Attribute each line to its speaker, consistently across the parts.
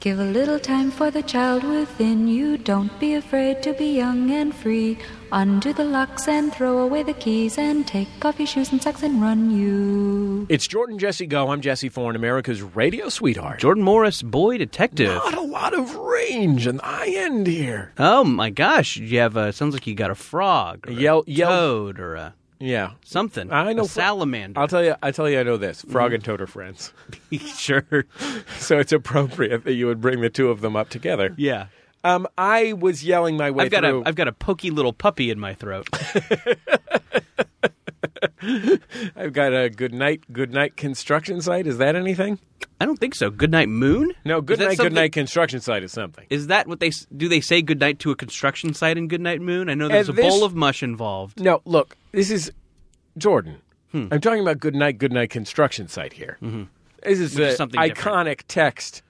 Speaker 1: Give a little time for the child within you. Don't be afraid to be young and free. Undo the locks and throw away the keys and take off your shoes and socks and run you.
Speaker 2: It's Jordan Jesse Go. I'm Jesse Thorne, America's radio sweetheart.
Speaker 3: Jordan Morris, boy detective.
Speaker 2: Not a lot of range and high end here.
Speaker 3: Oh my gosh, you have a sounds like you got a frog, or a
Speaker 2: Yell- yell-
Speaker 3: toad, or a
Speaker 2: Yeah.
Speaker 3: something.
Speaker 2: I know
Speaker 3: a salamander. Mm-hmm.
Speaker 2: I'll tell you. I tell you. I know this. Frog and toad are friends,
Speaker 3: sure,
Speaker 2: so it's appropriate that you would bring the two of them up together.
Speaker 3: yeah.
Speaker 2: Um, I was yelling my way
Speaker 3: I've got
Speaker 2: through.
Speaker 3: a I've got a pokey little puppy in my throat.
Speaker 2: I've got a good night. Good night construction site. Is that anything?
Speaker 3: I don't think so. Good night, moon.
Speaker 2: No.
Speaker 3: Is
Speaker 2: Good
Speaker 3: that
Speaker 2: night. Good
Speaker 3: something-
Speaker 2: night construction site is something.
Speaker 3: Is that what they s- do? They say good night to a construction site in Good Night Moon. I know there's a
Speaker 2: this-
Speaker 3: bowl of mush involved.
Speaker 2: No, look, this is Jordan.
Speaker 3: Hmm.
Speaker 2: I'm talking about Good Night, Good Night construction site here. This is
Speaker 3: Mm-hmm. Which is
Speaker 2: the
Speaker 3: something
Speaker 2: iconic
Speaker 3: different.
Speaker 2: text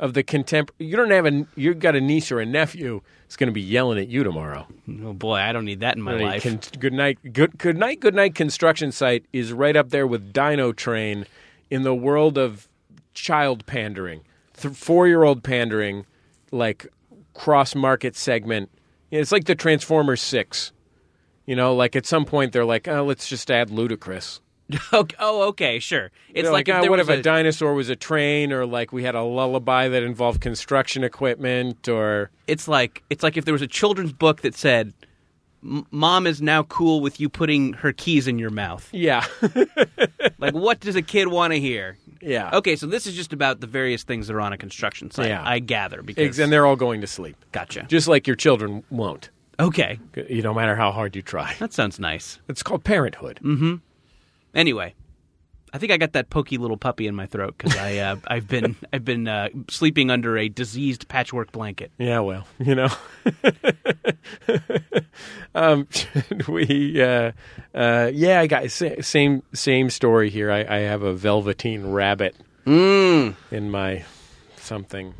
Speaker 2: of the contemporary. You don't have a. You've got a niece or a nephew. that's going to be yelling at you tomorrow.
Speaker 3: Oh boy, I don't need that in my
Speaker 2: Hey,
Speaker 3: life.
Speaker 2: con- good night, good good night, good night. Construction site is right up there with Dino Train in the world of child pandering, Th- four-year-old pandering, like cross-market segment. You know, It's like the Transformers Six. You know, like at some point they're like, oh, let's just add ludicrous.
Speaker 3: Okay- oh, okay, sure.
Speaker 2: They're
Speaker 3: It's like,
Speaker 2: like,
Speaker 3: if
Speaker 2: "Ah,
Speaker 3: there
Speaker 2: what
Speaker 3: was
Speaker 2: if a, dinosaur was a train, or like we had a lullaby that involved construction equipment, or
Speaker 3: it's like it's like if there was a children's book that said "M- mom is now cool with you putting her keys in your mouth
Speaker 2: yeah,
Speaker 3: like what does a kid want to hear
Speaker 2: yeah,
Speaker 3: okay so this is just about the various things that are on a construction site
Speaker 2: Yeah.
Speaker 3: i gather because
Speaker 2: Ex- and they're all going to sleep,
Speaker 3: gotcha
Speaker 2: just like your children won't.
Speaker 3: okay
Speaker 2: You no matter how hard you try.
Speaker 3: that sounds nice
Speaker 2: It's called parenthood.
Speaker 3: Mm. anyway I think I got that pokey little puppy in my throat because I uh, I've been I've been uh, sleeping under a diseased patchwork blanket.
Speaker 2: Yeah, well, you know. um, should we? Uh, uh, yeah, I got sa- same same story here. I, I have a velveteen rabbit
Speaker 3: Mm.
Speaker 2: in my something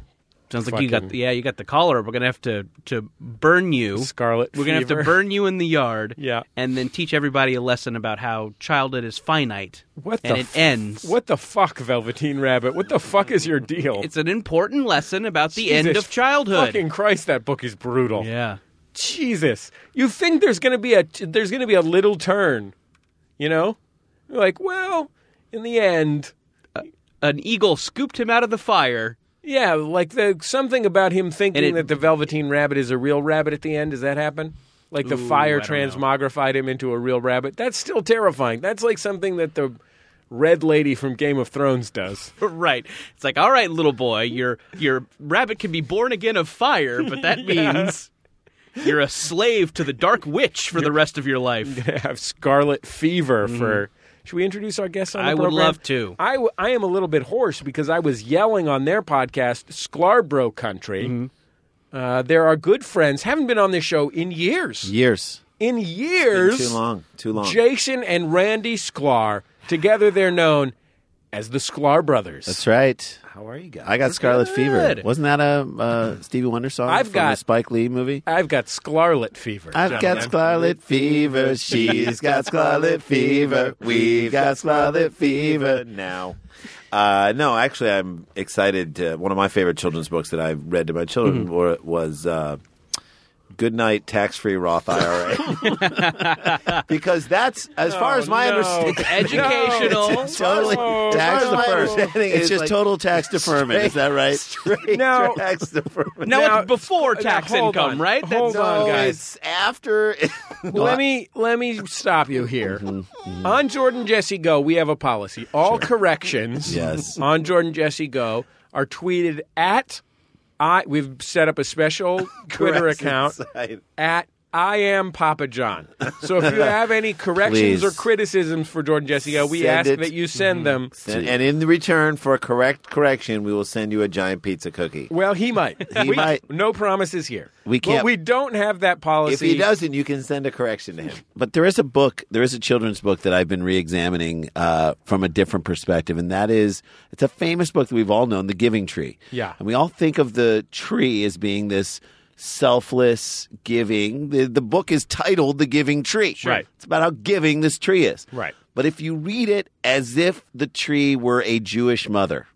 Speaker 3: Sounds like you got
Speaker 2: Fucking-
Speaker 3: yeah you got the collar. We're gonna have to to burn you.
Speaker 2: scarlet.
Speaker 3: We're gonna have to
Speaker 2: fever.
Speaker 3: burn you in the yard.
Speaker 2: Yeah.
Speaker 3: and then teach everybody a lesson about how childhood is finite.
Speaker 2: What
Speaker 3: and
Speaker 2: the
Speaker 3: it
Speaker 2: f-
Speaker 3: ends.
Speaker 2: What the fuck, velveteen rabbit? What the fuck is your deal?
Speaker 3: It's an important lesson about the end
Speaker 2: Jesus
Speaker 3: of childhood.
Speaker 2: Fucking Christ, that book is brutal.
Speaker 3: Yeah.
Speaker 2: Jesus, you think there's going to be a there's going to be a little turn, you know? You're like, well, in the end,
Speaker 3: An eagle scooped him out of the fire.
Speaker 2: yeah, like the something about him thinking
Speaker 3: And it-
Speaker 2: that the velveteen rabbit is a real rabbit at the end. Does that happen? Like the
Speaker 3: Ooh,
Speaker 2: fire
Speaker 3: I don't know.
Speaker 2: transmogrified him into a real rabbit. That's still terrifying. That's like something that the red lady from Game of Thrones does.
Speaker 3: right. It's like, all right, little boy, your your rabbit can be born again of fire, but that means you're a slave to the dark witch for the rest of your life.
Speaker 2: have scarlet fever for. Should we introduce our guests on the
Speaker 3: Mm-hmm. I would
Speaker 2: program?
Speaker 3: love to.
Speaker 2: I, w- I am a little bit hoarse because I was yelling on their podcast, Scarborough Country.
Speaker 3: Mm-hmm.
Speaker 2: Uh, there are good friends, haven't been on this show in years.
Speaker 4: Years.
Speaker 2: In years.
Speaker 4: Too long. Too long.
Speaker 2: Jason and Randy Sklar. Together they're known as the Sklar Brothers.
Speaker 4: That's right.
Speaker 2: How are you guys?
Speaker 4: I got Scarlet Fever.
Speaker 3: good.
Speaker 4: Wasn't that a uh, Stevie Wonder song?
Speaker 2: I've
Speaker 4: from
Speaker 2: got-
Speaker 4: the Spike Lee movie.
Speaker 2: I've got Scarlet Fever.
Speaker 4: I've got scarlet fever. She's got scarlet fever. We've got scarlet fever now. Uh, no, actually, I'm excited. To, one of my favorite children's books that I read to my children were, was uh, "Goodnight Tax Free Roth IRA," because that's as far as my
Speaker 2: Oh, no.
Speaker 4: understanding.
Speaker 3: Educational.
Speaker 4: It's totally
Speaker 2: Oh,
Speaker 4: tax
Speaker 2: as far as my
Speaker 4: deferment.
Speaker 5: understanding
Speaker 4: It's
Speaker 5: is,
Speaker 4: just
Speaker 5: like,
Speaker 4: total tax deferment. is that right? Straight
Speaker 2: No.
Speaker 4: tax deferment.
Speaker 3: Now,
Speaker 2: Now-
Speaker 3: it's before
Speaker 2: now,
Speaker 3: tax
Speaker 2: hold
Speaker 3: income,
Speaker 2: on.
Speaker 3: right?
Speaker 2: Hold
Speaker 4: No,
Speaker 2: on, guys.
Speaker 4: Oh, it's after. No,
Speaker 2: let
Speaker 4: I- Mm-hmm,
Speaker 2: me let me stop you here. On Jordan Jesse Go, we have a policy. All corrections
Speaker 4: Yes.
Speaker 2: on Jordan Jesse Go are tweeted at I we've set up a special Twitter
Speaker 4: Corrections
Speaker 2: account
Speaker 4: site.
Speaker 2: at I am Papa John. So if you have any corrections
Speaker 4: Please.
Speaker 2: or criticisms for Jordan Jesse Go, we
Speaker 4: Send
Speaker 2: ask
Speaker 4: it. Mm-hmm.
Speaker 2: that you send them.
Speaker 4: And, and in return for a correct correction, we will send you a giant pizza cookie.
Speaker 2: Well, he might.
Speaker 4: He
Speaker 2: We-
Speaker 4: might.
Speaker 2: No promises here.
Speaker 4: We
Speaker 2: But
Speaker 4: can't-
Speaker 2: we don't have that policy.
Speaker 4: If he doesn't, you can send a correction to him. But there is a book, there is a children's book that I've been re-examining uh, from a different perspective, and that is it's a famous book that we've all known, The Giving Tree.
Speaker 2: Yeah.
Speaker 4: and we all think of the tree as being this selfless giving. The, the book is titled The Giving Tree.
Speaker 2: Right.
Speaker 4: It's about how giving this tree is.
Speaker 2: Right.
Speaker 4: But if you read it as if the tree were a Jewish mother,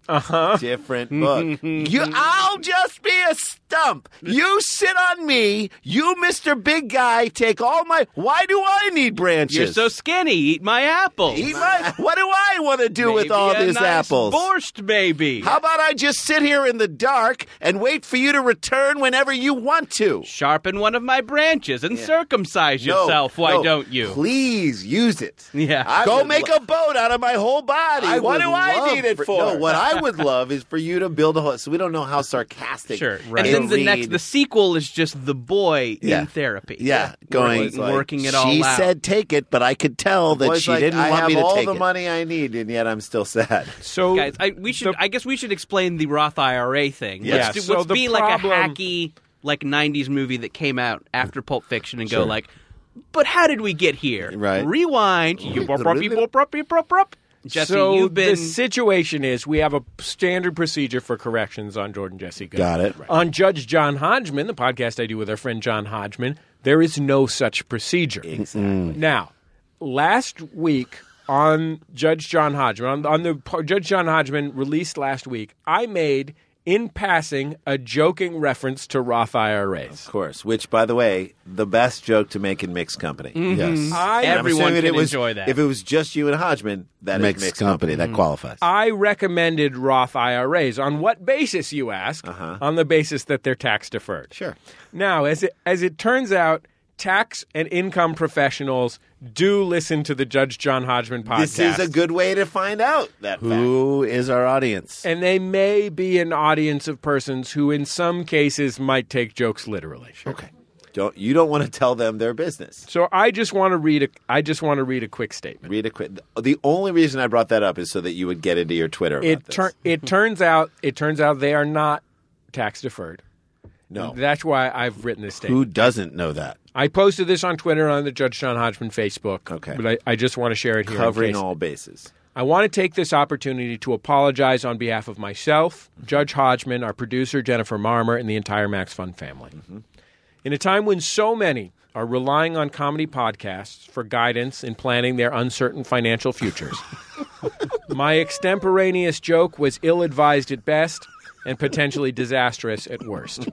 Speaker 4: different book. you, I'll just be a stump. You sit on me. You, Mr. Big Guy, take all my. Why do I need branches?
Speaker 3: You're so skinny. Eat my apple.
Speaker 4: Eat my- what do I want to do with all
Speaker 3: Maybe a
Speaker 4: these
Speaker 3: nice
Speaker 4: apples?
Speaker 3: Borscht, maybe.
Speaker 4: How about I just sit here in the dark and wait for you to return whenever you want to?
Speaker 3: Sharpen one of my branches and circumcise yourself.
Speaker 4: No,
Speaker 3: Why
Speaker 4: no,
Speaker 3: don't you?
Speaker 4: Please use it.
Speaker 3: Yeah.
Speaker 4: Go
Speaker 5: would
Speaker 4: make a boat out of my whole body.
Speaker 5: I
Speaker 4: what
Speaker 5: would
Speaker 4: do I
Speaker 5: love
Speaker 4: need it for?
Speaker 5: for-
Speaker 4: No, what I would love is for you to build a whole. So we don't know how sarcastic.
Speaker 3: Sure.
Speaker 4: it'll
Speaker 3: And then the next,
Speaker 4: read.
Speaker 3: the sequel is just the boy
Speaker 4: Yeah.
Speaker 3: in therapy.
Speaker 4: yeah, going
Speaker 3: Working- working it all
Speaker 4: She
Speaker 3: out.
Speaker 4: said, "Take it," but I could tell that
Speaker 5: Boy's
Speaker 4: she
Speaker 5: like,
Speaker 4: didn't
Speaker 5: I
Speaker 4: want
Speaker 5: have
Speaker 4: me to
Speaker 5: all
Speaker 4: take
Speaker 5: the
Speaker 4: it.
Speaker 5: money I need, and yet I'm still sad.
Speaker 2: So
Speaker 3: Guys, I, we should. I guess we should explain the Roth IRA thing.
Speaker 2: Yeah,
Speaker 3: Let's, do,
Speaker 2: so
Speaker 3: let's
Speaker 2: the
Speaker 3: be like a
Speaker 2: problem-
Speaker 3: hacky, like '90s movie that came out after Pulp Fiction, and go like, "But how did we get here?
Speaker 4: Right.
Speaker 3: Rewind. You bop, bop, you bop, bop, you bop, bop. Jesse,
Speaker 2: so
Speaker 3: you've been
Speaker 2: the situation is we have a standard procedure for corrections on Jordan Jesse Go.
Speaker 4: Got it.
Speaker 2: On Judge John Hodgman, the podcast I do with our friend John Hodgman, there is no such procedure. Exactly. Now, last week on Judge John Hodgman, on, on the par- Judge John Hodgman released last week, I made in passing a joking reference to Roth IRAs.
Speaker 4: Of course, which, by the way, the best joke to make in mixed company. Yes,
Speaker 2: I
Speaker 3: Mm-hmm. Everyone
Speaker 4: that
Speaker 3: can
Speaker 4: it was,
Speaker 3: enjoy that.
Speaker 4: If it was just you and Hodgman, that is
Speaker 5: Mixed
Speaker 4: mixed company. That qualifies.
Speaker 3: Mm-hmm.
Speaker 2: I recommended Roth IRAs. On what basis, you ask? On the basis that they're tax deferred.
Speaker 4: Uh-huh. Sure.
Speaker 2: Now, as it, as it turns out, tax and income professionals do listen to the Judge John Hodgman podcast.
Speaker 4: This is a good way to find out that fact.
Speaker 5: Who is our audience?
Speaker 2: and they may be an audience of persons who, in some cases, might take jokes literally. Okay.
Speaker 4: Don't you don't want to tell them their business.
Speaker 2: So I just want to read a I just want to read a quick statement.
Speaker 4: Read a quick. The only reason I brought that up is so that you would get into your Twitter. About
Speaker 2: It
Speaker 4: this.
Speaker 2: tur- it turns out it turns out they are not tax deferred.
Speaker 4: no.
Speaker 2: That's why I've written this statement.
Speaker 5: Who doesn't know that?
Speaker 2: I posted this on Twitter on the Judge John Hodgman Facebook.
Speaker 4: Okay.
Speaker 2: But I, I just want to share it here. in
Speaker 4: covering
Speaker 2: case-
Speaker 4: all bases.
Speaker 2: I want to take this opportunity to apologize on behalf of myself, Judge Hodgman, our producer, Jennifer Marmer, and the entire Max Fun family.
Speaker 4: Mm-hmm.
Speaker 2: In a time when so many are relying on comedy podcasts for guidance in planning their uncertain financial futures, my extemporaneous joke was ill advised at best and potentially disastrous at worst.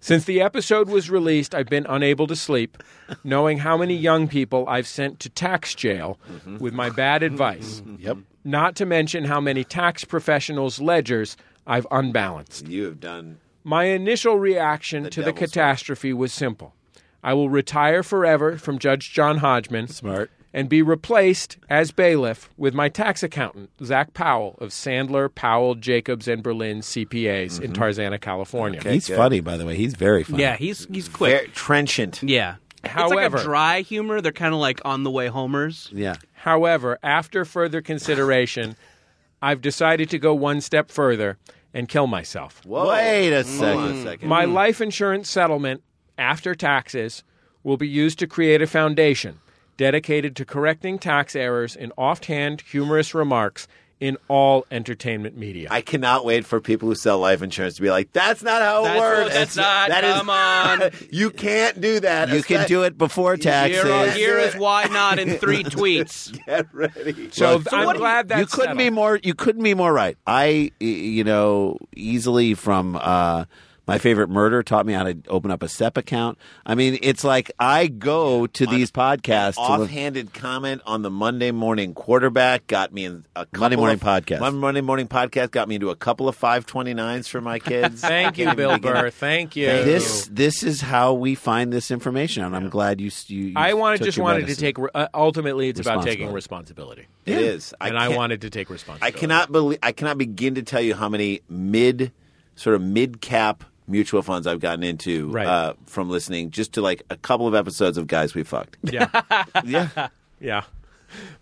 Speaker 2: Since the episode was released, I've been unable to sleep, knowing how many young people I've sent to tax jail with my bad advice. Yep. Not to mention how many tax professionals' ledgers I've unbalanced.
Speaker 4: You have done.
Speaker 2: My initial reaction to the
Speaker 4: devil's work.
Speaker 2: catastrophe was simple. I will retire forever from Judge John Hodgman. Smart. And be replaced as bailiff with my tax accountant, Zach Powell of Sandler, Powell, Jacobs, and Berlin CPAs in Tarzana, California.
Speaker 5: He's funny, by the way. He's very funny.
Speaker 3: yeah. He's he's quick.
Speaker 4: Very trenchant.
Speaker 3: Yeah. it's
Speaker 2: However-
Speaker 3: like a dry humor. They're kind of like on the way homers.
Speaker 5: Yeah.
Speaker 2: However, after further consideration, I've decided to go one step further and kill myself.
Speaker 4: Whoa.
Speaker 5: Wait a
Speaker 4: Hold on
Speaker 5: second.
Speaker 3: Mm.
Speaker 4: a second.
Speaker 5: Hmm.
Speaker 2: My life insurance settlement after taxes will be used to create a foundation dedicated to correcting tax errors in offhand, humorous remarks in all entertainment media.
Speaker 4: I cannot wait for people who sell life insurance to be like, "That's not how it
Speaker 3: That's-
Speaker 4: works.
Speaker 3: that's not-
Speaker 4: that is-
Speaker 3: come on."
Speaker 4: you can't do that.
Speaker 5: You can do it before taxes.
Speaker 3: Here, are- here is why not in three tweets.
Speaker 4: Get ready.
Speaker 2: so,
Speaker 5: Look,
Speaker 2: I'm glad that's
Speaker 5: you couldn't be
Speaker 2: settled.
Speaker 5: more. You couldn't be more right. I, y- you know, easily from uh, my favorite murder taught me how to open up a SEP account. I mean, it's like I go to these podcasts. to look-
Speaker 4: Offhanded comment on the Monday morning quarterback got me in a couple
Speaker 5: Monday morning
Speaker 4: of,
Speaker 5: podcast.
Speaker 4: My Monday morning podcast got me into a couple of five twenty nines for my kids.
Speaker 2: Thank you, Bill Burr. Thank you.
Speaker 5: this this is how we find this information, and I'm glad you. s- you, you
Speaker 2: I wanted,
Speaker 5: took
Speaker 2: just
Speaker 5: your
Speaker 2: wanted to
Speaker 5: medicine.
Speaker 2: take. re- Uh, ultimately, it's about taking responsibility,
Speaker 4: It is.
Speaker 2: and I
Speaker 4: can't-
Speaker 2: wanted to take
Speaker 4: I
Speaker 2: responsibility.
Speaker 4: cannot believe I cannot begin to tell you how many mid sort of mid cap mutual funds I've gotten into
Speaker 2: Right.
Speaker 4: uh, from listening just to like a couple of episodes of guys we fucked.
Speaker 2: Yeah.
Speaker 5: Yeah,
Speaker 2: Yeah.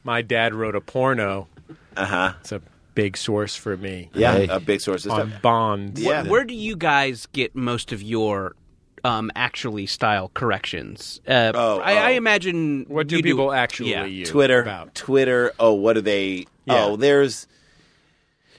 Speaker 2: My dad wrote a porno. Uh huh. It's a big source for me.
Speaker 4: Yeah,
Speaker 5: Hey.
Speaker 4: a big source of
Speaker 2: On
Speaker 4: stuff.
Speaker 2: Bond.
Speaker 4: Yeah.
Speaker 3: Where do you guys get most of your um, actually style corrections? Uh,
Speaker 4: Oh,
Speaker 3: I, I
Speaker 4: oh.
Speaker 3: imagine
Speaker 2: What do
Speaker 3: you
Speaker 2: people
Speaker 3: do,
Speaker 2: actually
Speaker 3: yeah.
Speaker 2: use?
Speaker 4: Twitter,
Speaker 2: About?
Speaker 4: Twitter. Oh, what are they?
Speaker 2: Yeah.
Speaker 4: Oh, there's.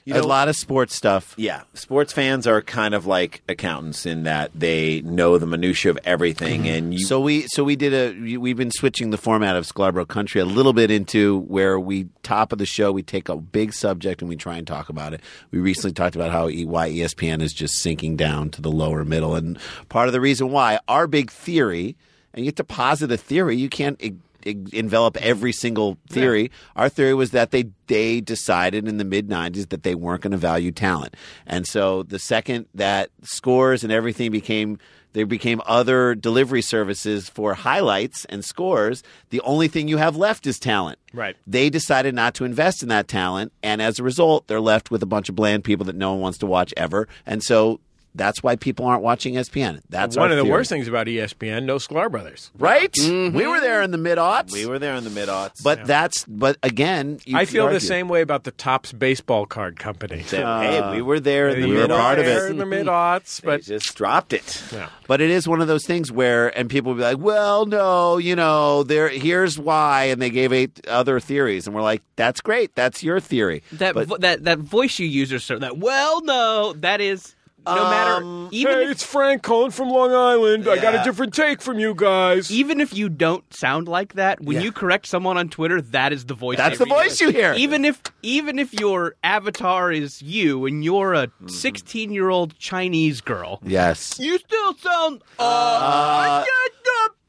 Speaker 4: You
Speaker 5: a
Speaker 4: know-
Speaker 5: lot of sports stuff.
Speaker 4: Yeah, sports fans are kind of like accountants in that they know the minutia of everything, and you,
Speaker 5: Mm-hmm. So we so we did a we've been switching the format of Scarborough Country a little bit into where we top of the show we take a big subject and we try and talk about it. We recently talked about how E- why ESPN is just sinking down to the lower middle, and part of the reason why our big theory and you have to posit a theory you can't. e- e- Envelop every single theory. Our theory was that they they decided in the mid '90s that they weren't going to value talent, and so the second that scores and everything became there became other delivery services for highlights and scores. The only thing you have left is talent.
Speaker 3: Right.
Speaker 5: They decided not to invest in that talent, and as a result, they're left with a bunch of bland people that no one wants to watch ever. And so that's why people aren't watching E ESPN. That's
Speaker 2: One
Speaker 5: our
Speaker 2: of the
Speaker 5: theory.
Speaker 2: worst things about E ESPN, no Sklar brothers.
Speaker 5: right? We were there in the mid aughts.
Speaker 4: Mm-hmm. we were there in the mid aughts.
Speaker 5: but that's but again, you
Speaker 2: I
Speaker 5: could
Speaker 2: feel the
Speaker 5: argue- uh,
Speaker 2: same way about the Topps baseball card company.
Speaker 4: hey, we were there in the
Speaker 5: we were
Speaker 4: mid
Speaker 5: part of it.
Speaker 2: They're in the mid aughts,
Speaker 4: But
Speaker 2: but
Speaker 4: just dropped it.
Speaker 5: But it is one of those things where, and people will be like, "Well, no, you know, there. Here's why." And they gave eight other theories, and we're like, "That's great. That's your theory."
Speaker 3: That
Speaker 5: But-
Speaker 3: vo- that that voice you use, or so that well, no, that is no matter even
Speaker 2: hey,
Speaker 3: if,
Speaker 2: it's Frank Cohen from Long Island. I got a
Speaker 4: Yeah.
Speaker 2: different take from you guys.
Speaker 3: even if you don't sound like that when you correct someone on Twitter, that is the voice.
Speaker 5: That's
Speaker 3: they
Speaker 5: the voice you hear.
Speaker 3: Even if even if your avatar is you and you're a 16 year old Chinese girl,
Speaker 5: yes.
Speaker 3: you still sound uh,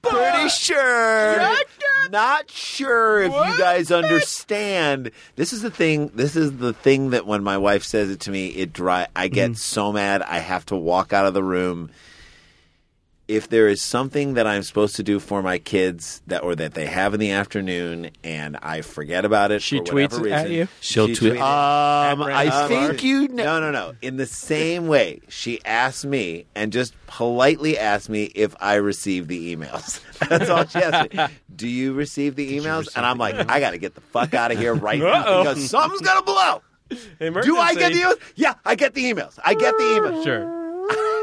Speaker 4: Pretty sure.
Speaker 3: Shut
Speaker 4: Not sure if you guys understand. This is the thing. This is the thing that when my wife says it to me, it dry. I
Speaker 2: Mm-hmm.
Speaker 4: get so mad. I have to walk out of the room. If there is something that I'm supposed to do for my kids that or that they have in the afternoon and I forget about it,
Speaker 2: She
Speaker 4: for whatever
Speaker 2: tweets it
Speaker 4: reason,
Speaker 2: at you?
Speaker 5: She'll
Speaker 4: she
Speaker 5: tweet.
Speaker 4: tweeted-
Speaker 5: Um, I
Speaker 4: um,
Speaker 5: think you. Know,
Speaker 4: no, no, no. In the same way, she asked me and just politely asked me if I received the emails. That's all she asked me. Do you receive the emails? and I'm like, I got to get the fuck out of here right now
Speaker 2: Uh-oh.
Speaker 4: because something's gonna blow. Do I get the emails? Yeah, I get the emails. I get the emails.
Speaker 3: Sure,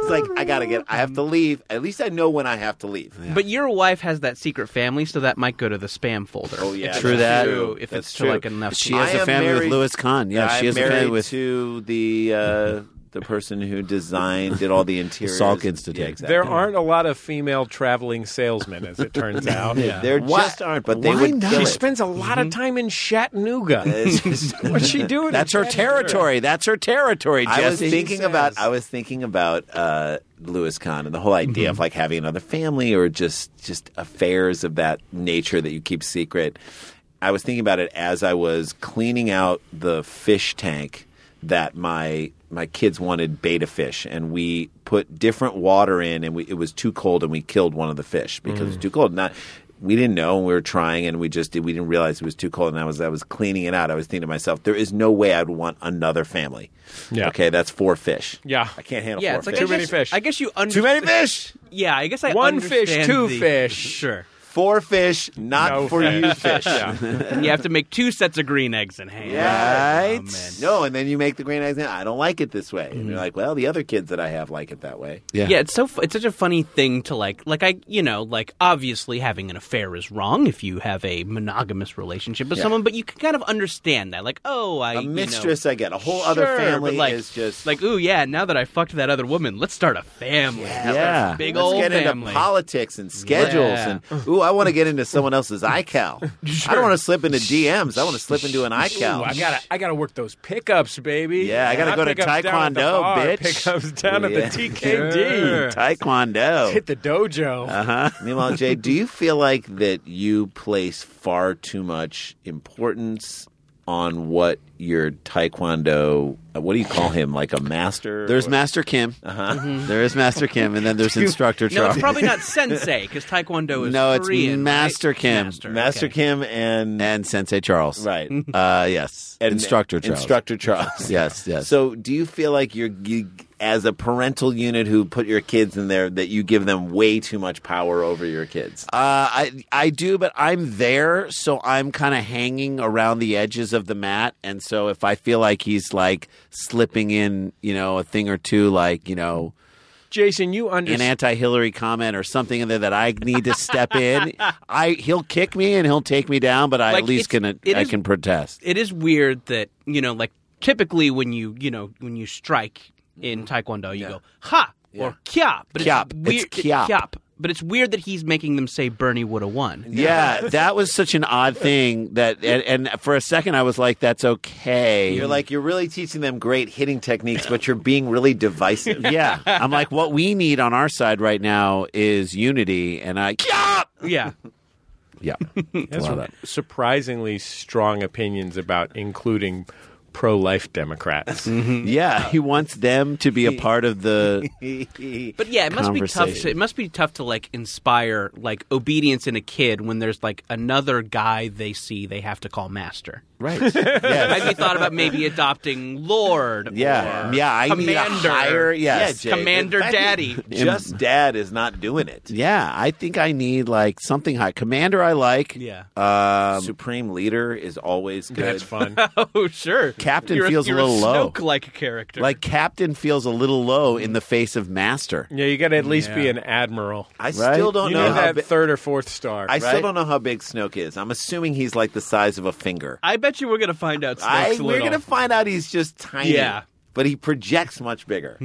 Speaker 4: It's like I gotta get. I have to leave. At least I know when I have to leave.
Speaker 3: but your wife has that secret family, so that might go to the spam folder.
Speaker 4: Oh, yeah,
Speaker 3: If
Speaker 4: True
Speaker 3: it's
Speaker 5: that.
Speaker 3: true, if
Speaker 4: That's
Speaker 3: it's
Speaker 4: true.
Speaker 3: to like enough.
Speaker 5: She
Speaker 4: I
Speaker 5: has a
Speaker 4: am
Speaker 5: family with
Speaker 4: married-
Speaker 5: Louis Kahn. Yeah,
Speaker 4: I'm
Speaker 5: she has a family
Speaker 4: married
Speaker 5: with.
Speaker 4: to the uh, the person who designed did all the interiors.
Speaker 5: Salk Institute.
Speaker 4: Yeah, exactly.
Speaker 2: There aren't a lot of female traveling salesmen, as it turns out.
Speaker 4: There
Speaker 5: Why-
Speaker 4: just aren't, but they
Speaker 5: why
Speaker 4: would
Speaker 5: not?
Speaker 4: kill
Speaker 2: She
Speaker 4: it.
Speaker 2: spends a lot of time in Chattanooga.
Speaker 4: It's just-
Speaker 2: What's she doing? in
Speaker 5: That's her
Speaker 2: Chattanooga?
Speaker 5: territory. That's her territory. Jesse.
Speaker 4: I was thinking
Speaker 2: says.
Speaker 4: about I was thinking about uh, Louis Kahn and the whole idea of like having another family or just just affairs of that nature that you keep secret. I was thinking about it as I was cleaning out the fish tank that my my kids wanted beta fish and we put different water in and we, it was too cold and we killed one of the fish because it was too cold. Not we didn't know and we were trying and we just did, we didn't realize it was too cold and I was I was cleaning it out. I was thinking to myself, there is no way I'd want another family.
Speaker 2: Yeah.
Speaker 4: Okay, that's four fish.
Speaker 2: Yeah.
Speaker 4: I can't handle
Speaker 3: yeah,
Speaker 4: four
Speaker 3: it's like I
Speaker 4: fish.
Speaker 2: Too many
Speaker 3: guess-
Speaker 2: fish.
Speaker 3: I guess you
Speaker 4: Too
Speaker 3: understand.
Speaker 4: many fish.
Speaker 3: Yeah, I guess I
Speaker 2: One fish,
Speaker 3: understand
Speaker 2: two
Speaker 3: the-
Speaker 2: fish.
Speaker 3: Sure,
Speaker 4: Four fish, not
Speaker 2: No
Speaker 4: for
Speaker 2: fish.
Speaker 4: you fish.
Speaker 3: you have to make two sets of green eggs and ham.
Speaker 4: Right?
Speaker 3: Oh, man.
Speaker 4: no, and then you make the green eggs. I don't like it this way. And
Speaker 2: Mm-hmm.
Speaker 4: you're like, well, the other kids that I have like it that way.
Speaker 5: Yeah.
Speaker 3: Yeah. it's so fu- it's such a funny thing to like like I you know like obviously having an affair is wrong if you have a monogamous relationship with
Speaker 4: Yeah.
Speaker 3: someone, but you can kind of understand that like oh I
Speaker 4: A
Speaker 3: you know,
Speaker 4: mistress, I get. A whole other
Speaker 3: sure,
Speaker 4: family
Speaker 3: but, like,
Speaker 4: is just
Speaker 3: like ooh yeah now that I fucked that other woman let's start a family
Speaker 4: Yeah.
Speaker 5: Yeah.
Speaker 3: big
Speaker 4: Let's
Speaker 3: old
Speaker 4: get
Speaker 3: family
Speaker 4: into politics and schedules
Speaker 3: Yeah.
Speaker 4: and ooh, I want to get into someone else's iCal. I don't want to slip into DMs. I want to slip into an iCal.
Speaker 2: Ooh, I gotta, I gotta work those pickups, baby.
Speaker 5: Yeah, I gotta
Speaker 2: Not
Speaker 5: go to
Speaker 2: pickups down at the
Speaker 5: Taekwondo,
Speaker 2: bar,
Speaker 5: bitch.
Speaker 2: Pickups down at the
Speaker 4: Yeah.
Speaker 2: TKD.
Speaker 5: Taekwondo.
Speaker 2: Hit the dojo.
Speaker 4: Meanwhile, Jay, do you feel like that you place far too much importance on what your taekwondo? uh, What do you call him? Like a master?
Speaker 5: There's
Speaker 4: Or-
Speaker 5: Master Kim. Uh-huh. is Master Kim, and then there's Instructor
Speaker 3: no
Speaker 5: Charles.
Speaker 3: it's probably not sensei because taekwondo is
Speaker 5: No, it's
Speaker 3: Korean, right?
Speaker 5: Master Kim.
Speaker 4: Master
Speaker 3: okay.
Speaker 4: Kim and
Speaker 5: and Sensei Charles.
Speaker 4: right
Speaker 5: Uh, yes.
Speaker 4: And-
Speaker 5: Instructor Charles.
Speaker 4: Instructor Charles.
Speaker 5: Yes, yes.
Speaker 4: So, do you feel like you're you, as a parental unit who put your kids in there that you give them way too much power over your kids?
Speaker 5: Uh, I I do, but I'm there, so I'm kind of hanging around the edges of the mat, and so if I feel like he's like slipping in, you know, a thing or two, like you know,
Speaker 2: Jason, you
Speaker 5: an
Speaker 2: understand?
Speaker 5: anti-Hillary comment or something in there that I need to step in, I he'll kick me and he'll take me down, but I
Speaker 3: Like,
Speaker 5: at least
Speaker 3: it's-
Speaker 5: can
Speaker 3: it
Speaker 5: I
Speaker 3: is-
Speaker 5: can protest.
Speaker 3: it is weird that you know like typically when you you know when you strike in taekwondo, you go ha or kya, but
Speaker 5: Kyap.
Speaker 3: it's
Speaker 5: It's
Speaker 3: weird.
Speaker 5: kyap.
Speaker 3: But it's weird that he's making them say Bernie would have won.
Speaker 5: Yeah, that was such an odd thing that, and, and for a second I was like, "That's okay."
Speaker 4: You're like you're really teaching them great hitting techniques, but you're being really divisive.
Speaker 5: yeah. I'm like, what we need on our side right now is unity, and I, yeah,
Speaker 3: Yeah,
Speaker 5: yeah, That's a lot of-
Speaker 2: Surprisingly strong opinions about including pro-life Democrats.
Speaker 5: Mm-hmm. yeah. He wants them to be a part of the.
Speaker 3: but yeah, it must be tough.
Speaker 5: Conversation.
Speaker 3: To, it must be tough to like inspire like obedience in a kid when there's like another guy they see they have to call master.
Speaker 5: Right. Yes.
Speaker 3: Have you thought about maybe adopting Lord?
Speaker 5: Yeah.
Speaker 3: or
Speaker 5: Yeah. I need a
Speaker 3: Commander.
Speaker 5: higher. Yes.
Speaker 4: Jay,
Speaker 3: Commander
Speaker 4: the fact that
Speaker 3: Daddy.
Speaker 4: Just dad is not doing it.
Speaker 5: Yeah, I think I need like something high. Commander, I like.
Speaker 3: Yeah.
Speaker 5: Um,
Speaker 4: Supreme leader is always good.
Speaker 2: That's fun.
Speaker 3: oh sure.
Speaker 5: Captain
Speaker 3: You're
Speaker 5: feels a
Speaker 3: you're
Speaker 5: little low.
Speaker 3: Snoke-like character.
Speaker 5: like Captain feels a little low in the face of Master.
Speaker 2: Yeah, you got to at least be an admiral.
Speaker 4: I still don't
Speaker 2: you
Speaker 4: know
Speaker 2: know
Speaker 4: how
Speaker 2: that
Speaker 4: big.
Speaker 2: third or fourth star.
Speaker 4: I
Speaker 2: right?
Speaker 4: still don't know how big Snoke is. I'm assuming he's like the size of a finger.
Speaker 3: I bet you we're gonna find out. Snoke's
Speaker 4: I, we're
Speaker 3: little.
Speaker 4: gonna find out he's just tiny.
Speaker 3: Yeah.
Speaker 4: but he projects much bigger.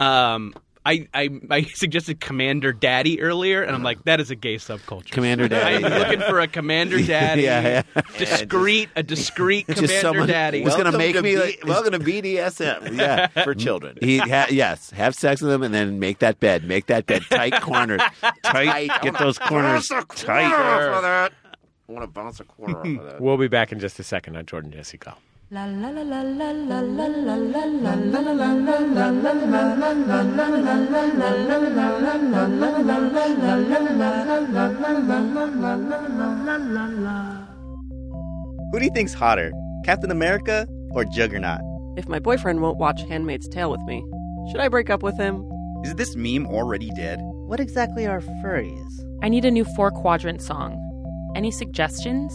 Speaker 3: Um, I, I I suggested Commander Daddy earlier, and I'm like, that is a gay subculture.
Speaker 5: Commander Daddy.
Speaker 3: I'm
Speaker 5: yeah.
Speaker 3: looking for a Commander Daddy.
Speaker 5: Yeah, yeah.
Speaker 3: Discreet, a discreet Commander
Speaker 5: someone-
Speaker 3: Daddy.
Speaker 5: Well- It's gonna
Speaker 4: Welcome
Speaker 5: make
Speaker 4: to
Speaker 5: me
Speaker 4: B-
Speaker 5: like-
Speaker 4: welcome to BDSM.
Speaker 5: Yeah.
Speaker 4: for children.
Speaker 5: He ha- yes, have sex with him and then make that bed, make that bed tight corners, tight. Get those corners tight.
Speaker 4: want to bounce a corner off of that.
Speaker 2: We'll be back in just a second on Jordan Jesse Go.
Speaker 1: La la la la la la la la la la.
Speaker 6: Who do you think's hotter, Captain America or Juggernaut?
Speaker 7: If my boyfriend won't watch Handmaid's Tale with me, should I break up with him?
Speaker 6: Is this meme already dead? What exactly are furries?
Speaker 8: I need a new four quadrant song. Any suggestions?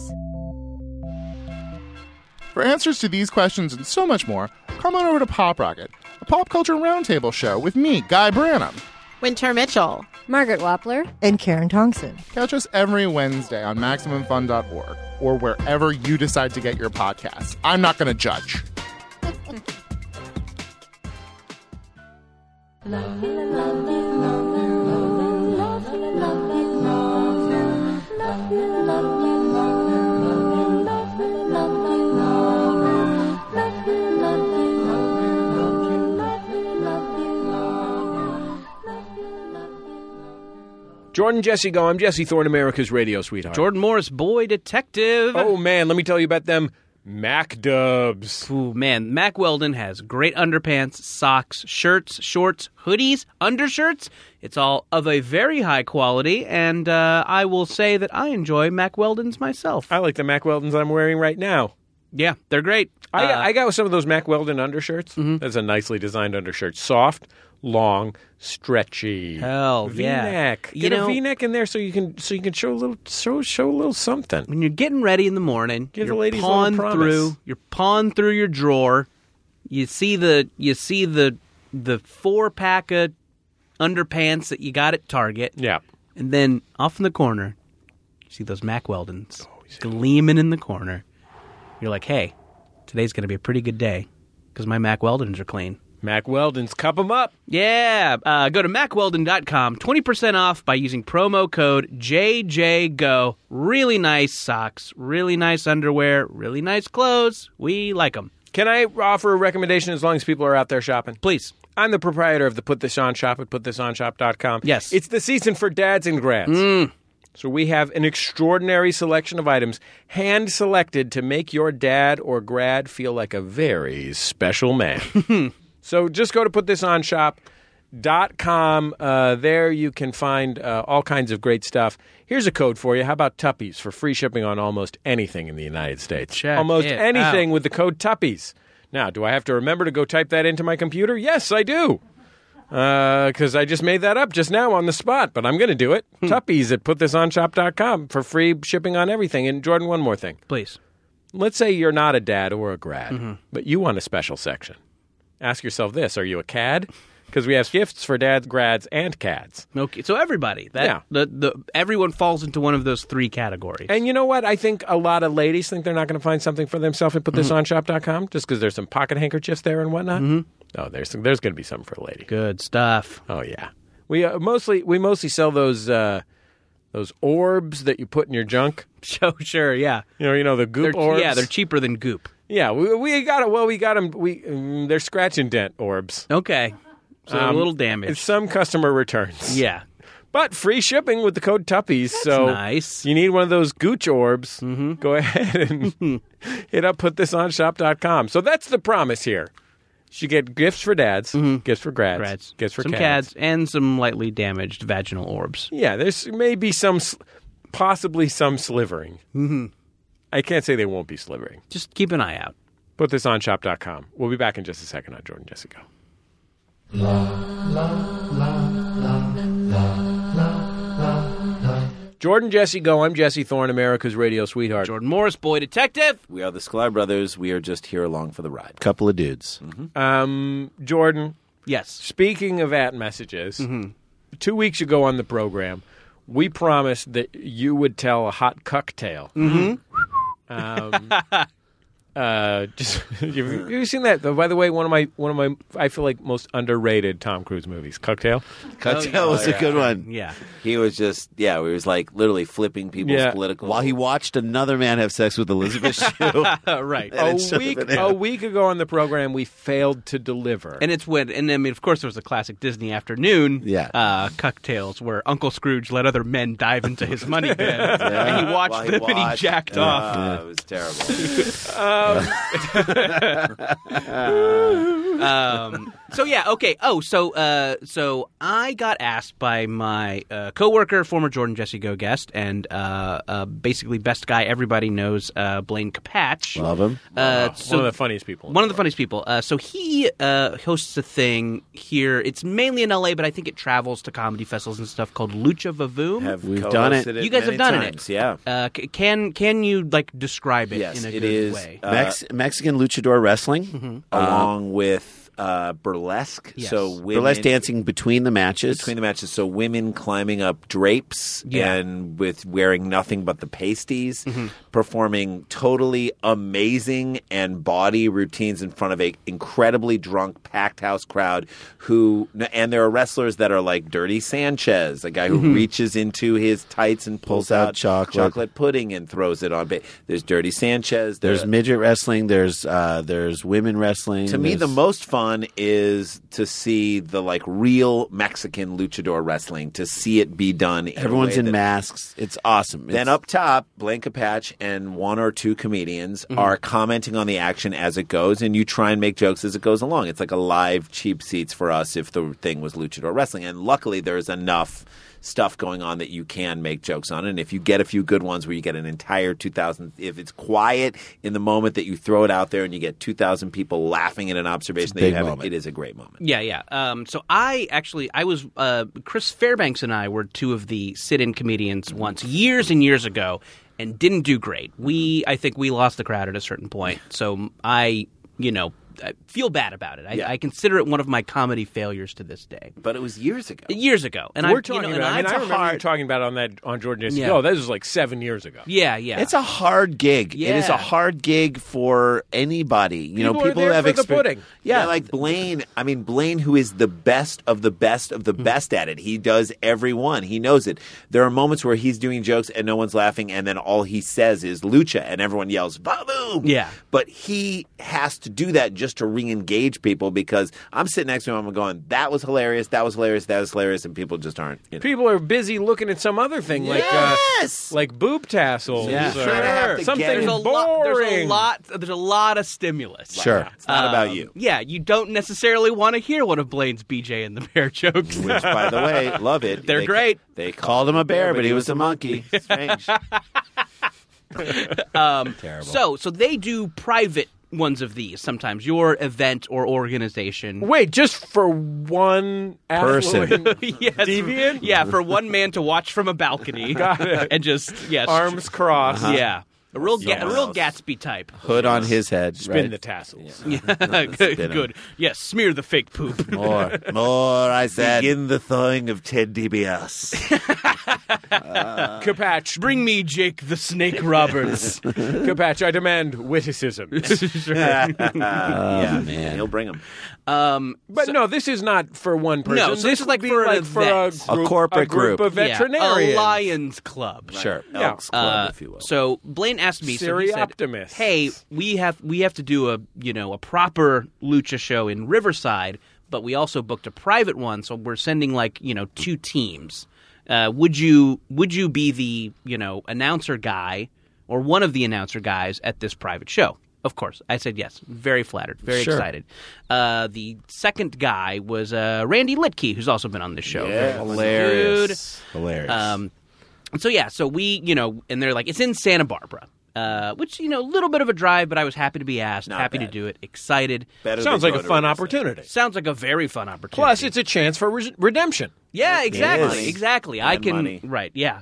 Speaker 9: For answers to these questions and so much more, come on over to Pop Rocket, a pop culture roundtable show with me, Guy Branum.
Speaker 10: Winter Mitchell,
Speaker 11: Margaret Wappler.
Speaker 10: and Karen Thompson.
Speaker 9: Catch us every Wednesday on MaximumFun.org or wherever you decide to get your podcasts. I'm not going to judge.
Speaker 2: Jordan Jesse Go. I'm Jesse Thorne, America's radio sweetheart.
Speaker 3: Jordan Morris, boy detective.
Speaker 2: Oh man, let me tell you about them Mac Dubs.
Speaker 3: Ooh, man, Mac Weldon has great underpants, socks, shirts, shorts, hoodies, undershirts. It's all of a very high quality, and uh, I will say that I enjoy Mac Weldon's myself.
Speaker 2: I like the Mac Weldons I'm wearing right now.
Speaker 3: yeah, they're great.
Speaker 2: I,
Speaker 3: Uh,
Speaker 2: I got some of those Mac Weldon undershirts. That's a nicely designed undershirt. Soft, long, stretchy.
Speaker 3: Hell, yeah.
Speaker 2: V-neck.
Speaker 3: You
Speaker 2: Get
Speaker 3: know-
Speaker 2: a V-neck in there so you can so you can show a little show show a little something.
Speaker 3: when you're getting ready in the morning,
Speaker 2: Give the
Speaker 3: you're
Speaker 2: ladies a little
Speaker 3: pawing
Speaker 2: promise.
Speaker 3: through, you're pawing through your drawer. You see the you see the the four pack of underpants that you got at Target,
Speaker 2: Yeah.
Speaker 3: and then off in the corner, you see those Mack Weldons gleaming in the corner. You're like, hey, today's gonna be a pretty good day because my Mack Weldons are clean.
Speaker 2: Mac Weldons, cup 'em up.
Speaker 3: Yeah, uh, go to macweldon.com, 20% off by using promo code JJGO. Really nice socks, really nice underwear, really nice clothes. We like them.
Speaker 2: Can I offer a recommendation as long as people are out there shopping?
Speaker 3: Please.
Speaker 2: I'm the proprietor of the Put This On Shop at putthishonshop.com.
Speaker 3: Yes.
Speaker 2: It's the season for dads and grads. So we have an extraordinary selection of items hand selected to make your dad or grad feel like a very special man. so just go to putthishonshop.com. Uh, there you can find uh, all kinds of great stuff. Here's a code for you. How about Tuppies for free shipping on almost anything in the United States?
Speaker 3: Check
Speaker 2: almost
Speaker 3: it
Speaker 2: anything with the code Tuppies. Now, do I have to remember to go type that into my computer? Yes, I do because I just made that up just now on the spot, but I'm going to do it.
Speaker 3: Hmm.
Speaker 2: Tuppies at putthishonshop.com for free shipping on everything. And Jordan, one more thing.
Speaker 3: Please.
Speaker 2: Let's say you're Mm-hmm. not a dad or a grad, but you want a special section. Ask yourself this Are you a cad? because we have gifts for dads, grads, and cads.
Speaker 3: Okay, so everybody, that
Speaker 2: Yeah.
Speaker 3: the, the everyone falls into one of those three categories.
Speaker 2: And you know what? I think a lot of ladies think they're not going to find something for themselves and put this on shop.com just because there's some pocket handkerchiefs there and whatnot. Oh, there's there's going to be something for a lady.
Speaker 3: Good stuff.
Speaker 2: Oh yeah, we uh, mostly we mostly sell those uh, those orbs that you put in your junk.
Speaker 3: So sure, yeah,
Speaker 2: You know, you know the
Speaker 3: they're,
Speaker 2: goop orbs.
Speaker 3: yeah, they're cheaper than Goop.
Speaker 2: yeah. We, we got it. Well, we got them. We mm, they're scratch and dent orbs.
Speaker 3: Okay, so a
Speaker 2: Um,
Speaker 3: little
Speaker 2: And
Speaker 3: damage.
Speaker 2: some customer returns.
Speaker 3: Yeah,
Speaker 2: But free shipping with the code Tuppies. so
Speaker 3: nice. Mm-hmm.
Speaker 2: you need one of those gooch orbs. Go ahead and hit up putthisonshop.com. So that's the promise here. You get gifts for dads, gifts for grads,
Speaker 3: Rats.
Speaker 2: gifts for
Speaker 3: Mm-hmm. some
Speaker 2: cads.
Speaker 3: cads. and some lightly damaged vaginal orbs.
Speaker 2: Yeah, there's maybe some, sl- possibly some slivering. Mm-hmm. I can't say they won't be slivering.
Speaker 3: Just keep an eye out.
Speaker 2: Putthisonshop.com. We'll be back in just a second on Jordan Jessica. Jordan Jesse Go. I'm Jesse Thorne, America's radio sweetheart.
Speaker 3: Jordan Morris, boy detective.
Speaker 4: We are the Sklar brothers. We are just here along for the ride. Mm-hmm.
Speaker 5: Couple of dudes.
Speaker 2: Um, Jordan,
Speaker 3: Yes.
Speaker 2: speaking of at messages, two weeks ago on the program, we promised that you would tell a hot cocktail. Mm-hmm. Um, uh, just have you have you seen that? By the way, one of my one of my I feel like most underrated Tom Cruise movies, Cocktail.
Speaker 5: Cocktail was a good one.
Speaker 3: Oh, Yeah.
Speaker 4: He was just, yeah, he was like literally flipping people's
Speaker 2: Yeah.
Speaker 4: political.
Speaker 5: While he watched another man have sex with Elizabeth Shue.
Speaker 3: Uh, right.
Speaker 2: A
Speaker 5: it should have
Speaker 2: week
Speaker 5: been him.
Speaker 2: a week ago on the program, we failed to deliver.
Speaker 3: And it's when, and I mean, of course, there was the classic Disney afternoon
Speaker 5: Yeah.
Speaker 3: uh, cocktails where Uncle Scrooge let other men dive into his money bin, and he watched
Speaker 4: While
Speaker 3: them and he
Speaker 4: watched-
Speaker 3: jacked
Speaker 4: Uh,
Speaker 3: off.
Speaker 4: It was terrible.
Speaker 3: Um, so yeah, okay. Oh, so uh, so I got asked by my uh, coworker, former Jordan Jesse Go guest, and uh, uh, basically best guy everybody knows, uh, Blaine Capatch.
Speaker 5: Love him.
Speaker 3: Uh,
Speaker 2: one of the funniest people. in
Speaker 3: One of the
Speaker 2: world.
Speaker 3: funniest people. Uh, so he uh, hosts a thing here. It's mainly in LA, but I think it travels to comedy festivals and stuff called Lucha Vavoom.
Speaker 4: Have
Speaker 5: We've done it.
Speaker 4: co-hosted
Speaker 3: You guys
Speaker 4: many
Speaker 3: have done it.
Speaker 4: times. Yeah.
Speaker 3: uh, c- can can you like describe it
Speaker 4: Yes,
Speaker 3: in a
Speaker 4: it
Speaker 3: good
Speaker 4: is.
Speaker 3: way?
Speaker 4: uh,
Speaker 5: Mex- Mexican luchador wrestling.
Speaker 4: along with uh, burlesque.
Speaker 3: Yes.
Speaker 4: So women,
Speaker 5: Burlesque dancing between the matches.
Speaker 4: between the matches. So women climbing up drapes
Speaker 3: Yeah.
Speaker 4: and with wearing nothing but the pasties,
Speaker 5: Mm-hmm.
Speaker 4: performing totally amazing and body routines in front of a incredibly drunk packed house crowd. Who and there are wrestlers that are like Dirty Sanchez, a guy who reaches into his tights and pulls,
Speaker 5: Mm-hmm. Pulls out chocolate.
Speaker 4: pudding and throws it on. ba- There's Dirty Sanchez.
Speaker 5: there's
Speaker 4: the-
Speaker 5: midget wrestling. There's uh, there's women wrestling.
Speaker 4: to me, the
Speaker 5: there's-
Speaker 4: most fun is to see the like real Mexican luchador wrestling. To see it be done. In a
Speaker 5: everyone's
Speaker 4: way
Speaker 5: in
Speaker 4: that-
Speaker 5: masks. It's awesome.
Speaker 4: Then
Speaker 5: It's-
Speaker 4: up top, Blanca Patch and one or two comedians
Speaker 5: Mm-hmm.
Speaker 4: are commenting on the action as it goes, and you try and make jokes as it goes along. It's like a live cheap seats for us if the thing was luchador wrestling. And luckily, there's enough stuff going on that you can make jokes on. And if you get a few good ones where you get an entire 2,000, if it's quiet in the moment that you throw it out there and you get 2,000 people laughing at an observation that you
Speaker 5: big
Speaker 4: have,
Speaker 5: moment.
Speaker 4: it is a great moment.
Speaker 3: Yeah, yeah. Um, so I actually, I was uh, Chris Fairbanks and I were two of the sit-in comedians once years and years ago, and didn't do great. We, I think, we lost the crowd at a certain point. So I, you know, I feel bad about it. I,
Speaker 4: Yeah.
Speaker 3: I consider it one of my comedy failures to this day.
Speaker 4: But it was years ago.
Speaker 3: Years ago, and I,
Speaker 2: We're talking
Speaker 3: you know,
Speaker 2: about. I mean,
Speaker 3: and
Speaker 2: I
Speaker 3: it's a
Speaker 2: remember you
Speaker 3: hard.
Speaker 2: talking about it on that on Jordan Jesse
Speaker 3: Yeah.
Speaker 2: Go. That was like seven years ago.
Speaker 3: yeah, yeah.
Speaker 5: It's a hard gig. It is
Speaker 3: Yeah.
Speaker 5: a hard gig for anybody. You know,
Speaker 2: People are
Speaker 5: people
Speaker 2: there
Speaker 5: who have
Speaker 2: for the
Speaker 5: exper-
Speaker 2: pudding.
Speaker 4: Yeah, like Blaine. I mean, Blaine, who is the best of the best of the
Speaker 2: Hmm.
Speaker 4: best at it. He does every one. He knows it. There are moments where he's doing jokes and no one's laughing, and then all he says is "lucha," and everyone yells "boom."
Speaker 3: Yeah.
Speaker 4: but he has to do that just to re-engage people because I'm sitting next to him. I'm going, "That was hilarious. That was hilarious. That was hilarious," and people just aren't. You know.
Speaker 2: People are busy looking at some other thing like
Speaker 4: Yes!
Speaker 2: uh, like boob tassels
Speaker 5: Yeah.
Speaker 2: or
Speaker 5: Sure.
Speaker 4: Have to
Speaker 2: something
Speaker 4: get it.
Speaker 3: there's a
Speaker 2: boring.
Speaker 3: lot. There's a lot. There's a lot of stimulus.
Speaker 5: Sure.
Speaker 4: It's not about
Speaker 3: Um,
Speaker 4: you.
Speaker 3: Yeah, you don't necessarily want to hear one of Blaine's BJ and the Bear jokes.
Speaker 4: Which, by the way, love it.
Speaker 3: They're
Speaker 4: They-
Speaker 3: great.
Speaker 4: They call
Speaker 5: Called him a bear, but he was a monkey.
Speaker 4: strange.
Speaker 5: Terrible.
Speaker 3: So, so they do private ones of these sometimes. Your event or organization.
Speaker 2: Wait, just for one
Speaker 5: Person.
Speaker 2: affluent
Speaker 3: Yes.
Speaker 2: Deviant?
Speaker 3: Yeah, for one man to watch from a balcony and just yes, Uh-huh.
Speaker 2: arms crossed.
Speaker 3: Yeah. A real,
Speaker 4: Someone
Speaker 3: Ga- a real
Speaker 4: else.
Speaker 3: Gatsby type.
Speaker 5: Hood on his head.
Speaker 2: Spin
Speaker 5: right?
Speaker 2: the tassels.
Speaker 3: good.
Speaker 5: spin 'em.
Speaker 3: good. Yeah, smear the fake poop.
Speaker 5: More, more. I said.
Speaker 4: Begin the thawing of Ted DBS.
Speaker 2: Kapatch,
Speaker 3: Bring me Jake the Snake Roberts.
Speaker 2: Kapatch, I demand witticism.
Speaker 3: Sure.
Speaker 4: yeah,
Speaker 5: man.
Speaker 4: He'll bring him.
Speaker 3: Um,
Speaker 2: But no, this is not for one person.
Speaker 3: No, so this
Speaker 2: would
Speaker 3: is like
Speaker 2: be
Speaker 3: for an
Speaker 2: like for a,
Speaker 3: event.
Speaker 5: A
Speaker 2: group,
Speaker 5: corporate
Speaker 2: group,
Speaker 5: group.
Speaker 2: of
Speaker 3: yeah,
Speaker 2: veterinarians.
Speaker 3: a Lions Club.
Speaker 5: Sure.
Speaker 2: Yeah.
Speaker 4: Elks Club,
Speaker 3: Uh,
Speaker 4: if you will.
Speaker 3: So Blaine asked me, so he
Speaker 2: Siri
Speaker 3: said,
Speaker 2: optimists.
Speaker 3: "Hey, we have we have to do a you know a proper lucha show in Riverside, but we also booked a private one, so we're sending like you know two teams. Uh, would you would you be the you know announcer guy or one of the announcer guys at this private show?" Of course, I said yes. Very flattered, very excited. Uh, the second guy was uh, Randy Litke, who's also been on this show. Very funny dude.
Speaker 5: Hilarious. Hilarious.
Speaker 3: Um, and so yeah, so we, you know, and they're like, it's in Santa Barbara, uh, which you know, a little bit of a drive, but I was happy to be asked,
Speaker 4: Not
Speaker 3: happy
Speaker 4: bad.
Speaker 3: to do it, excited.
Speaker 4: Better
Speaker 2: Sounds
Speaker 4: than
Speaker 2: like a
Speaker 4: Rotary
Speaker 2: fun
Speaker 4: Club.
Speaker 2: opportunity.
Speaker 3: Sounds like a very fun opportunity.
Speaker 2: Plus, it's a chance for re- redemption.
Speaker 3: yeah, exactly,
Speaker 4: Money.
Speaker 3: exactly. I
Speaker 4: And
Speaker 3: can
Speaker 4: money.
Speaker 3: right, yeah,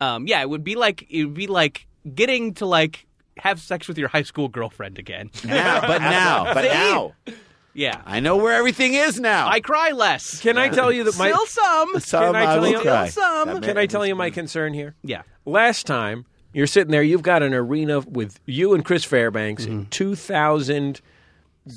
Speaker 3: um, yeah. It would be like it would be like getting to like have sex with your high school girlfriend again.
Speaker 5: now, but now,
Speaker 4: But now,
Speaker 3: yeah,
Speaker 5: I know where everything is now.
Speaker 3: I cry less.
Speaker 2: Can I tell you that my
Speaker 3: Still some.
Speaker 5: Some
Speaker 2: Can I
Speaker 5: I
Speaker 2: tell
Speaker 5: will
Speaker 2: you-
Speaker 5: cry.
Speaker 4: Um,
Speaker 3: Some.
Speaker 2: Can I tell you my concern here?
Speaker 3: Yeah.
Speaker 2: Last time you're sitting there, you've got an arena with you and Chris Fairbanks
Speaker 5: Mm-hmm.
Speaker 2: and two thousand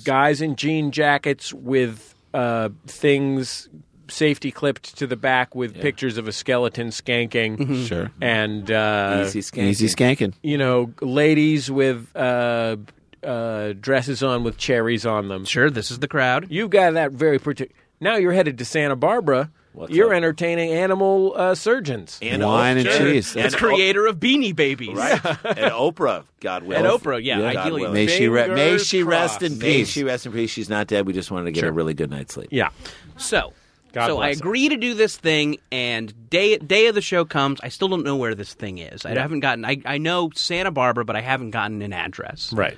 Speaker 2: guys in jean jackets with uh, things safety clipped to the back with pictures of a skeleton skanking.
Speaker 5: Sure.
Speaker 2: And uh,
Speaker 4: Easy skanking.
Speaker 5: Easy skanking.
Speaker 2: you know, ladies with uh, uh, dresses on with cherries on them.
Speaker 3: Sure, this is the crowd.
Speaker 2: You've got that very particular. Now you're headed to Santa Barbara.
Speaker 4: What's
Speaker 2: you're
Speaker 4: up?
Speaker 2: entertaining animal uh, surgeons.
Speaker 4: And
Speaker 5: Wine and
Speaker 4: Oprah.
Speaker 5: cheese.
Speaker 4: And
Speaker 3: It's creator of Beanie Babies.
Speaker 4: Right. and Oprah, God willing.
Speaker 3: And Oprah, yeah,
Speaker 5: Yeah.
Speaker 3: ideally.
Speaker 4: God
Speaker 5: May she re- may
Speaker 2: Fingers
Speaker 5: she rest
Speaker 2: crossed.
Speaker 5: in
Speaker 4: May
Speaker 5: peace.
Speaker 4: she rest in peace. She's not dead. We just wanted to get a really good night's sleep.
Speaker 2: Yeah.
Speaker 3: So,
Speaker 2: God
Speaker 3: so I
Speaker 2: bless her.
Speaker 3: agree to do this thing, and day day of the show comes. I still don't know where this thing is. I haven't gotten. I, I know Santa Barbara, but I haven't gotten an address.
Speaker 2: Right.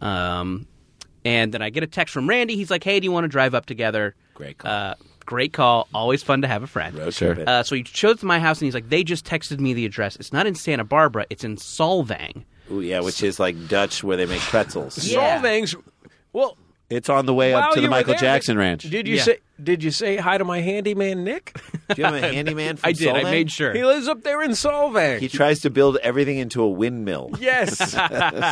Speaker 3: Um, and then I get a text from Randy. He's like, "Hey, do you want to drive up together?"
Speaker 4: Great call.
Speaker 3: Uh, great call. Always fun to have a friend.
Speaker 5: Sure.
Speaker 4: But-
Speaker 3: Uh, so he shows to my house, and he's like, "They just texted me the address. It's not in Santa Barbara. It's in Solvang."
Speaker 4: Ooh, yeah, which is like Dutch where they make pretzels.
Speaker 3: Yeah.
Speaker 2: Solvang's. Well,
Speaker 5: It's on the way
Speaker 2: while
Speaker 5: up to
Speaker 2: you
Speaker 5: the
Speaker 2: were
Speaker 5: Michael
Speaker 2: there,
Speaker 5: Jackson
Speaker 2: did-
Speaker 5: Ranch.
Speaker 2: Did you
Speaker 3: Yeah.
Speaker 2: say? Did you say hi to my handyman Nick?
Speaker 4: Do you have a handyman from
Speaker 3: I did. I
Speaker 4: Solvang?
Speaker 3: made sure.
Speaker 2: he lives up there in Solvang.
Speaker 4: He tries to build everything into a windmill.
Speaker 2: yes,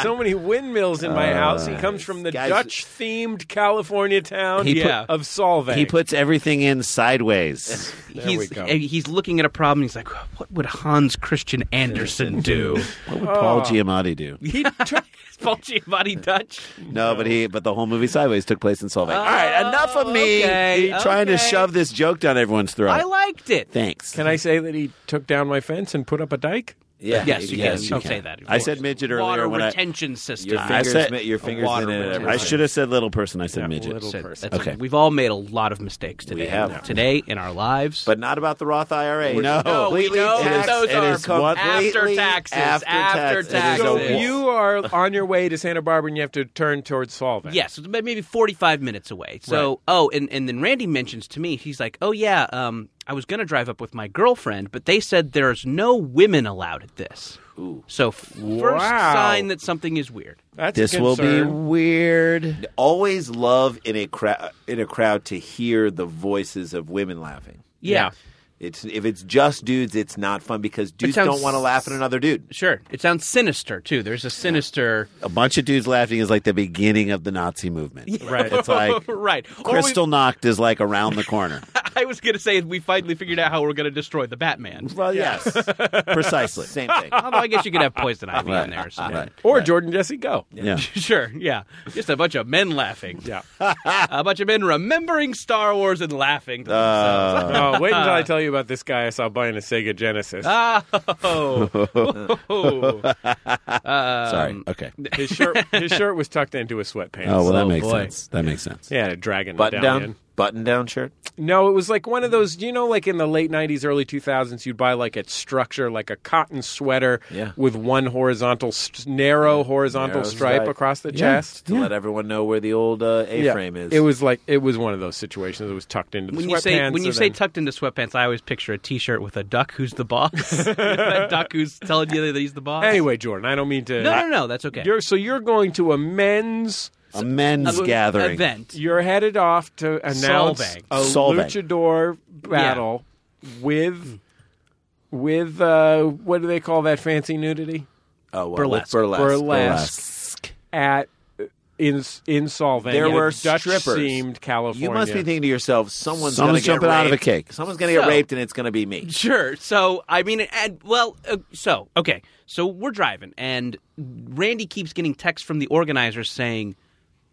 Speaker 2: so many windmills in my house. He comes from the
Speaker 4: Guys-
Speaker 2: Dutch-themed California town
Speaker 5: He
Speaker 3: put-
Speaker 2: of Solvang.
Speaker 5: He puts everything in sideways.
Speaker 3: he's,
Speaker 2: we go.
Speaker 3: uh, He's looking at a problem. He's like, "What would Hans Christian Andersen do?"
Speaker 5: What would Paul Giamatti do?
Speaker 3: He took Paul Giamatti Dutch.
Speaker 5: No, but he but the whole movie Sideways took place in Solvang. All right, enough of me
Speaker 3: okay,
Speaker 5: trying to
Speaker 3: okay.
Speaker 5: shove this joke down everyone's throat.
Speaker 3: I liked it.
Speaker 5: Thanks.
Speaker 2: Can I say that he took down my fence and put up a dike?
Speaker 4: Yeah.
Speaker 3: Yes, you
Speaker 5: Yes,
Speaker 3: can.
Speaker 5: you
Speaker 3: Don't
Speaker 5: can.
Speaker 3: say that. of
Speaker 5: I
Speaker 3: course.
Speaker 5: said midget earlier
Speaker 3: water
Speaker 5: when I-
Speaker 3: retention system.
Speaker 4: Your
Speaker 5: I
Speaker 4: fingers,
Speaker 5: said-
Speaker 4: mi- your fingers
Speaker 2: Water
Speaker 4: in it.
Speaker 2: retention.
Speaker 5: I should have said little person. I said midget.
Speaker 2: little
Speaker 3: Said-
Speaker 2: person.
Speaker 3: that's-
Speaker 5: Okay.
Speaker 3: We've all made a lot of mistakes today.
Speaker 4: have.
Speaker 3: today in our lives.
Speaker 4: But not about the Roth IRA.
Speaker 5: No. No, we
Speaker 4: completely
Speaker 3: know
Speaker 4: tax-
Speaker 3: those
Speaker 4: it
Speaker 3: are
Speaker 4: is completely
Speaker 3: after taxes,
Speaker 4: After,
Speaker 3: after
Speaker 4: taxes.
Speaker 2: So
Speaker 4: It is a-
Speaker 3: Yes.
Speaker 2: you are on your way to Santa Barbara and you have to turn towards Solvang.
Speaker 3: Yes, it's about maybe 45 minutes away. So, oh, and, and then Randy mentions to me, he's like, oh, yeah, um, I was going to drive up with my girlfriend, but they said there's no women allowed at this. Ooh. So, f- first
Speaker 2: Wow.
Speaker 3: sign that something is weird.
Speaker 2: That's a
Speaker 5: This will be
Speaker 2: concern.
Speaker 5: weird.
Speaker 4: Always love in a crowd in a crowd to hear the voices of women laughing.
Speaker 3: Yeah.
Speaker 4: It's if it's just dudes, it's not fun because dudes
Speaker 3: sounds-
Speaker 4: don't want to laugh at another dude.
Speaker 3: Sure. It sounds sinister, too. There's a sinister.
Speaker 5: A bunch of dudes laughing is like the beginning of the Nazi movement.
Speaker 2: Right.
Speaker 5: It's like
Speaker 3: right. Or we-
Speaker 5: Kristallnacht is like around the corner.
Speaker 3: I was going to say we finally figured out how we're going to destroy the Batman.
Speaker 5: Well, yes, precisely.
Speaker 4: Same thing.
Speaker 3: Although I guess you could have poison ivy in
Speaker 5: Right.
Speaker 3: there. or something.
Speaker 5: Right.
Speaker 2: Or Jordan Jesse Go.
Speaker 5: Yeah.
Speaker 3: Sure, yeah. Just a bunch of men laughing.
Speaker 2: Yeah.
Speaker 3: a bunch of men remembering Star Wars and laughing to themselves.
Speaker 2: oh, wait until I tell you about this guy I saw buying a Sega Genesis.
Speaker 3: Ah. Oh.
Speaker 5: Sorry. Okay.
Speaker 2: his shirt, his shirt was tucked into his sweatpants.
Speaker 5: Oh well, that
Speaker 3: Oh,
Speaker 5: makes
Speaker 3: boy.
Speaker 5: sense. That makes sense.
Speaker 2: yeah, a dragon
Speaker 4: Button down.
Speaker 2: medallion.
Speaker 4: button-down shirt?
Speaker 2: No, it was like one of those, you know, like in the late 90s, early 2000s, you'd buy like a structure, like a cotton sweater
Speaker 4: Yeah.
Speaker 2: with one horizontal, st- narrow horizontal
Speaker 4: Narrow
Speaker 2: stripe, across the chest.
Speaker 4: to let everyone know where the old uh, A-frame is.
Speaker 2: It was like, it was one of those situations. It was tucked into the
Speaker 3: When
Speaker 2: sweatpants.
Speaker 3: you say when you
Speaker 2: and
Speaker 3: say
Speaker 2: then-
Speaker 3: tucked into sweatpants, I always picture a T-shirt with a duck who's the boss. You know, that duck who's telling you that he's the boss.
Speaker 2: anyway, Jordan, I don't mean to.
Speaker 3: no, no, no, that's okay.
Speaker 2: You're, so you're going to a men's.
Speaker 5: A men's
Speaker 3: A-
Speaker 5: gathering.
Speaker 3: event.
Speaker 2: You're headed off to announce
Speaker 3: Solvang.
Speaker 2: a
Speaker 5: Solvang.
Speaker 2: luchador battle with with uh, what do they call that fancy nudity?
Speaker 4: oh, well,
Speaker 3: burlesque.
Speaker 4: with burlesque.
Speaker 2: Burlesque. at in in Solvang.
Speaker 4: There
Speaker 2: in
Speaker 4: were
Speaker 2: Dutch
Speaker 4: strippers.
Speaker 2: themed California.
Speaker 4: You must be thinking to yourself, someone's,
Speaker 5: Someone's
Speaker 4: gonna get
Speaker 5: jumping out of
Speaker 4: raped.
Speaker 5: a cake.
Speaker 4: Someone's going to
Speaker 3: So-
Speaker 4: get raped, and it's going to be me.
Speaker 3: Sure. So I mean, and well, uh, so okay. So we're driving, and Randy keeps getting texts from the organizers saying,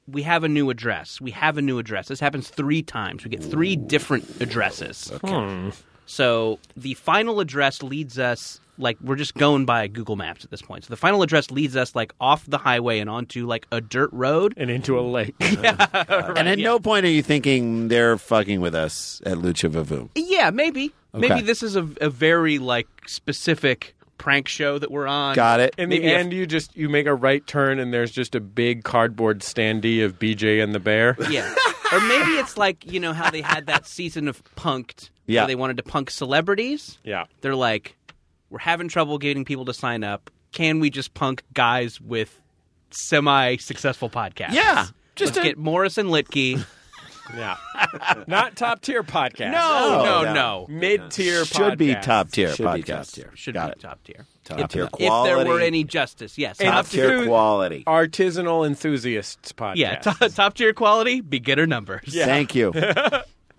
Speaker 3: "We have a new address. We have a new address." This happens three times. We get three different addresses. Okay. So the final address leads us like we're just going by Google Maps at this point. So the final address leads us like off the highway and onto like a dirt road.
Speaker 2: and into a lake.
Speaker 5: and at no point are you thinking they're fucking with us at Lucha Vavoom.
Speaker 3: Yeah, maybe. Maybe
Speaker 5: Okay.
Speaker 3: this is a, a very like specific prank show that we're on.
Speaker 5: Got it.
Speaker 2: In
Speaker 3: Maybe
Speaker 2: the
Speaker 3: a-
Speaker 2: end, you just you make a right turn, and there's just a big cardboard standee of BJ and the bear.
Speaker 3: Yeah. or maybe it's like, you know, how they had that season of punked
Speaker 5: Yeah.
Speaker 3: where they wanted to punk celebrities.
Speaker 2: Yeah.
Speaker 3: They're like, we're having trouble getting people to sign up. Can we just punk guys with semi successful podcasts?
Speaker 5: Yeah.
Speaker 3: Just
Speaker 5: Just
Speaker 3: Let's
Speaker 5: a-
Speaker 3: get Morrison Litke.
Speaker 2: Yeah, not top tier podcast.
Speaker 3: No, Oh, no, no.
Speaker 4: no.
Speaker 2: mid tier.
Speaker 5: Should be top tier
Speaker 4: Should be
Speaker 5: podcast.
Speaker 4: top tier.
Speaker 3: Should
Speaker 5: Got
Speaker 3: be
Speaker 5: it.
Speaker 3: top tier.
Speaker 4: Top tier
Speaker 3: If
Speaker 4: quality.
Speaker 3: there were any justice, yes.
Speaker 2: And
Speaker 3: top
Speaker 4: top tier
Speaker 2: Dude.
Speaker 4: quality.
Speaker 2: artisanal enthusiasts podcast.
Speaker 3: yeah, top- top tier quality, beginner numbers.
Speaker 5: Thank you.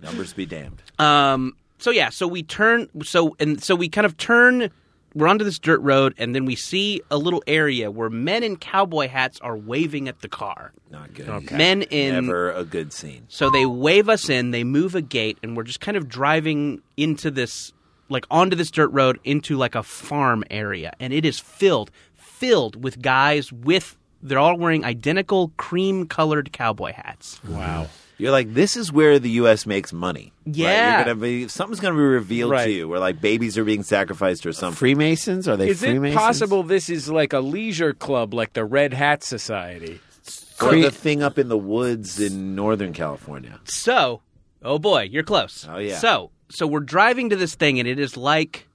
Speaker 4: Numbers be damned.
Speaker 5: Uh,
Speaker 3: Um. So yeah. So we turn. So and so we kind of turn. We're onto this dirt road, and then we see a little area where men in cowboy hats are waving at the car.
Speaker 4: Not good.
Speaker 3: Men in.
Speaker 4: Never a good scene.
Speaker 3: So they wave us in. They move a gate, and we're just kind of driving into this, like onto this dirt road into like a farm area, and it is filled, filled with guys with. They're all wearing identical cream-colored cowboy hats.
Speaker 2: Wow.
Speaker 4: You're like, this is where the U.S. makes money. Right?
Speaker 3: Yeah.
Speaker 4: You're gonna be, something's going to be revealed
Speaker 2: Right.
Speaker 4: to you where like babies are being sacrificed or something.
Speaker 5: Freemasons? Are they
Speaker 2: Is it
Speaker 5: Freemasons?
Speaker 2: possible this is like a leisure club, like the Red Hat Society?
Speaker 4: or
Speaker 5: Cre-
Speaker 4: the thing up in the woods in Northern California.
Speaker 3: So, oh boy, you're close.
Speaker 4: Oh, yeah.
Speaker 3: So, so we're driving to this thing, and it is like,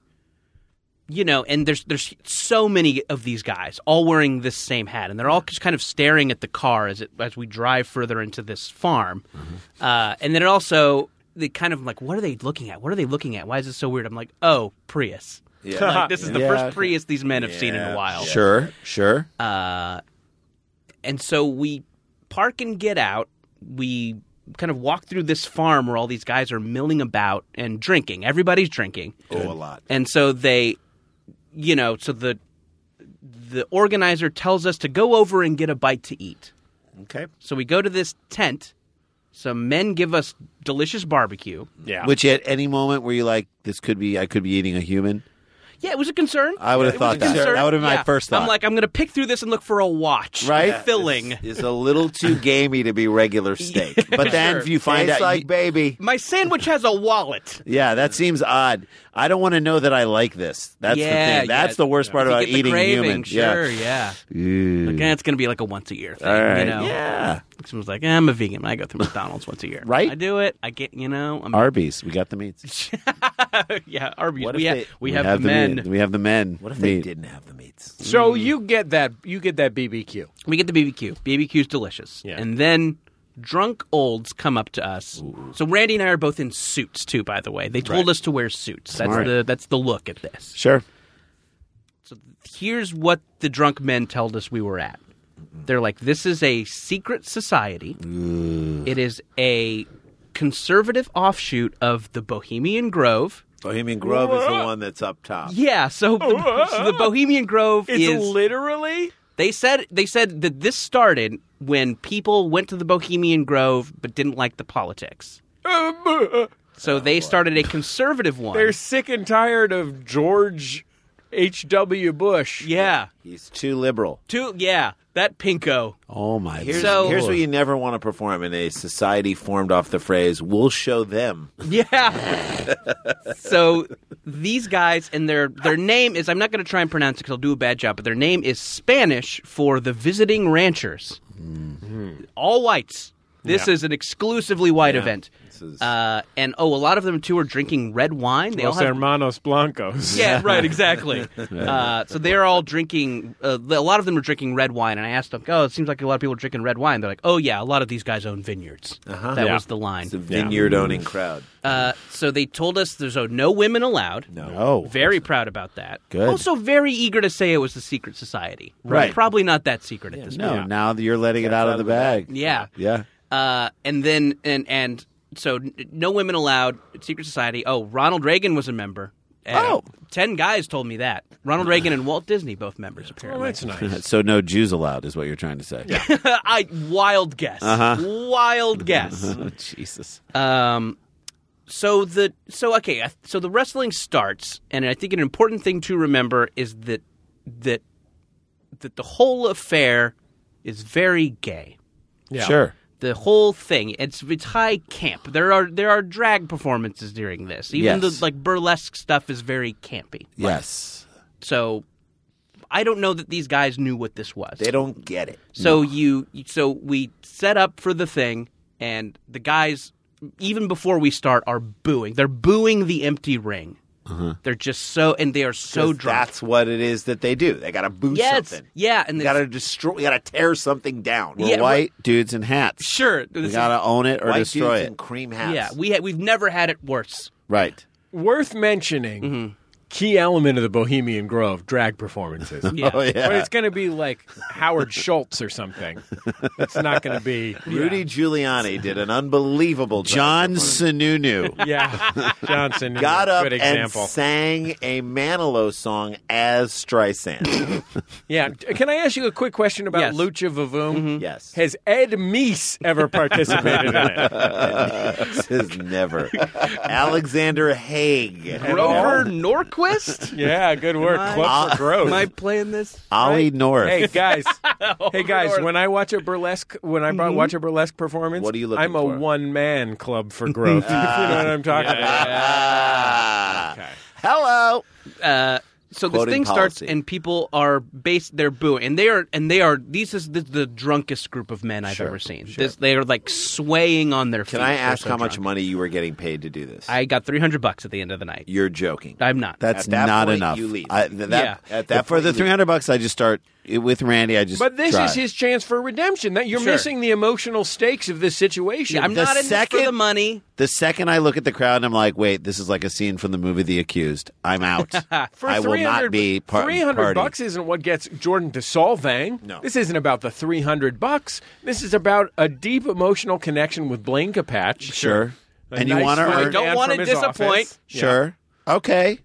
Speaker 3: you know, and there's there's so many of these guys all wearing this same hat, and they're all just kind of staring at the car as it as we drive further into this farm,
Speaker 4: Mm-hmm.
Speaker 3: uh, and then it also they kind of like, what are they looking at? What are they looking at? Why is this so weird? I'm like, oh, Prius.
Speaker 4: Yeah.
Speaker 3: Like, this is the
Speaker 5: Yeah.
Speaker 3: first Prius these men have seen in a
Speaker 4: Yeah.
Speaker 3: while.
Speaker 5: Sure, sure.
Speaker 3: And so we park and get out. We kind of walk through this farm where all these guys are milling about and drinking. Everybody's drinking.
Speaker 4: Oh, a lot.
Speaker 3: And so they you know, so the the organizer tells us to go over and get a bite to eat.
Speaker 4: Okay.
Speaker 3: So we go to this tent. Some men give us delicious barbecue.
Speaker 2: Yeah.
Speaker 5: Which at any moment were you like, this could be, I could be eating a human?
Speaker 3: Yeah, it was a concern.
Speaker 5: I would have
Speaker 3: It was
Speaker 5: thought
Speaker 3: a
Speaker 5: that.
Speaker 3: concern.
Speaker 5: That would have been my
Speaker 3: Yeah.
Speaker 5: first thought.
Speaker 3: I'm like, I'm going to pick through this and look for a watch.
Speaker 5: Right? Yeah,
Speaker 3: Filling.
Speaker 4: It's a little too gamey to be regular steak.
Speaker 5: But then if you find
Speaker 4: Tastes
Speaker 5: out,
Speaker 4: like baby.
Speaker 3: My sandwich has a wallet.
Speaker 5: yeah, that seems odd. I don't want to know that I like this. That's
Speaker 3: Yeah,
Speaker 5: the thing. That's
Speaker 3: yeah.
Speaker 5: the worst part
Speaker 3: You
Speaker 5: about
Speaker 3: get the
Speaker 5: uh, eating
Speaker 3: craving,
Speaker 5: human.
Speaker 3: Sure,
Speaker 5: Yeah.
Speaker 3: yeah.
Speaker 5: Ooh.
Speaker 3: Like, eh, it's gonna be like a once a year thing.
Speaker 5: All right.
Speaker 3: You know?
Speaker 5: Yeah.
Speaker 3: Someone's like, eh, I'm a vegan. I go through McDonald's once a year.
Speaker 5: Right?
Speaker 3: I do it. I get you know. I'm,
Speaker 5: Arby's. We got the meats.
Speaker 3: yeah. Arby's.
Speaker 4: What
Speaker 3: We,
Speaker 4: if
Speaker 3: ha-
Speaker 4: they-
Speaker 3: we, have, the men.
Speaker 5: meat. We have the men.
Speaker 4: What if they
Speaker 5: meat.
Speaker 4: didn't have the meats?
Speaker 2: so
Speaker 3: Mm.
Speaker 2: you get that you get that BBQ.
Speaker 3: We get the BBQ. BBQ's delicious.
Speaker 2: Yeah.
Speaker 3: And then drunk olds come up to us. So Randy and I are both in suits too. By the way, they told us to wear suits.
Speaker 5: Smart.
Speaker 3: That's the that's the look at this.
Speaker 5: Sure.
Speaker 3: Here's what the drunk men told us we were at. They're like, this is a secret society. It is a conservative offshoot of the Bohemian Grove.
Speaker 4: Bohemian Grove is the one that's up top.
Speaker 3: Yeah, so the, so the Bohemian Grove
Speaker 2: It's
Speaker 3: is.
Speaker 2: literally
Speaker 3: they said they said that this started when people went to the Bohemian Grove but didn't like the politics. So they started a conservative one.
Speaker 2: they're sick and tired of George H.W. Bush.
Speaker 3: Yeah.
Speaker 4: He's too liberal.
Speaker 3: Two. Yeah. That pinko.
Speaker 5: Oh my!
Speaker 4: Here's,
Speaker 3: So-
Speaker 4: here's where you never want to perform in a society formed off the phrase "We'll show them."
Speaker 3: Yeah. so these guys and their their name is I'm not going to try and pronounce it because I'll do a bad job, but their name is Spanish for the visiting ranchers.
Speaker 4: Mm-hmm.
Speaker 3: All whites. This is an exclusively white event.
Speaker 4: is-
Speaker 3: Uh, and oh, a lot of them too are drinking red wine. They all
Speaker 2: Los
Speaker 3: have
Speaker 2: Hermanos Blancos.
Speaker 3: yeah, right, exactly. Uh, so they're all drinking. Uh, a lot of them are drinking red wine, and I asked them, "Oh, it seems like a lot of people are drinking red wine." They're like, "Oh yeah, a lot of these guys own vineyards." Uh-huh. That
Speaker 2: Yeah.
Speaker 3: was the line.
Speaker 4: It's a vineyard-owning crowd.
Speaker 3: Uh, so they told us there's uh, no women allowed.
Speaker 4: No.
Speaker 5: Oh,
Speaker 3: Very proud about that.
Speaker 5: Good.
Speaker 3: Also, very eager to say it was the secret society.
Speaker 5: Right.
Speaker 3: Probably not that secret at this
Speaker 5: no!
Speaker 3: point.
Speaker 5: Oh, Now that you're letting it out of the bag.
Speaker 3: Yeah.
Speaker 5: Yeah.
Speaker 3: Uh, and then and and so n- no women allowed. Secret society. Oh, Ronald Reagan was a member. And
Speaker 5: Oh.
Speaker 3: ten guys told me that. Ronald Reagan and Walt Disney both members
Speaker 2: Oh,
Speaker 3: apparently.
Speaker 2: that's nice.
Speaker 5: So no Jews allowed is what you're trying to say.
Speaker 3: I wild guess. Wild guess.
Speaker 5: Uh-huh. Oh, Jesus.
Speaker 3: Um, so the so okay, I- so the wrestling starts, and I think an important thing to remember is that that that the whole affair is very gay.
Speaker 2: Yeah.
Speaker 5: Sure.
Speaker 3: The whole thing it's it's high camp. There are there are drag performances during this. Even
Speaker 5: Yes.
Speaker 3: the like burlesque stuff is very campy.
Speaker 5: Yes.
Speaker 3: So I don't know that these guys knew what this was.
Speaker 4: They don't get it.
Speaker 3: So you, so we set up for the thing, and the guys, even before we start, are booing. They're booing the empty ring.
Speaker 4: Uh-huh.
Speaker 3: They're just so, and they are so
Speaker 4: 'Cause
Speaker 3: drunk.
Speaker 4: That's what it is that they do. They got to boo
Speaker 3: yes,
Speaker 4: something.
Speaker 3: yeah, and
Speaker 4: You
Speaker 3: they
Speaker 4: got to destroy. You got to tear something down.
Speaker 3: Yeah,
Speaker 5: White dudes in hats.
Speaker 3: Sure, this
Speaker 5: We
Speaker 3: is-
Speaker 5: gotta own it or
Speaker 4: White
Speaker 5: destroy
Speaker 4: dudes
Speaker 5: it.
Speaker 4: in cream hats.
Speaker 3: yeah, we ha- we've never had it worse.
Speaker 5: right.
Speaker 2: Worth mentioning.
Speaker 4: Mm-hmm.
Speaker 2: Key element of the Bohemian Grove drag performances.
Speaker 3: Yeah.
Speaker 5: Oh yeah.
Speaker 2: But it's going to be like Howard Schultz or something. It's not going to be
Speaker 4: Rudy Giuliani did an unbelievable job.
Speaker 5: John Sununu.
Speaker 2: Yeah, Johnson
Speaker 4: got
Speaker 2: is a
Speaker 4: up
Speaker 2: good
Speaker 4: and
Speaker 2: example.
Speaker 4: sang a Manilow song as Streisand.
Speaker 2: yeah, can I ask you a quick question about
Speaker 3: Yes.
Speaker 2: Lucha Vavoom?
Speaker 4: yes.
Speaker 2: Has Ed Meese ever participated in it?
Speaker 4: This is never. Alexander Haig.
Speaker 3: Grover Norquist,
Speaker 2: Yeah, good work. Club for growth.
Speaker 3: am I playing this?
Speaker 5: Ollie North.
Speaker 2: hey guys,
Speaker 4: Oh,
Speaker 2: hey guys. When I watch a burlesque, when I bu- watch a burlesque performance,
Speaker 4: Mm-hmm. What are you looking
Speaker 2: I'm a
Speaker 4: for?
Speaker 2: one-man club for growth. if you know what I'm talking about.
Speaker 4: Ah. Hello.
Speaker 3: Uh, so this
Speaker 4: Quoting
Speaker 3: thing starts
Speaker 4: policy.
Speaker 3: and people are based they're booing and they are and they are these is the, the drunkest group of men I've ever seen. This, they are like swaying on their feet.
Speaker 4: Can I
Speaker 3: They're
Speaker 4: ask
Speaker 3: so
Speaker 4: how much
Speaker 3: drunk.
Speaker 4: money you were getting paid to do this?
Speaker 3: I got 300 bucks at the end of the night.
Speaker 4: You're joking.
Speaker 3: I'm not.
Speaker 5: That's
Speaker 4: At that
Speaker 5: not
Speaker 4: point,
Speaker 5: enough.
Speaker 4: you leave.
Speaker 5: I, th- that,
Speaker 3: Yeah.
Speaker 4: At that
Speaker 5: for the
Speaker 4: point, you-
Speaker 5: three hundred bucks, I just start it, with Randy. I just
Speaker 2: But this
Speaker 5: try.
Speaker 2: is his chance for redemption. That you're
Speaker 3: Sure.
Speaker 2: missing the emotional stakes of this situation.
Speaker 3: Yeah, I'm
Speaker 5: The
Speaker 3: not in this for the
Speaker 5: second-
Speaker 3: money.
Speaker 5: The second I look at the crowd, and I'm like, wait, this is like a scene from the movie The Accused. I'm out.
Speaker 2: For
Speaker 5: I will not
Speaker 2: 300
Speaker 5: be part.
Speaker 2: 300
Speaker 5: party.
Speaker 2: bucks isn't what gets Jordan to Solvang.
Speaker 4: No.
Speaker 2: This isn't about the 300 bucks. This is about a deep emotional connection with Blaine Capatch.
Speaker 5: Sure.
Speaker 2: A
Speaker 5: and you
Speaker 2: nice
Speaker 5: want to
Speaker 2: young
Speaker 5: earn?
Speaker 3: don't
Speaker 2: man
Speaker 3: wanna
Speaker 2: from his
Speaker 3: disappoint.
Speaker 2: office.
Speaker 5: Sure. Okay.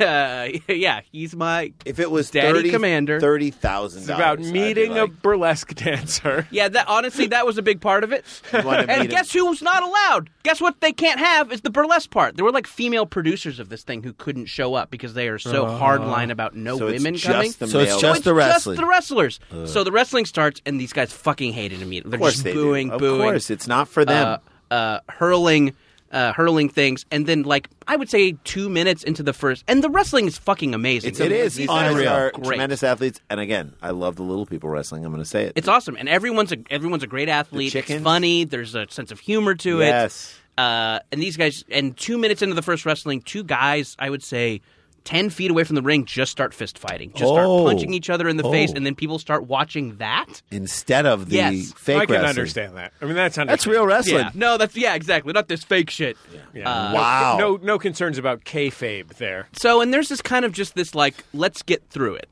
Speaker 3: Yeah, yeah, he's my.
Speaker 4: If it was
Speaker 3: Daddy
Speaker 4: 30,
Speaker 3: Commander.
Speaker 4: thirty thousand,
Speaker 2: It's about meeting a burlesque dancer.
Speaker 3: Yeah, that honestly, that was a big part of it.
Speaker 4: wanted me
Speaker 3: and
Speaker 4: to-
Speaker 3: guess who's not allowed? Guess what they can't have is the burlesque part. There were like female producers of this thing who couldn't show up because they are so hardline about no
Speaker 4: Oh. so it's
Speaker 3: women
Speaker 4: just
Speaker 3: coming.
Speaker 4: the
Speaker 5: So it's
Speaker 4: male-
Speaker 5: just
Speaker 3: it's
Speaker 5: the
Speaker 3: Just
Speaker 5: wrestling.
Speaker 3: the wrestlers. So the wrestling starts, and these guys fucking hate it immediately. They're
Speaker 4: Of course
Speaker 3: just
Speaker 4: they do.
Speaker 3: booing,
Speaker 4: Of
Speaker 3: booing,
Speaker 4: course, it's not for them.
Speaker 3: uh, uh, hurling, uh, hurling things, and then like I would say two minutes into the first, and the wrestling is fucking amazing.
Speaker 4: it is
Speaker 5: These
Speaker 4: these
Speaker 5: guys
Speaker 4: guys
Speaker 5: unreal.
Speaker 4: are
Speaker 3: Great.
Speaker 4: tremendous athletes, and again, I love the little people wrestling. I'm going to say it.
Speaker 3: It's awesome, and everyone's a everyone's a great athlete.
Speaker 4: The
Speaker 3: It's
Speaker 4: chickens?
Speaker 3: funny. There's a sense of humor to it.
Speaker 4: Yes.
Speaker 3: Uh, and these guys, and two minutes into the first wrestling, two guys, I would say, ten feet away from the ring, just start fist fighting, just
Speaker 5: Oh.
Speaker 3: start punching each other in the face,
Speaker 5: Oh.
Speaker 3: and then people start watching that.
Speaker 5: Instead of the
Speaker 3: Yes.
Speaker 5: fake
Speaker 2: I can
Speaker 5: wrestling.
Speaker 2: understand that. I mean, that's
Speaker 5: That's real wrestling.
Speaker 3: Yeah, no, that's yeah, exactly. Not this fake shit.
Speaker 2: Yeah.
Speaker 5: Wow.
Speaker 2: No, no concerns about kayfabe there.
Speaker 3: So, and there's this kind of just this like, let's get through it,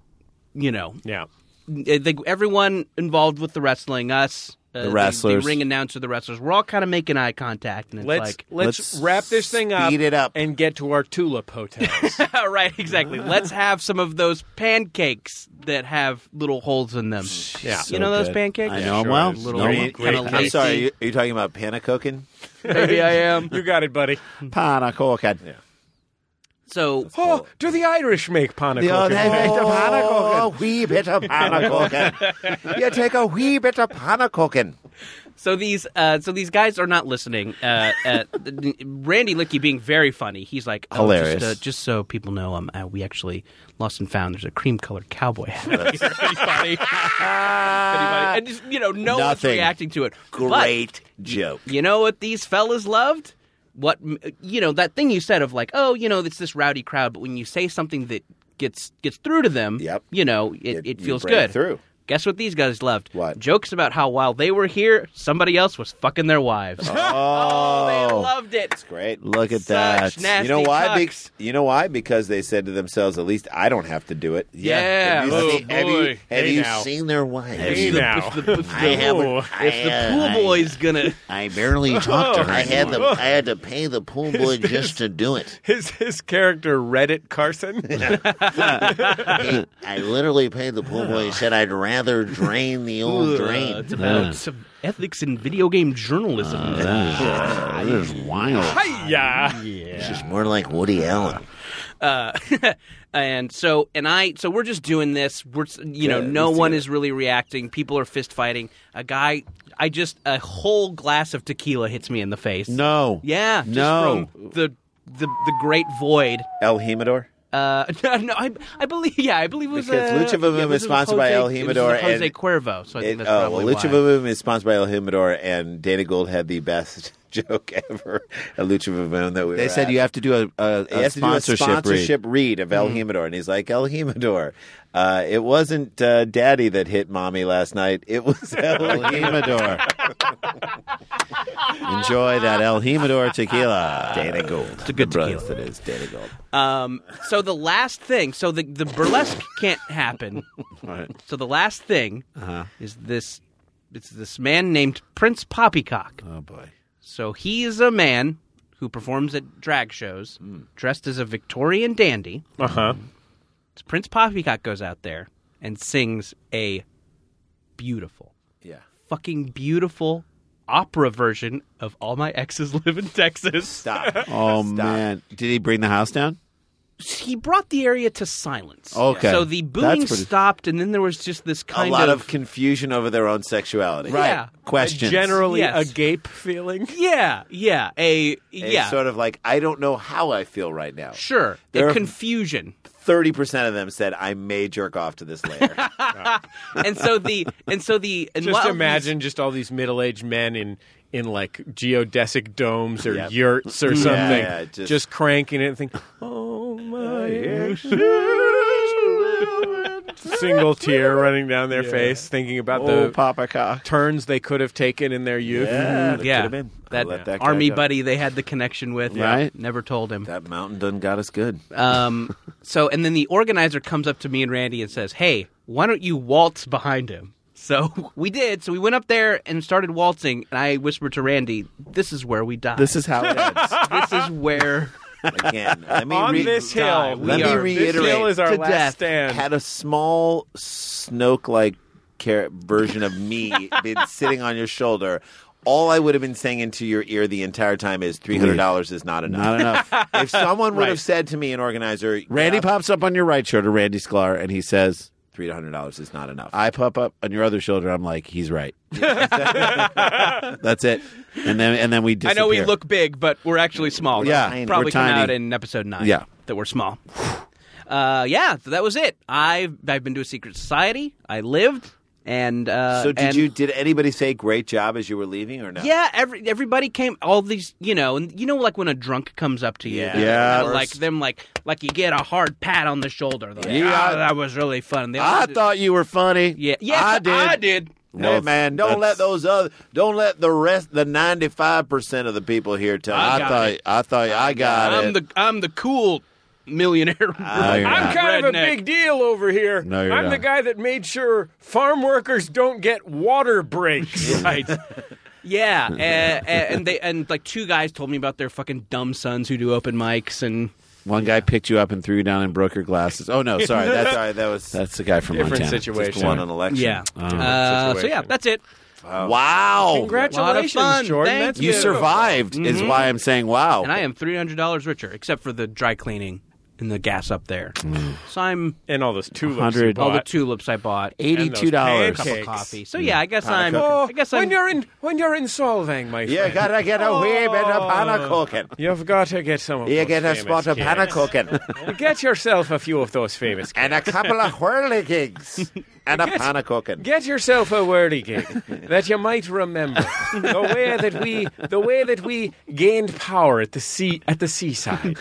Speaker 3: you know.
Speaker 2: Yeah.
Speaker 3: I think uh, everyone involved with the wrestling, us, uh, the the,
Speaker 5: wrestlers.
Speaker 3: ring announcer, the wrestlers, we're all kind of making eye contact, and it's
Speaker 2: Let's,
Speaker 3: like,
Speaker 2: let's
Speaker 5: Let's
Speaker 2: wrap this thing up,
Speaker 5: speed it up.
Speaker 2: and get to our tulip hotels.
Speaker 3: right, exactly. Let's have some of those pancakes that have little holes in them.
Speaker 2: yeah.
Speaker 3: you know those pancakes?
Speaker 5: I know
Speaker 3: Yeah,
Speaker 5: them
Speaker 3: sure.
Speaker 5: well.
Speaker 3: Little
Speaker 5: Know 'em
Speaker 4: Great-
Speaker 3: kind of
Speaker 4: great- I'm sorry. Are you, are you talking about panacoking?
Speaker 3: Maybe I am.
Speaker 2: you got it, buddy.
Speaker 5: Panacoken.
Speaker 3: So
Speaker 2: Oh, do the Irish make panna
Speaker 4: Oh,
Speaker 2: coca?
Speaker 4: they make the panna coke, a Oh. wee bit of panna coke. you take a wee bit of panna coke.
Speaker 3: So these, uh, so these guys are not listening. Uh, uh, Randy Licky being very funny. He's like oh,
Speaker 4: Hilarious.
Speaker 3: Just, uh, just so people know, um, uh, we actually lost and found. There's a cream colored cowboy hat.
Speaker 2: Pretty funny. Pretty funny.
Speaker 3: and just, you know, no
Speaker 4: Nothing.
Speaker 3: one's reacting to it. But
Speaker 4: Great joke.
Speaker 3: you know what these fellas loved? What you know that thing you said of like, oh, you know, it's this rowdy crowd, but when you say something that gets gets through to them,
Speaker 4: Yep.
Speaker 3: you know, it,
Speaker 4: It-
Speaker 3: it
Speaker 4: you
Speaker 3: feels
Speaker 4: break
Speaker 3: good.
Speaker 4: through.
Speaker 3: Guess what these guys loved?
Speaker 4: What?
Speaker 3: jokes about how while they were here, somebody else was fucking their wives.
Speaker 4: Oh,
Speaker 3: they loved it.
Speaker 4: Great.
Speaker 5: Look at
Speaker 3: Such
Speaker 5: that.
Speaker 3: nasty
Speaker 4: you know why? Be-
Speaker 3: cucks.
Speaker 4: you know why? Because they said to themselves, "At least I don't have to do it."
Speaker 3: Yeah.
Speaker 4: Have you,
Speaker 2: Oh,
Speaker 4: seen, have you-
Speaker 2: boy.
Speaker 4: have
Speaker 2: Hey
Speaker 4: you
Speaker 2: now.
Speaker 4: seen their wife?
Speaker 2: Hey now.
Speaker 4: I haven't. I,
Speaker 3: If the pool
Speaker 4: uh, I-
Speaker 3: boy's gonna,
Speaker 5: I barely talked
Speaker 2: Oh,
Speaker 5: to her.
Speaker 4: I had
Speaker 5: anymore.
Speaker 4: to. I had to pay the pool boy just to do it.
Speaker 2: Is his character Reddit Carson?
Speaker 4: Hey, I literally paid the pool boy. He said I'd rather drain the
Speaker 2: Oh,
Speaker 3: Uh, it's
Speaker 4: old drain.
Speaker 3: about some ethics in video game journalism.
Speaker 5: Uh, this is wild.
Speaker 2: yeah.
Speaker 4: It's just more like Woody Allen.
Speaker 3: and so and I so we're just doing this. We're s- you know
Speaker 4: Yeah,
Speaker 3: no
Speaker 4: we see
Speaker 3: one
Speaker 4: it.
Speaker 3: is really reacting. People are fist fighting. A guy, I just a whole glass of tequila hits me in the face.
Speaker 5: No.
Speaker 3: yeah, just
Speaker 5: No.
Speaker 3: from the the the great void.
Speaker 4: El Himador.
Speaker 3: Uh, no, no, I I believe yeah, I believe it was
Speaker 4: Because
Speaker 3: uh,
Speaker 4: Lucha Vivum
Speaker 3: yeah,
Speaker 4: is
Speaker 3: this
Speaker 4: sponsored by
Speaker 3: Jose-
Speaker 4: El
Speaker 3: it was
Speaker 4: Jimador
Speaker 3: Jose
Speaker 4: and-
Speaker 3: Cuervo. So I think
Speaker 4: It,
Speaker 3: that's
Speaker 4: oh, well,
Speaker 3: probably
Speaker 4: Lucha
Speaker 3: why.
Speaker 4: Vavoom is sponsored by El Himador, and Dana Gold had the best joke ever at Lucha Vavoom that we
Speaker 5: They
Speaker 4: were
Speaker 5: said
Speaker 4: at.
Speaker 5: you have to do a, a,
Speaker 4: he
Speaker 5: a
Speaker 4: has to do a
Speaker 5: sponsorship. read. Mm-hmm.
Speaker 4: sponsorship read, of El Himador, and he's like, El Himador, uh, it wasn't uh, Daddy that hit Mommy last night. It was El Himador.
Speaker 5: Enjoy that El Himador tequila.
Speaker 4: Dana Gold. It's
Speaker 3: a good
Speaker 4: It is Dana Gold.
Speaker 3: Um, so the last thing, so the the burlesque can't happen. So the last thing
Speaker 5: Uh-huh.
Speaker 3: is this. It's this man named Prince Poppycock.
Speaker 5: Oh boy.
Speaker 3: So he is a man who performs at drag shows
Speaker 5: Hmm.
Speaker 3: dressed as a Victorian dandy.
Speaker 2: Uh
Speaker 5: Uh-huh.
Speaker 2: huh.
Speaker 3: So Prince Poppycock goes out there and sings a beautiful,
Speaker 4: Yeah.
Speaker 3: fucking beautiful opera version of All My Exes Live in Texas.
Speaker 4: Stop.
Speaker 5: Oh man. Did he bring the house down?
Speaker 3: He brought the area to silence.
Speaker 5: Okay.
Speaker 3: So the
Speaker 5: That's
Speaker 3: booing
Speaker 5: pretty-
Speaker 3: stopped, and then there was just this
Speaker 4: A
Speaker 3: kind
Speaker 4: lot of confusion over their own sexuality.
Speaker 3: Right. Yeah.
Speaker 5: Questions.
Speaker 2: Generally
Speaker 3: Yes.
Speaker 2: a gape feeling.
Speaker 3: Yeah, yeah, a
Speaker 4: It's
Speaker 3: yeah,
Speaker 4: sort of like, I don't know how I feel right now.
Speaker 3: sure,
Speaker 4: There
Speaker 3: a
Speaker 4: are-
Speaker 3: confusion,
Speaker 4: 30% of them said, I may jerk off to this later.
Speaker 3: and so the and so the and
Speaker 2: Just
Speaker 3: while
Speaker 2: imagine just all these middle aged men in in like geodesic domes or
Speaker 4: Yep.
Speaker 2: yurts or something,
Speaker 4: yeah, just-
Speaker 2: just, cranking it and think, "Oh my exes live in-" Single tear running down their face, thinking about the
Speaker 4: Papa Cock.
Speaker 2: turns they could have taken in their youth.
Speaker 4: Yeah,
Speaker 3: these-
Speaker 4: that
Speaker 3: yeah,
Speaker 4: could've been. I
Speaker 3: that,
Speaker 4: let that guy
Speaker 3: army
Speaker 4: go.
Speaker 3: buddy they had the connection with,
Speaker 5: Yeah. Right.
Speaker 3: Never told him.
Speaker 4: That mountain done got us good.
Speaker 3: Um, so and then the organizer comes up to me and Randy and says, "Hey, why don't you waltz behind him?" So we did. So we went up there and started waltzing, and I whispered to Randy, "This is where we die.
Speaker 5: This is how it ends.
Speaker 3: this is where."
Speaker 4: Again, let me
Speaker 2: On
Speaker 4: re-
Speaker 2: this
Speaker 3: die.
Speaker 2: hill,
Speaker 3: Let
Speaker 2: we
Speaker 4: me
Speaker 2: are,
Speaker 4: reiterate,
Speaker 2: this hill is our
Speaker 3: to
Speaker 2: last
Speaker 3: death,
Speaker 2: stand.
Speaker 4: had a small Snoke like carrot version of me been sitting on your shoulder, all I would have been saying into your ear the entire time is three hundred dollars is not enough.
Speaker 5: Not enough.
Speaker 4: if someone would have said to me, an organizer,
Speaker 5: Randy pops up on your right shoulder, Randy Sklar, and he says,
Speaker 4: three hundred dollars is not enough.
Speaker 5: I pop up on your other shoulder. I'm like, he's right. That's it. And then and then we
Speaker 3: I
Speaker 5: disappear.
Speaker 3: know we look big, but we're actually small.
Speaker 5: Yeah,
Speaker 3: That'll
Speaker 5: we're
Speaker 3: probably come
Speaker 5: tiny.
Speaker 3: out in episode nine.
Speaker 5: Yeah.
Speaker 3: that we're small. Uh, yeah, so that was it. I've I've been to a secret society. I lived, and uh,
Speaker 4: so did
Speaker 3: and-
Speaker 4: you? Did anybody say great job as you were leaving or no?
Speaker 3: Yeah, every everybody came. All these, you know, and you know, like when a drunk comes up to you,
Speaker 4: Yeah.
Speaker 3: they're-
Speaker 5: Yeah.
Speaker 3: they're like them, like like you get a hard pat on the shoulder. They're Like,
Speaker 5: Yeah.
Speaker 3: "Ah, that was really fun. They all
Speaker 5: I
Speaker 3: do-
Speaker 5: thought you were funny.
Speaker 3: yeah, yes,
Speaker 5: I did.
Speaker 3: I did.
Speaker 4: Hey
Speaker 5: Well,
Speaker 4: man, don't
Speaker 5: that's-
Speaker 4: let those other, don't let the rest, the ninety five percent of the people here tell
Speaker 5: I
Speaker 4: you.
Speaker 3: got
Speaker 5: thought
Speaker 3: it.
Speaker 5: I thought I got
Speaker 3: I'm
Speaker 5: it.
Speaker 3: the I'm the cool millionaire.
Speaker 5: you're
Speaker 2: I'm
Speaker 5: not.
Speaker 2: kind of a
Speaker 3: Redneck.
Speaker 2: big deal over here.
Speaker 5: No, you're
Speaker 2: I'm
Speaker 5: not.
Speaker 2: the guy that made sure farm workers don't get water breaks. right.
Speaker 3: Yeah, uh, uh, and they and like two guys told me about their fucking dumb sons who do open mics, and
Speaker 5: One guy picked you up and threw you down and broke your glasses. Oh no, sorry,
Speaker 4: That's
Speaker 5: that's
Speaker 4: sorry, that was
Speaker 5: that's the guy from
Speaker 2: Different
Speaker 5: Montana.
Speaker 2: situation.
Speaker 4: just one an election.
Speaker 3: yeah. Uh, so yeah, that's it.
Speaker 5: Wow,
Speaker 2: Congratulations,
Speaker 3: Lot of fun.
Speaker 2: Jordan.
Speaker 3: Thank
Speaker 2: that's
Speaker 5: you
Speaker 2: good.
Speaker 5: survived is why I'm saying wow.
Speaker 3: And I am three hundred dollars richer, except for the dry cleaning in the gas up there. so I'm
Speaker 2: and all those tulips. you
Speaker 5: 100
Speaker 3: all the
Speaker 2: bought.
Speaker 3: tulips I bought,
Speaker 5: Eighty-two dollars.
Speaker 3: cup of
Speaker 2: pancakes.
Speaker 3: coffee. So yeah, I guess
Speaker 4: Pot of
Speaker 3: I'm.
Speaker 4: coffee.
Speaker 2: Oh,
Speaker 3: I guess
Speaker 2: Mm. when
Speaker 3: I'm.
Speaker 2: you're in when you're in Solvang, my
Speaker 4: You
Speaker 2: friend.
Speaker 4: gotta get a wee bit
Speaker 5: Oh.
Speaker 4: of panna cooking.
Speaker 2: You've got to get some of
Speaker 4: You
Speaker 2: those
Speaker 4: get a
Speaker 2: famous
Speaker 4: spot of
Speaker 2: kids.
Speaker 4: panna cooking
Speaker 2: Get yourself a few of those famous kids.
Speaker 4: and a couple of whirligigs and a
Speaker 2: Yes.
Speaker 4: panna cooking.
Speaker 2: Get yourself a whirligig that you might remember the way that we the way that we gained power at the sea at the seaside.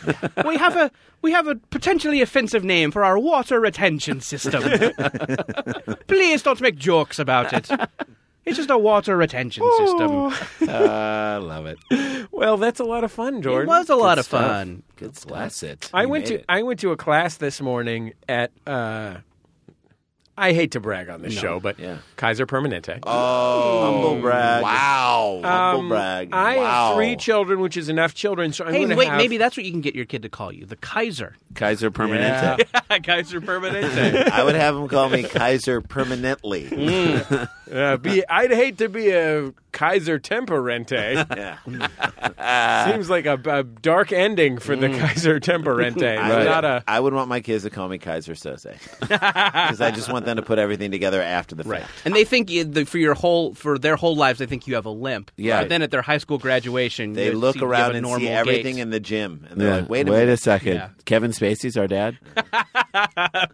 Speaker 3: we have a we have a potentially offensive name for our water retention system. Please don't make jokes about it. It's just a water retention system.
Speaker 5: I love it.
Speaker 2: Well, that's a lot of fun,
Speaker 3: It
Speaker 2: Jordan.
Speaker 3: was a lot of fun.
Speaker 5: Good bless it.
Speaker 2: I went to I went to a class this morning at. Uh, I hate to brag on this show, but
Speaker 5: Yeah.
Speaker 2: Kaiser Permanente.
Speaker 3: Oh,
Speaker 4: Humble brag. Wow. Humble
Speaker 2: Um,
Speaker 4: brag.
Speaker 2: I
Speaker 4: wow.
Speaker 2: have three children, which is enough children. So I'm
Speaker 3: Hey,
Speaker 2: going to
Speaker 3: wait,
Speaker 2: have...
Speaker 3: maybe that's what you can get your kid to call you, the Kaiser.
Speaker 5: Kaiser Permanente.
Speaker 3: Kaiser Permanente.
Speaker 4: I would have him call me Kaiser permanently.
Speaker 2: Uh, be, I'd hate to be a Kaiser Temperente. Seems like a, a dark ending for
Speaker 3: Mm.
Speaker 2: the Kaiser Temperente.
Speaker 4: I, would,
Speaker 2: Not a
Speaker 4: I would want my kids to call me Kaiser Sose because I just want them to put everything together after the fact.
Speaker 3: and they think you, the, for your whole for their whole lives they think you have a limp.
Speaker 5: Yeah.
Speaker 3: But then at their high school graduation,
Speaker 4: They
Speaker 3: you
Speaker 4: look
Speaker 3: see- you have
Speaker 4: around
Speaker 3: a
Speaker 4: and
Speaker 3: normal
Speaker 4: see
Speaker 3: gait.
Speaker 4: everything in the gym, and they're like, "Wait a
Speaker 5: Wait
Speaker 4: minute."
Speaker 5: a second.
Speaker 3: Yeah.
Speaker 5: Kevin Spacey's our dad?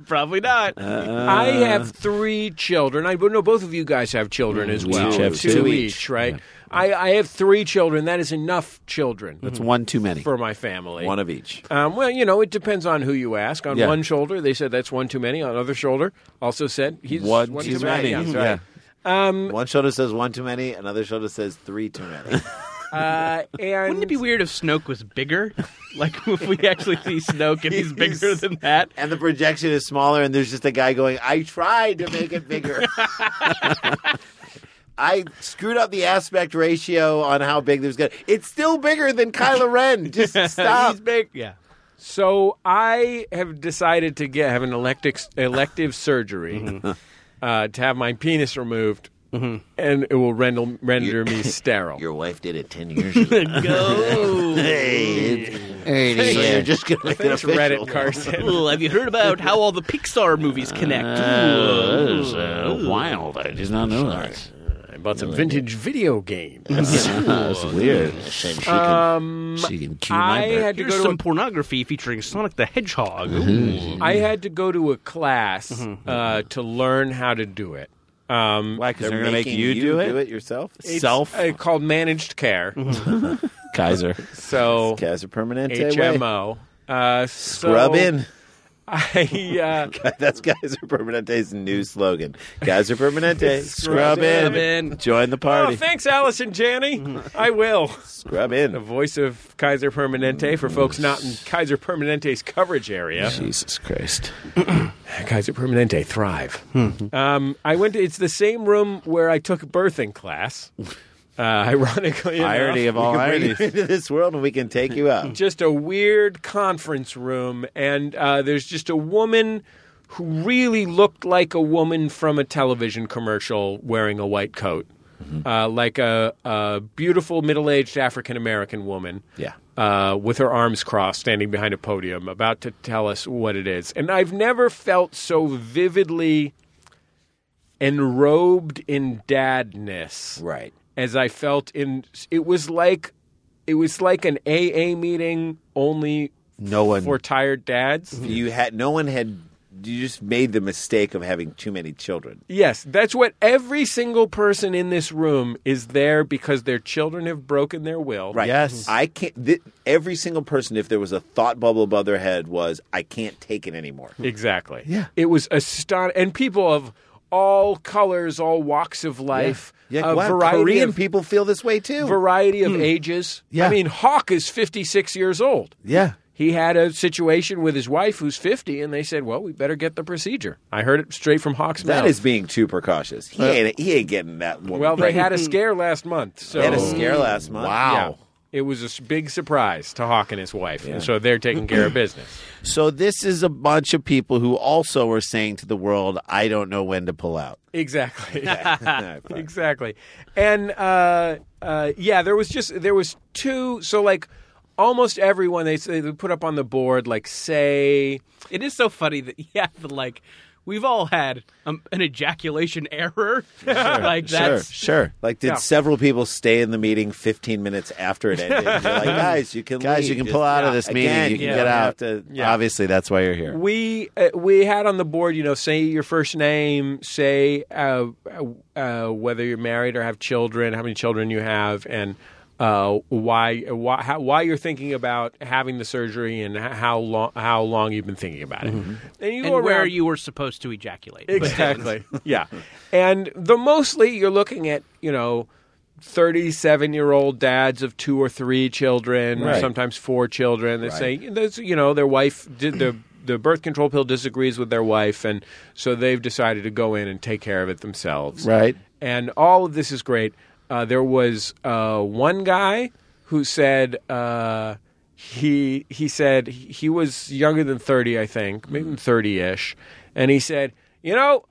Speaker 3: Probably not.
Speaker 2: I have three children. I know both of you guys have children as well.
Speaker 5: each have
Speaker 2: two,
Speaker 5: two.
Speaker 2: each, right? I, I have three children. That is enough children
Speaker 5: It's one too many.
Speaker 2: for my family.
Speaker 4: One of each.
Speaker 2: Um, well, you know, it depends on who you ask. On
Speaker 5: Yeah.
Speaker 2: one shoulder, they said that's one too many. On other shoulder, also said he's
Speaker 5: One
Speaker 2: one
Speaker 5: too many.
Speaker 2: Yeah,
Speaker 5: He's
Speaker 2: that's
Speaker 5: right.
Speaker 2: right.
Speaker 4: One shoulder says one too many, another shoulder says three too many.
Speaker 2: Uh, and
Speaker 3: Wouldn't it be weird if Snoke was bigger? like if we actually see Snoke and he's bigger than that.
Speaker 4: and the projection is smaller, and there's just a guy going, I tried to make it bigger. I screwed up the aspect ratio on how big there's going to It's still bigger than Kylo Ren. Just stop.
Speaker 3: He's big. Yeah.
Speaker 2: So I have decided to get have an electic, elective surgery uh, to have my penis removed, and it will render render me sterile.
Speaker 4: Your wife did it 10 years ago.
Speaker 3: Go.
Speaker 4: so you're just going to make it
Speaker 2: Thanks,
Speaker 4: official.
Speaker 2: Reddit Carson.
Speaker 3: Ooh, have you heard about how all the Pixar movies connect?
Speaker 4: Uh,
Speaker 3: Ooh.
Speaker 5: Uh, wild. I did not know that.
Speaker 2: I bought some vintage video games.
Speaker 5: That's weird.
Speaker 2: Um,
Speaker 5: She can cue
Speaker 2: I
Speaker 5: my
Speaker 2: had to
Speaker 3: Here's
Speaker 2: go to
Speaker 3: some
Speaker 2: a,
Speaker 3: pornography featuring Sonic the Hedgehog.
Speaker 4: Mm-hmm.
Speaker 3: Ooh.
Speaker 2: I had to go to a class uh, to learn how to do it. Um,
Speaker 5: Why? Because
Speaker 4: They're
Speaker 5: they're going to make
Speaker 4: making
Speaker 5: you, do it?
Speaker 4: Do it yourself?
Speaker 2: it's,
Speaker 5: Self
Speaker 2: uh, called managed care.
Speaker 5: Kaiser.
Speaker 2: so
Speaker 4: Casa Permanente way.
Speaker 2: HMO. Uh, so
Speaker 4: Scrub in.
Speaker 2: I, uh,
Speaker 4: That's Kaiser Permanente's new slogan. Kaiser Permanente. Scrub,
Speaker 2: in.
Speaker 4: in. Join the
Speaker 2: Oh,
Speaker 4: party.
Speaker 2: thanks, Allison Janney. I will.
Speaker 4: Scrub
Speaker 2: The
Speaker 4: in.
Speaker 2: voice of Kaiser Permanente for folks not in Kaiser Permanente's coverage area.
Speaker 5: Jesus Christ.
Speaker 2: Kaiser Permanente, thrive. um, I went. To, it's the same room where I took birthing class. Uh, ironically, enough.
Speaker 5: Irony of all
Speaker 4: Bring you
Speaker 5: ironies.
Speaker 4: into this world and we can take you out.
Speaker 2: just a weird conference room, and uh, there's just a woman who really looked like a woman from a television commercial wearing a white coat, uh, like a, a beautiful middle aged African American woman.
Speaker 4: Yeah.
Speaker 2: Uh, with her arms crossed, standing behind a podium, about to tell us what it is. And I've never felt so vividly enrobed in dadness
Speaker 4: Right.
Speaker 2: as I felt in it was like it was like an AA meeting only
Speaker 4: No one.
Speaker 2: for tired dads.
Speaker 4: you had no one had. You just made the mistake of having too many children.
Speaker 2: Yes, that's what every single person in this room is there because their children have broken their will.
Speaker 4: Right.
Speaker 5: Yes.
Speaker 4: I can't. Th- every single person, if there was a thought bubble above their head, was I can't take it anymore.
Speaker 2: Exactly. Yeah. It was astonishing and people of all colors, all walks of life,
Speaker 4: Yeah,
Speaker 2: a
Speaker 4: wow,
Speaker 2: variety
Speaker 4: Korean
Speaker 2: of
Speaker 4: people Hmm. feel this way too.
Speaker 2: variety of ages.
Speaker 5: Yeah.
Speaker 2: I mean, Hawk is 56 years old.
Speaker 5: Yeah.
Speaker 2: He had a situation with his wife who's 50, and they said, well, we better get the procedure. I heard it straight from Hawk's
Speaker 4: that
Speaker 2: mouth.
Speaker 4: is being too precautious. He ain't. He ain't getting that woman.
Speaker 2: well, they
Speaker 4: pregnant.
Speaker 2: had a scare last month. So
Speaker 4: They had a scare last month.
Speaker 2: Yeah. It was a s- big surprise to Hawk and his wife.
Speaker 4: Yeah.
Speaker 2: And so they're taking care of business.
Speaker 5: So this is a bunch of people who also were saying to the world, I don't know when to pull out.
Speaker 2: Exactly.
Speaker 4: No, fine.
Speaker 2: exactly. And uh, uh, yeah, there was just there was two. So like almost everyone they say they put up on the board like say
Speaker 3: It is so funny that yeah, the, like we've all had um, an ejaculation error. like that's
Speaker 4: sure, sure. Like, did
Speaker 2: Yeah.
Speaker 4: several people stay in the meeting 15 minutes after it ended? You're like, guys, you can
Speaker 5: Guys,
Speaker 4: leave.
Speaker 5: you can
Speaker 4: Just-
Speaker 5: pull out of
Speaker 4: Yeah.
Speaker 5: this meeting.
Speaker 4: Again,
Speaker 5: you can
Speaker 4: you
Speaker 5: get
Speaker 4: don't
Speaker 5: out.
Speaker 4: have to-
Speaker 2: Yeah.
Speaker 5: Obviously, that's why you're here.
Speaker 2: we uh, we had on the board you know say your first name say uh, uh, whether you're married or have children how many children you have and uh, why why how, why you're thinking about having the surgery and h- how long how long you've been thinking about it and you
Speaker 3: Mm-hmm. and
Speaker 2: go around,
Speaker 3: where you were supposed to ejaculate. But
Speaker 2: Exactly. yeah. And the mostly you're looking at, you know, 37 year old dads of two or three children, or
Speaker 4: Right.
Speaker 2: sometimes four children, that say, that's, you know, their wife did the. The birth control pill disagrees with their wife, and so they've decided to go in and take care of it themselves.
Speaker 5: Right.
Speaker 2: And all of this is great. Uh, there was uh, one guy who said uh, he he said he was younger than thirty, I think, maybe thirty ish, and he said, you know.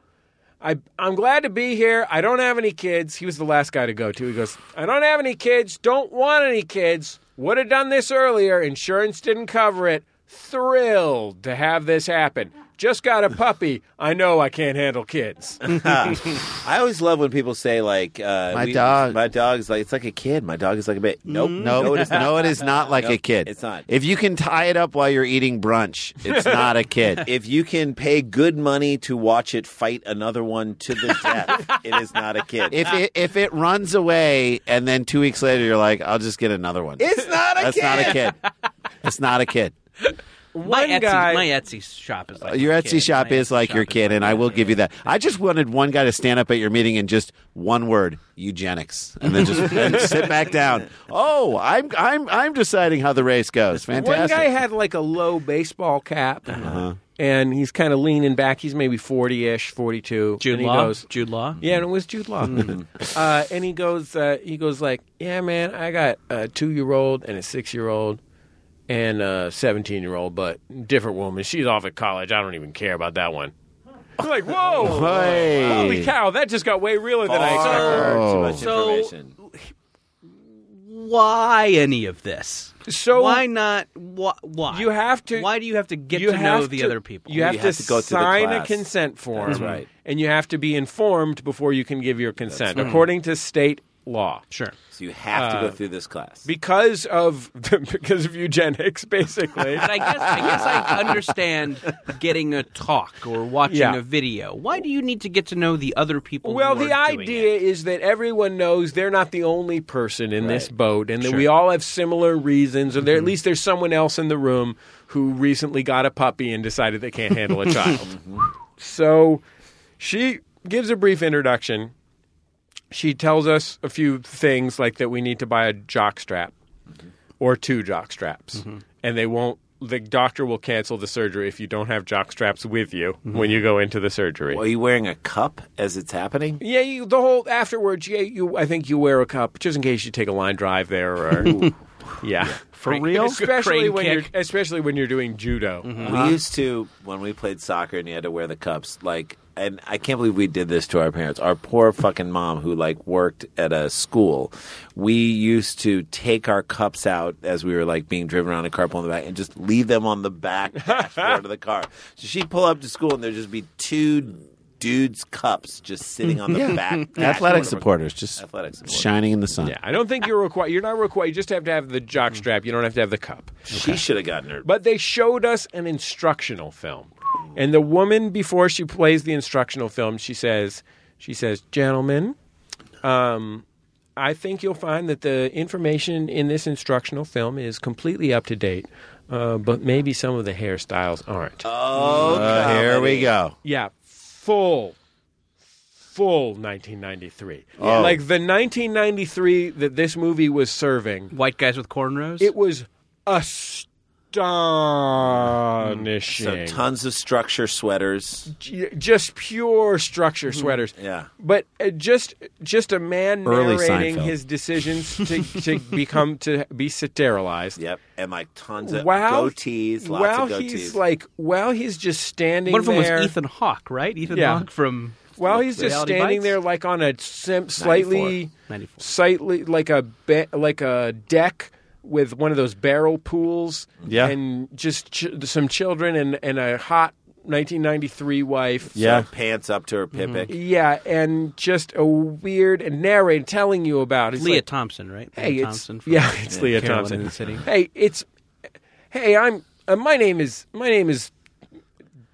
Speaker 2: I, I'm glad to be here. I don't have any kids. He was the last guy to go to. He goes, I don't have any kids. Don't want any kids. Would have done this earlier. Insurance didn't cover it. Thrilled to have this happen. Just got a puppy. I know I can't handle kids.
Speaker 4: I always love when people say like, uh,
Speaker 5: My dog-
Speaker 4: my dog's like, it's like a kid. My dog is like a bit. Nope,
Speaker 5: No,
Speaker 4: no, it is not.
Speaker 5: no, it is not like
Speaker 4: Nope,
Speaker 5: a kid.
Speaker 4: it's not.
Speaker 5: If you can tie it up while you're eating brunch, it's not a kid.
Speaker 4: If you can pay good money to watch it fight another one to the death, it is not a kid.
Speaker 5: If it if it runs away and then two weeks later you're like, I'll just get another one.
Speaker 4: it's not a
Speaker 5: That's
Speaker 4: kid.
Speaker 5: not a kid. It's not a kid.
Speaker 3: my
Speaker 2: One
Speaker 3: Etsy,
Speaker 2: guy-
Speaker 3: my Etsy shop is like
Speaker 5: Your
Speaker 3: my
Speaker 5: Etsy
Speaker 3: kid.
Speaker 5: shop
Speaker 3: My
Speaker 5: is
Speaker 3: Etsy
Speaker 5: like
Speaker 3: shop
Speaker 5: your
Speaker 3: is
Speaker 5: kid,
Speaker 3: my
Speaker 5: and I will give you that. I just wanted one guy to stand up at your meeting and just one word eugenics, and then just and sit back down. Oh, I'm I'm I'm deciding how the race goes. Fantastic.
Speaker 2: One guy had like a low baseball cap, and he's kind of leaning back. He's maybe forty-ish, forty-two.
Speaker 3: Jude
Speaker 2: and he
Speaker 3: Law.
Speaker 2: Goes,
Speaker 3: Jude Law.
Speaker 2: yeah, and it was Jude Law. uh, and he goes, uh, he goes like, yeah, man, I got a two-year-old and a six-year-old and a seventeen-year-old, but different woman. She's off at college. I don't even care about that one. I'm like, whoa,
Speaker 5: Hey.
Speaker 2: holy cow, that just got way realer than I expected.
Speaker 4: Far
Speaker 5: Oh.
Speaker 4: too much
Speaker 3: So-
Speaker 4: information.
Speaker 3: Why any of this?
Speaker 2: So-
Speaker 3: why not? Wh- why
Speaker 2: You have to-
Speaker 3: Why do you have to get
Speaker 2: you
Speaker 3: to
Speaker 2: have
Speaker 3: know the
Speaker 2: to-
Speaker 3: other people?
Speaker 2: You have,
Speaker 4: have
Speaker 2: to,
Speaker 4: to go through the
Speaker 2: sign a
Speaker 4: class.
Speaker 2: consent form,
Speaker 4: That's right.
Speaker 2: And you have to be informed before you can give your consent, according to state law.
Speaker 3: sure.
Speaker 4: So you have to go through this class.
Speaker 2: Because of because of eugenics, basically.
Speaker 3: But I guess I guess I understand getting a talk or watching
Speaker 2: Yeah.
Speaker 3: a video. Why do you need to get to know the other people?
Speaker 2: well,
Speaker 3: who
Speaker 2: the
Speaker 3: are doing
Speaker 2: idea
Speaker 3: it?
Speaker 2: is that everyone knows they're not the only person in this
Speaker 4: Right.
Speaker 2: boat, and that we all have similar reasons, or there,
Speaker 3: Mm-hmm.
Speaker 2: at least there's someone else in the room who recently got a puppy and decided they can't handle a child.
Speaker 3: Mm-hmm.
Speaker 2: So she gives a brief introduction. She tells us a few things like that we need to buy a jock strap
Speaker 3: Mm-hmm.
Speaker 2: or two jock straps. And they won't the doctor will cancel the surgery if you don't have jock straps with you
Speaker 3: Mm-hmm.
Speaker 2: when you go into the surgery.
Speaker 4: Are you wearing a cup as it's happening?
Speaker 2: Yeah, you, the whole afterwards. Yeah, you. I think you wear a cup just in case you take a line drive there, or yeah, for
Speaker 3: real?
Speaker 2: Especially
Speaker 3: Crane
Speaker 2: when
Speaker 3: kick. Mm-hmm.
Speaker 2: you're especially when you're doing judo.
Speaker 4: We used to when we played soccer and you had to wear the cups. Like, and I can't believe we did this to our parents. Our poor fucking mom who like worked at a school. We used to take our cups out as we were like being driven around in a carpool in the back and just leave them on the back dashboard of the car. So she'd pull up to school and there'd just be two dudes' cups just sitting on the back. dashboard
Speaker 5: athletic
Speaker 4: of her-
Speaker 5: supporters just
Speaker 4: Athletic supporters.
Speaker 5: shining in the sun.
Speaker 2: Yeah, I don't think you're required. You're not required. You just have to have the
Speaker 3: Mm-hmm.
Speaker 2: jock strap. You don't have to have the cup.
Speaker 4: She should have gotten her.
Speaker 2: But they showed us an instructional film. And the woman before she plays the instructional film, she says, she says, "Gentlemen, um, I think you'll find that the information in this instructional film is completely up to date, uh, but maybe some of the hairstyles aren't."
Speaker 5: Uh, here we go.
Speaker 2: Yeah, full, full 1993. Like the 1993 that this movie was serving.
Speaker 3: White guys with cornrows.
Speaker 2: It was astonishing.
Speaker 4: So tons of structure sweaters.
Speaker 2: J- just pure structure sweaters.
Speaker 4: Mm-hmm. Yeah.
Speaker 2: But uh, just just a man
Speaker 5: Early
Speaker 2: narrating
Speaker 5: Seinfeld.
Speaker 2: his decisions to, to become to be sterilized.
Speaker 4: Yep, and like tons of
Speaker 2: Wow.
Speaker 4: goatees, lots
Speaker 2: while
Speaker 4: of goatees.
Speaker 2: he's like, while he's just standing
Speaker 3: One of them was
Speaker 2: there,
Speaker 3: Ethan Hawke, right? Ethan
Speaker 2: Yeah.
Speaker 3: Hawke from
Speaker 2: while he's just
Speaker 3: Reality
Speaker 2: standing
Speaker 3: Bites?
Speaker 2: there, like on a sim- slightly,
Speaker 3: 94.
Speaker 2: slightly like a be- like a deck with one of those barrel pools
Speaker 11: Yeah.
Speaker 2: and just ch- some children and, and a hot 1993 wife.
Speaker 4: Yeah. pants up to her
Speaker 5: Mm-hmm.
Speaker 4: pippic.
Speaker 2: Yeah, and just a weird and narrating telling you about it's
Speaker 3: Leah
Speaker 2: like,
Speaker 3: Thompson, right?
Speaker 2: Hey,
Speaker 3: Leah
Speaker 2: it's
Speaker 3: Thompson from-
Speaker 2: yeah, it's
Speaker 3: yeah,
Speaker 2: Leah
Speaker 3: Carolyn
Speaker 2: Thompson.
Speaker 3: in the City.
Speaker 2: Hey, it's hey, I'm uh, my name is my name is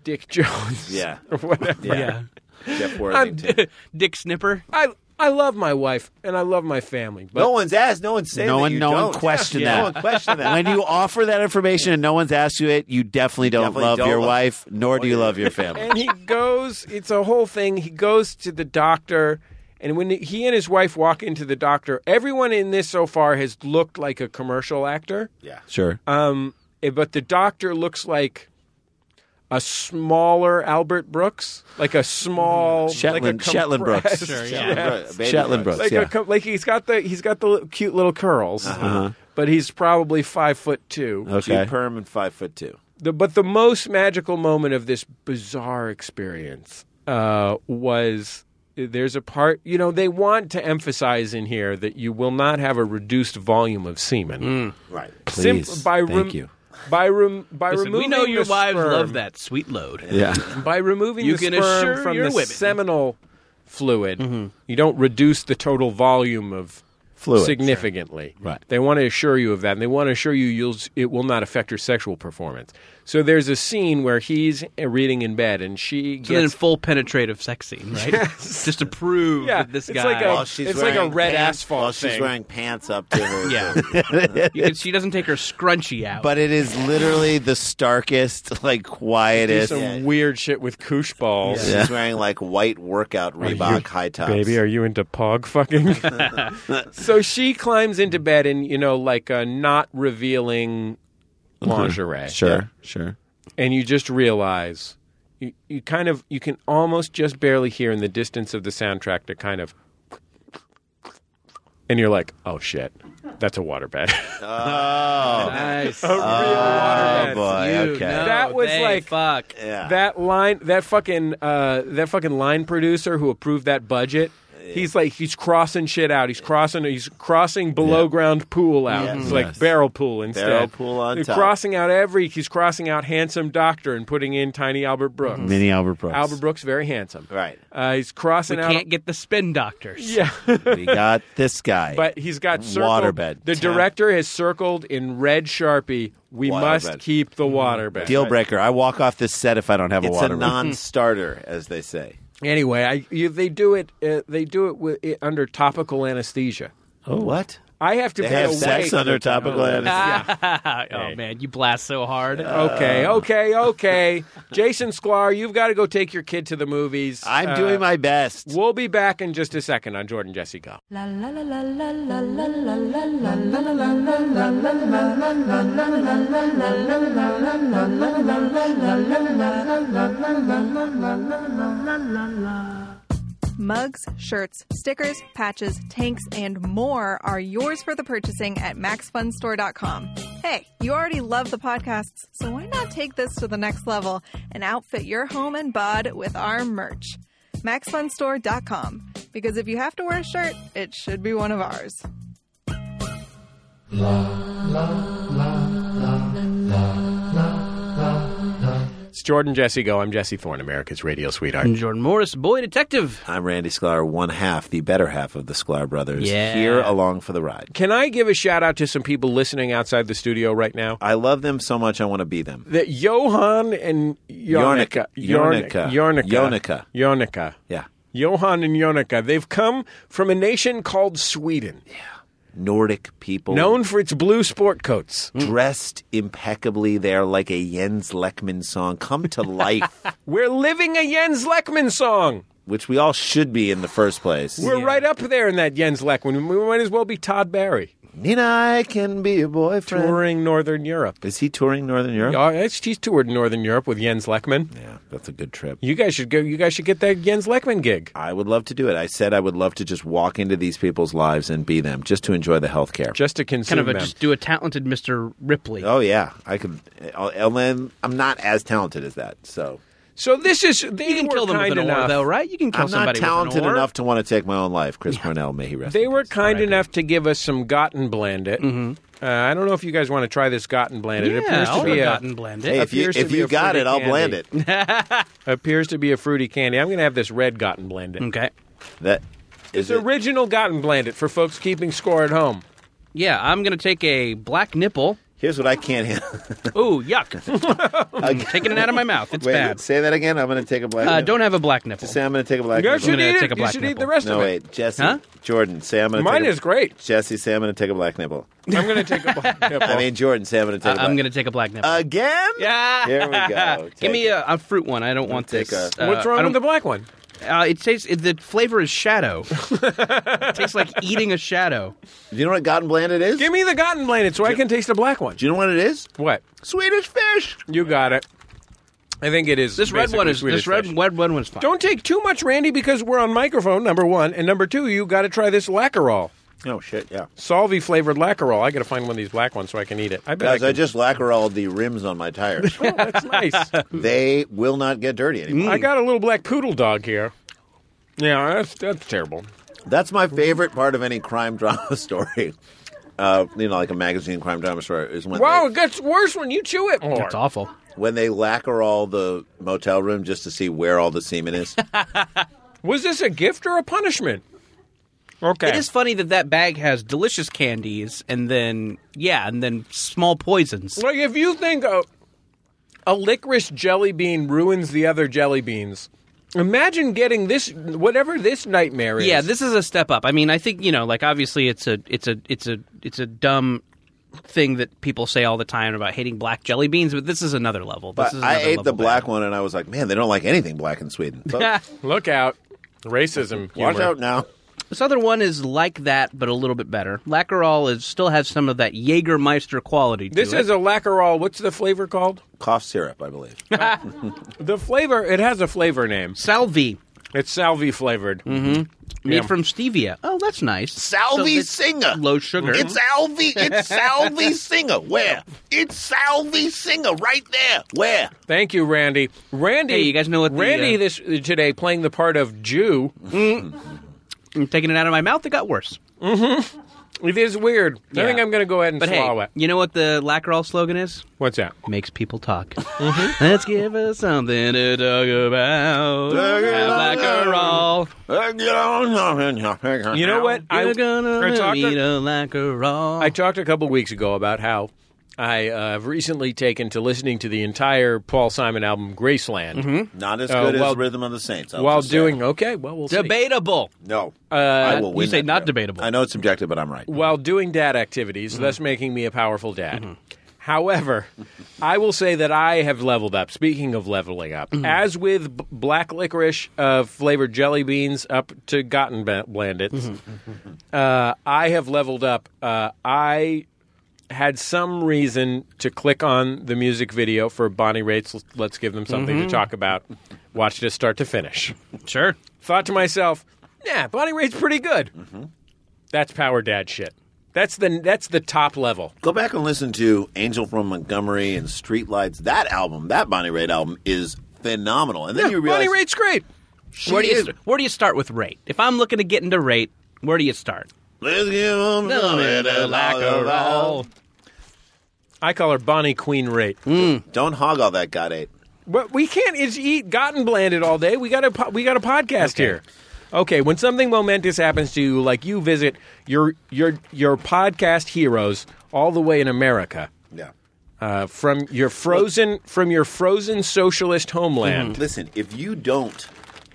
Speaker 2: Dick Jones.
Speaker 4: Yeah.
Speaker 2: or whatever.
Speaker 4: Yeah. Jeff
Speaker 2: I'm
Speaker 4: Worthington.
Speaker 2: Dick,
Speaker 3: Dick Snipper.
Speaker 2: I I love my wife and I love my family. But
Speaker 4: no one's asked. No one's saying
Speaker 5: no
Speaker 4: that
Speaker 5: one,
Speaker 4: you
Speaker 5: no
Speaker 4: don't.
Speaker 5: one questioned
Speaker 4: Yeah.
Speaker 5: that.
Speaker 4: No one questioned that.
Speaker 5: when you offer that information and no one's asked you it, you definitely don't
Speaker 4: Definitely
Speaker 5: love
Speaker 4: don't
Speaker 5: your
Speaker 4: love-
Speaker 5: wife, nor do you love your family.
Speaker 2: and he goes it's a whole thing he goes to the doctor and when he and his wife walk into the doctor everyone in this so far has looked like a commercial actor
Speaker 4: yeah.
Speaker 5: sure.
Speaker 2: um, eh, but the doctor looks like a smaller Albert Brooks, like a small
Speaker 5: Shetland-
Speaker 2: like a
Speaker 5: Shetland Brooks.
Speaker 2: compressed-
Speaker 5: Sure,
Speaker 4: Yeah.
Speaker 2: yeah.
Speaker 4: Right. Baby
Speaker 5: Shetland
Speaker 4: Brooks.
Speaker 5: Brooks,
Speaker 2: like
Speaker 5: yeah.
Speaker 2: a co- like he's got the he's got the li- cute little curls,
Speaker 5: Uh-huh.
Speaker 2: but he's probably five foot two.
Speaker 5: okay.
Speaker 4: Two perm and five foot two.
Speaker 2: The, but the most magical moment of this bizarre experience uh, was there's a part you know they want to emphasize in here that you will not have a reduced volume of semen.
Speaker 3: Mm.
Speaker 4: Right.
Speaker 2: Sim-
Speaker 5: Please.
Speaker 2: by
Speaker 5: Thank
Speaker 2: rem-
Speaker 5: you.
Speaker 2: By rem- by
Speaker 3: Listen, we
Speaker 2: removing
Speaker 3: know your
Speaker 2: the
Speaker 3: wives
Speaker 2: sperm-
Speaker 3: love that sweet load.
Speaker 5: Yeah.
Speaker 2: By removing
Speaker 3: You
Speaker 2: the
Speaker 3: can
Speaker 2: sperm
Speaker 3: assure
Speaker 2: from the
Speaker 3: your women. Mm-hmm.
Speaker 2: seminal fluid, you don't reduce the total volume of
Speaker 5: Fluid.
Speaker 2: significantly.
Speaker 5: Right.
Speaker 2: They want to assure you of that, and they want to assure you you'll, it will not affect your sexual performance. So there's a scene where he's uh, reading in bed, and she
Speaker 3: So then
Speaker 2: gets
Speaker 3: full penetrative sex scene, right? Just to prove
Speaker 2: Yeah,
Speaker 3: that this
Speaker 2: it's
Speaker 3: guy.
Speaker 2: like a-
Speaker 4: While she's
Speaker 2: It's like
Speaker 4: wearing
Speaker 2: a red
Speaker 4: pants,
Speaker 2: asphalt
Speaker 4: While she's
Speaker 2: thing.
Speaker 4: wearing pants up to her.
Speaker 3: Yeah. you can, she doesn't take her scrunchie out.
Speaker 5: But it is literally the starkest, like quietest.
Speaker 2: some weird shit with koosh balls.
Speaker 4: She's wearing like white workout Reebok high tops.
Speaker 2: Baby, are you into pog fucking? so she climbs into bed in, you know, like a not revealing
Speaker 3: Mm-hmm.
Speaker 2: lingerie.
Speaker 5: Sure, sure.
Speaker 2: and you just realize you, you kind of you can almost just barely hear in the distance of the soundtrack to kind of and you're like oh shit that's a waterbed
Speaker 3: nice.
Speaker 2: a real
Speaker 4: Oh,
Speaker 2: waterbed
Speaker 5: Oh, boy,
Speaker 3: You
Speaker 5: okay.
Speaker 3: know
Speaker 2: Oh, That was
Speaker 3: they
Speaker 2: like-
Speaker 3: fuck.
Speaker 4: Yeah.
Speaker 2: that line that fucking uh, that fucking line producer who approved that budget he's like he's crossing shit out he's crossing he's crossing below ground pool out
Speaker 4: Yes.
Speaker 2: It's like barrel pool instead
Speaker 4: Barrel pool on
Speaker 2: he's
Speaker 4: top.
Speaker 2: crossing out every he's crossing out handsome doctor and putting in tiny albert brooks
Speaker 5: Mini Albert Brooks.
Speaker 2: albert brooks very handsome
Speaker 4: Right.
Speaker 2: Uh, he's crossing
Speaker 3: We
Speaker 2: out.
Speaker 3: can't get the spin doctors.
Speaker 2: yeah,
Speaker 5: we got this guy.
Speaker 2: but he's got circled.
Speaker 5: Waterbed.
Speaker 2: The director has circled in red sharpie. We must
Speaker 4: Waterbed.
Speaker 2: keep
Speaker 3: Mm-hmm.
Speaker 2: the waterbed.
Speaker 5: Deal breaker. I walk off this set if I don't have
Speaker 4: It's
Speaker 5: a
Speaker 4: a
Speaker 5: water.
Speaker 4: non-starter, as they say.
Speaker 2: Anyway, I, you, they do it. Uh, they do it with, uh, under topical anesthesia.
Speaker 5: oh, what?
Speaker 2: I have to
Speaker 4: They
Speaker 2: be
Speaker 4: have
Speaker 2: awake.
Speaker 5: Sex under topical
Speaker 2: Oh.
Speaker 5: anesthesia.
Speaker 3: oh man, you blast so hard.
Speaker 2: okay, okay, okay. Jason Sklar, you've got to go take your kid to the movies.
Speaker 5: I'm
Speaker 2: Uh,
Speaker 5: doing my best.
Speaker 2: We'll be back in just a second on Jordan Jesse Go.
Speaker 12: Mugs, shirts, stickers, patches, tanks, and more are yours for the purchasing at maxfunstore.com. Hey, you already love the podcasts, so why not take this to the next level and outfit your home and bod with our merch? maxfunstore.com because if you have to wear a shirt, it should be one of ours.
Speaker 2: It's Jordan Jesse Go. I'm Jesse Thorne, America's radio sweetheart.
Speaker 3: And Jordan Morris, boy detective.
Speaker 4: I'm Randy Sklar, one half, the better half of the Sklar brothers.
Speaker 3: Yeah.
Speaker 4: Here along for the ride.
Speaker 2: Can I give a shout out to some people listening outside the studio right now?
Speaker 4: I love them so much I want to be them.
Speaker 2: that Johan and Jornica,
Speaker 4: Jornica.
Speaker 2: Jornica,
Speaker 4: Jornica.
Speaker 2: Jornica,
Speaker 4: Yeah.
Speaker 2: Johan and Jornica, they've come from a nation called Sweden,
Speaker 4: Nordic people.
Speaker 2: known for its blue sport coats.
Speaker 4: Hmm. dressed impeccably there like a Jens Leckman song come to life,
Speaker 2: We're living a Jens Lekman song.
Speaker 4: which we all should be in the first place.
Speaker 2: We're right up there in that Jens Lekman. We might as well be Todd Barry
Speaker 4: Nina, I can be your boyfriend.
Speaker 2: touring Northern Europe.
Speaker 4: Is he touring Northern Europe?
Speaker 2: Yeah, it's- She's toured Northern Europe with Jens Lekman.
Speaker 4: Yeah, that's a good trip.
Speaker 2: You guys should go. You guys should get that Jens Lekman gig.
Speaker 4: I would love to do it. I said I would love to just walk into these people's lives and be them, just to enjoy the health care.
Speaker 2: Just to consume
Speaker 3: Kind of a
Speaker 2: them.
Speaker 3: just do a talented Mr. Ripley.
Speaker 4: Oh yeah, I could. I'll- And then I'm not as talented as that, so
Speaker 2: so this is they
Speaker 3: you can
Speaker 2: were
Speaker 3: kill them with
Speaker 2: kind
Speaker 3: an
Speaker 2: enough.
Speaker 3: oar, though, right? You can kill
Speaker 4: I'm
Speaker 3: somebody
Speaker 4: not
Speaker 3: with
Speaker 4: talented
Speaker 3: an oar.
Speaker 4: enough to want to take my own life. Chris Cornell, may he rest.
Speaker 2: They
Speaker 4: in
Speaker 2: were
Speaker 4: peace.
Speaker 2: kind enough to give us some Gotten Blandit, Uh, I don't know if you guys want to try this Gotten Blended. it
Speaker 3: Mm-hmm. Yeah,
Speaker 2: appears
Speaker 3: I'll
Speaker 2: to be a
Speaker 3: Gotten Blend it.
Speaker 4: Hey, if you-
Speaker 2: appears to
Speaker 4: if
Speaker 2: be
Speaker 4: you
Speaker 2: a
Speaker 4: got
Speaker 2: fruity
Speaker 4: it, I'll blend
Speaker 2: candy. appears to be a fruity candy. I'm going to have this red Gotten Blended.
Speaker 3: Okay.
Speaker 4: That
Speaker 2: is original Gotten Blended for folks keeping score at home.
Speaker 3: Yeah, I'm going to take a black nipple.
Speaker 4: Here's what I can't handle.
Speaker 3: Ooh, yuck. I'm taking it out of my mouth. It's
Speaker 4: Wait,
Speaker 3: bad.
Speaker 4: Say that again. I'm going to take a black.
Speaker 3: Uh,
Speaker 4: nipple.
Speaker 3: don't have a black nipple.
Speaker 4: Say I'm going to take a black.
Speaker 3: You
Speaker 4: nipple.
Speaker 3: should I'm gonna eat it. take a You black should eat nipple. the rest
Speaker 4: no,
Speaker 3: of it.
Speaker 4: wait, Jesse,
Speaker 3: Huh?
Speaker 4: Jordan, say I'm going to.
Speaker 2: Mine
Speaker 4: take a,
Speaker 2: is great.
Speaker 4: Jesse, say I'm going to take a black nipple.
Speaker 2: I'm going to take a black nipple.
Speaker 4: I mean, Jordan, say I'm going to take. a
Speaker 3: Uh,
Speaker 4: black
Speaker 3: I'm going to take a black nipple.
Speaker 4: again.
Speaker 3: Yeah.
Speaker 4: Here we go.
Speaker 3: Give
Speaker 4: Take
Speaker 3: me a, a fruit one. I don't want
Speaker 4: Take
Speaker 3: this.
Speaker 4: a-
Speaker 2: What's wrong with the black one?
Speaker 3: Uh, it tastes. It, the flavor is shadow. it tastes like eating a shadow.
Speaker 4: Do you know what Gotten Blanded is?
Speaker 2: Give me the Gotten Blended so I can taste the black one.
Speaker 4: Do you know what it is?
Speaker 2: What?
Speaker 4: Swedish fish.
Speaker 2: You got it. I think it is.
Speaker 3: This red
Speaker 2: basically
Speaker 3: one is.
Speaker 2: Swedish
Speaker 3: This red,
Speaker 2: fish.
Speaker 3: red one was fine.
Speaker 2: Don't take too much, Randy, because we're on microphone, number one. And number two, you got to try this Lacquerol.
Speaker 4: Oh shit! Yeah,
Speaker 2: Salvi flavored Lacquerol. I got to find one of these black ones so I can eat it. I bet
Speaker 4: guys,
Speaker 2: I,
Speaker 4: I
Speaker 2: can-
Speaker 4: just lacqueroled the rims on my tires.
Speaker 2: That's nice.
Speaker 4: they will not get dirty anymore.
Speaker 2: I got a little black poodle dog here. Yeah, that's, that's terrible.
Speaker 4: That's my favorite part of any crime drama story. Uh, you know, like a magazine crime drama story is when
Speaker 2: Wow,
Speaker 4: they-
Speaker 2: it gets worse when you chew it more.
Speaker 3: That's awful.
Speaker 4: when they lacquer all the motel room just to see where all the semen is.
Speaker 2: Was this a gift or a punishment? Okay.
Speaker 3: It is funny that that bag has delicious candies and then yeah, and then small poisons.
Speaker 2: Like if you think a, a licorice jelly bean ruins the other jelly beans, imagine getting this whatever this nightmare is.
Speaker 3: Yeah, this is a step up. I mean, I think you know, like obviously, it's a it's a it's a it's a dumb thing that people say all the time about hating black jelly beans, but this is another level. This
Speaker 4: But
Speaker 3: is
Speaker 4: I
Speaker 3: another
Speaker 4: ate
Speaker 3: level
Speaker 4: the black
Speaker 3: down.
Speaker 4: one and I was like, man, they don't like anything black in Sweden. But
Speaker 2: look out, racism.
Speaker 4: watch
Speaker 2: humor.
Speaker 4: out now.
Speaker 3: This other one is like that, but a little bit better. Lacquerol is still has some of that Jägermeister quality. To
Speaker 2: This
Speaker 3: it.
Speaker 2: is a lacquerol. What's the flavor called?
Speaker 4: Cough syrup, I believe.
Speaker 2: The flavor. It has a flavor name.
Speaker 3: salvi
Speaker 2: It's salvi flavored.
Speaker 3: made
Speaker 2: Yeah.
Speaker 3: from stevia. Oh, that's nice.
Speaker 4: Salvi
Speaker 3: So
Speaker 4: Singer.
Speaker 3: it's low sugar.
Speaker 4: It's Alvi. It's Salvi Singer. Where? It's Salvi Singer right there. Where?
Speaker 2: Thank you, Randy. Randy,
Speaker 3: Hey, you guys know what the,
Speaker 2: Randy
Speaker 3: uh,
Speaker 2: this today playing the part of Jew.
Speaker 3: I'm taking it out of my mouth. It got worse.
Speaker 2: It is weird. I
Speaker 3: Yeah.
Speaker 2: think I'm going to go ahead and
Speaker 3: But
Speaker 2: swallow
Speaker 3: hey,
Speaker 2: it.
Speaker 3: you know what the Lacquerol slogan is?
Speaker 2: What's that?
Speaker 3: makes people talk. Let's give us something to talk about. Have Lacquerol.
Speaker 4: uh,
Speaker 2: You
Speaker 3: Uh,
Speaker 4: You
Speaker 2: know what?
Speaker 3: You're
Speaker 2: I
Speaker 3: gonna
Speaker 2: talked to-
Speaker 3: need a Lacquerol.
Speaker 2: I talked a couple weeks ago about how I uh, have recently taken to listening to the entire Paul Simon album Graceland
Speaker 3: Mm-hmm.
Speaker 4: Not as
Speaker 2: Uh,
Speaker 4: good
Speaker 2: while-
Speaker 4: as Rhythm of the Saints. I
Speaker 2: while
Speaker 4: was just saying.
Speaker 2: doing okay. Well, we'll see.
Speaker 3: Debatable.
Speaker 4: No. I will
Speaker 3: you
Speaker 4: win
Speaker 3: say
Speaker 4: that
Speaker 3: not
Speaker 4: round.
Speaker 3: debatable.
Speaker 4: I know it's subjective, but I'm right.
Speaker 2: While doing dad activities, thus making me a powerful dad. However, I will say that I have leveled up. Speaking of leveling up, as with b- black licorice uh, flavored jelly beans up to gotten ba- blandits, uh, I have leveled up. Uh, I had some reason to click on the music video for Bonnie Raitt's Let's Give Them Something to Talk About. Watched it start to finish.
Speaker 3: Sure.
Speaker 2: Thought to myself, yeah, Bonnie Raitt's pretty good.
Speaker 4: Mm-hmm.
Speaker 2: That's power dad shit. That's the that's the top level.
Speaker 4: Go back and listen to Angel from Montgomery and Streetlights. That album, that Bonnie Raitt album, is phenomenal. And then you realize
Speaker 2: Bonnie Raitt's great.
Speaker 4: she
Speaker 3: Where do, you
Speaker 4: is.
Speaker 3: st- where do you start with rate? If I'm looking to get into rate, where do you start?
Speaker 4: Let's give 'em a little Lacquerol.
Speaker 2: I call her Bonnie Queen Raitt.
Speaker 4: Don't hog all that, God eight.
Speaker 2: But we can't is- eat gotten blanded all day. We got a po- we got a podcast here. Okay, when something momentous happens to you, like you visit your your your podcast heroes all the way in America,
Speaker 4: Yeah.
Speaker 2: uh, from your frozen from your frozen socialist homeland.
Speaker 4: Listen, if you don't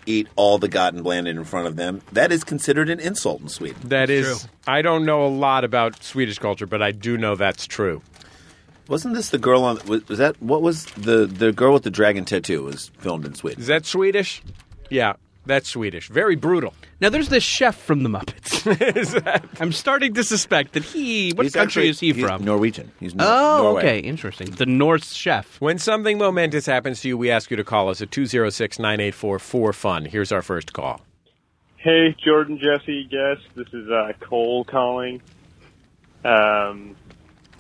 Speaker 4: eat all the gotten blanded in front of them, that is considered an insult in Sweden.
Speaker 2: That is, I don't know a lot about Swedish culture, but I do know that's true.
Speaker 4: Wasn't this the girl on? Was, was that what was the the girl with the dragon tattoo was filmed in Sweden?
Speaker 2: Is that Swedish? Yeah, that's Swedish. Very brutal.
Speaker 3: Now, there's this chef from the Muppets.
Speaker 2: Is that-
Speaker 3: I'm starting to suspect that he. What
Speaker 4: He's
Speaker 3: country
Speaker 4: actually-
Speaker 3: is he
Speaker 4: he's
Speaker 3: from?
Speaker 4: Norwegian. He's Nor-
Speaker 3: oh,
Speaker 4: Norway.
Speaker 3: okay. Interesting. The Norse chef.
Speaker 2: When something momentous happens to you, we ask you to call us at 206 984 4FUN. Here's our first call.
Speaker 11: Hey, Jordan, Jesse, Guess. This is uh, Cole calling. Um,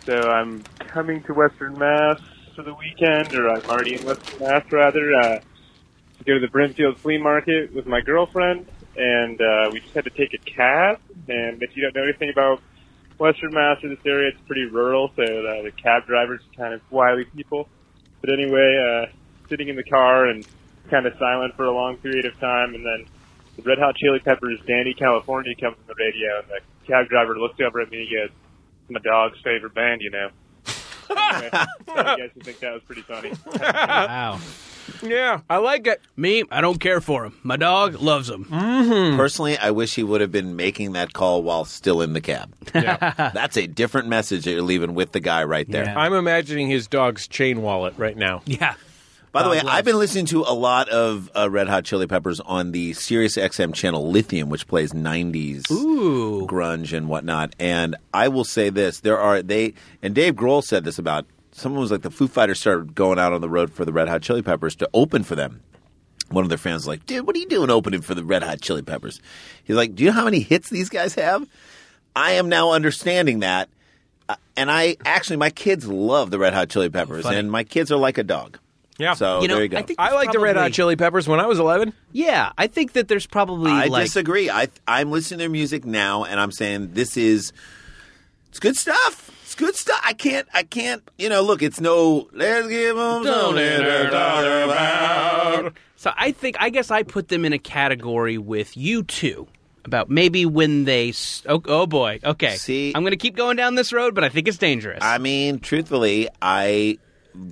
Speaker 11: so I'm coming to Western Mass for the weekend, or I'm already in Western Mass, rather, uh, to go to the Brimfield Flea Market with my girlfriend, and uh, we just had to take a cab. And if you don't know anything about Western Mass in this area, it's pretty rural, so uh, the, the cab drivers are kind of wily people. But anyway, uh, sitting in the car and kind of silent for a long period of time, and then the Red Hot Chili Peppers' "Danny California" comes on the radio, and the cab driver looks over at me and goes, "My dog's favorite band, you know." anyway, I guess you think that was pretty funny.
Speaker 4: Uh,
Speaker 3: Wow.
Speaker 2: Yeah, I like it.
Speaker 3: Me, I don't care for him. My dog loves him.
Speaker 4: Hmm? Personally, I wish he would have been making that call while still in the cab. That's a different message that you're leaving with the guy right there.
Speaker 2: I'm imagining his dog's chain wallet right now.
Speaker 3: Yeah.
Speaker 4: By the way, I've been listening to a lot of uh, Red Hot Chili Peppers on the Sirius XM channel Lithium, which plays '90s grunge and whatnot. And I will say this: there are they and Dave Grohl said this about someone was like the Foo Fighters started going out on the road for the Red Hot Chili Peppers to open for them. One of their fans was like, "Dude, what are you doing opening for the Red Hot Chili Peppers?" He's like, "Do you know how many hits these guys have?" I am now understanding that, uh, and I actually my kids love the Red Hot Chili Peppers,
Speaker 2: Funny.
Speaker 4: and my kids are like a dog.
Speaker 2: Yeah.
Speaker 4: So there you go.
Speaker 2: I, like the Red Hot Chili Peppers when I was 11.
Speaker 3: Yeah, I think that there's probably
Speaker 4: I
Speaker 3: like
Speaker 4: disagree. I I'm listening to their music now, and I'm saying this is it's good stuff. It's good stuff. I can't. I can't. You know, look. It's no. Let's give them something to talk about.
Speaker 3: So I think I guess I put them in a category with you two about maybe when they s- oh, oh boy okay see I'm gonna keep going down this road but I think it's dangerous
Speaker 4: I mean, truthfully, I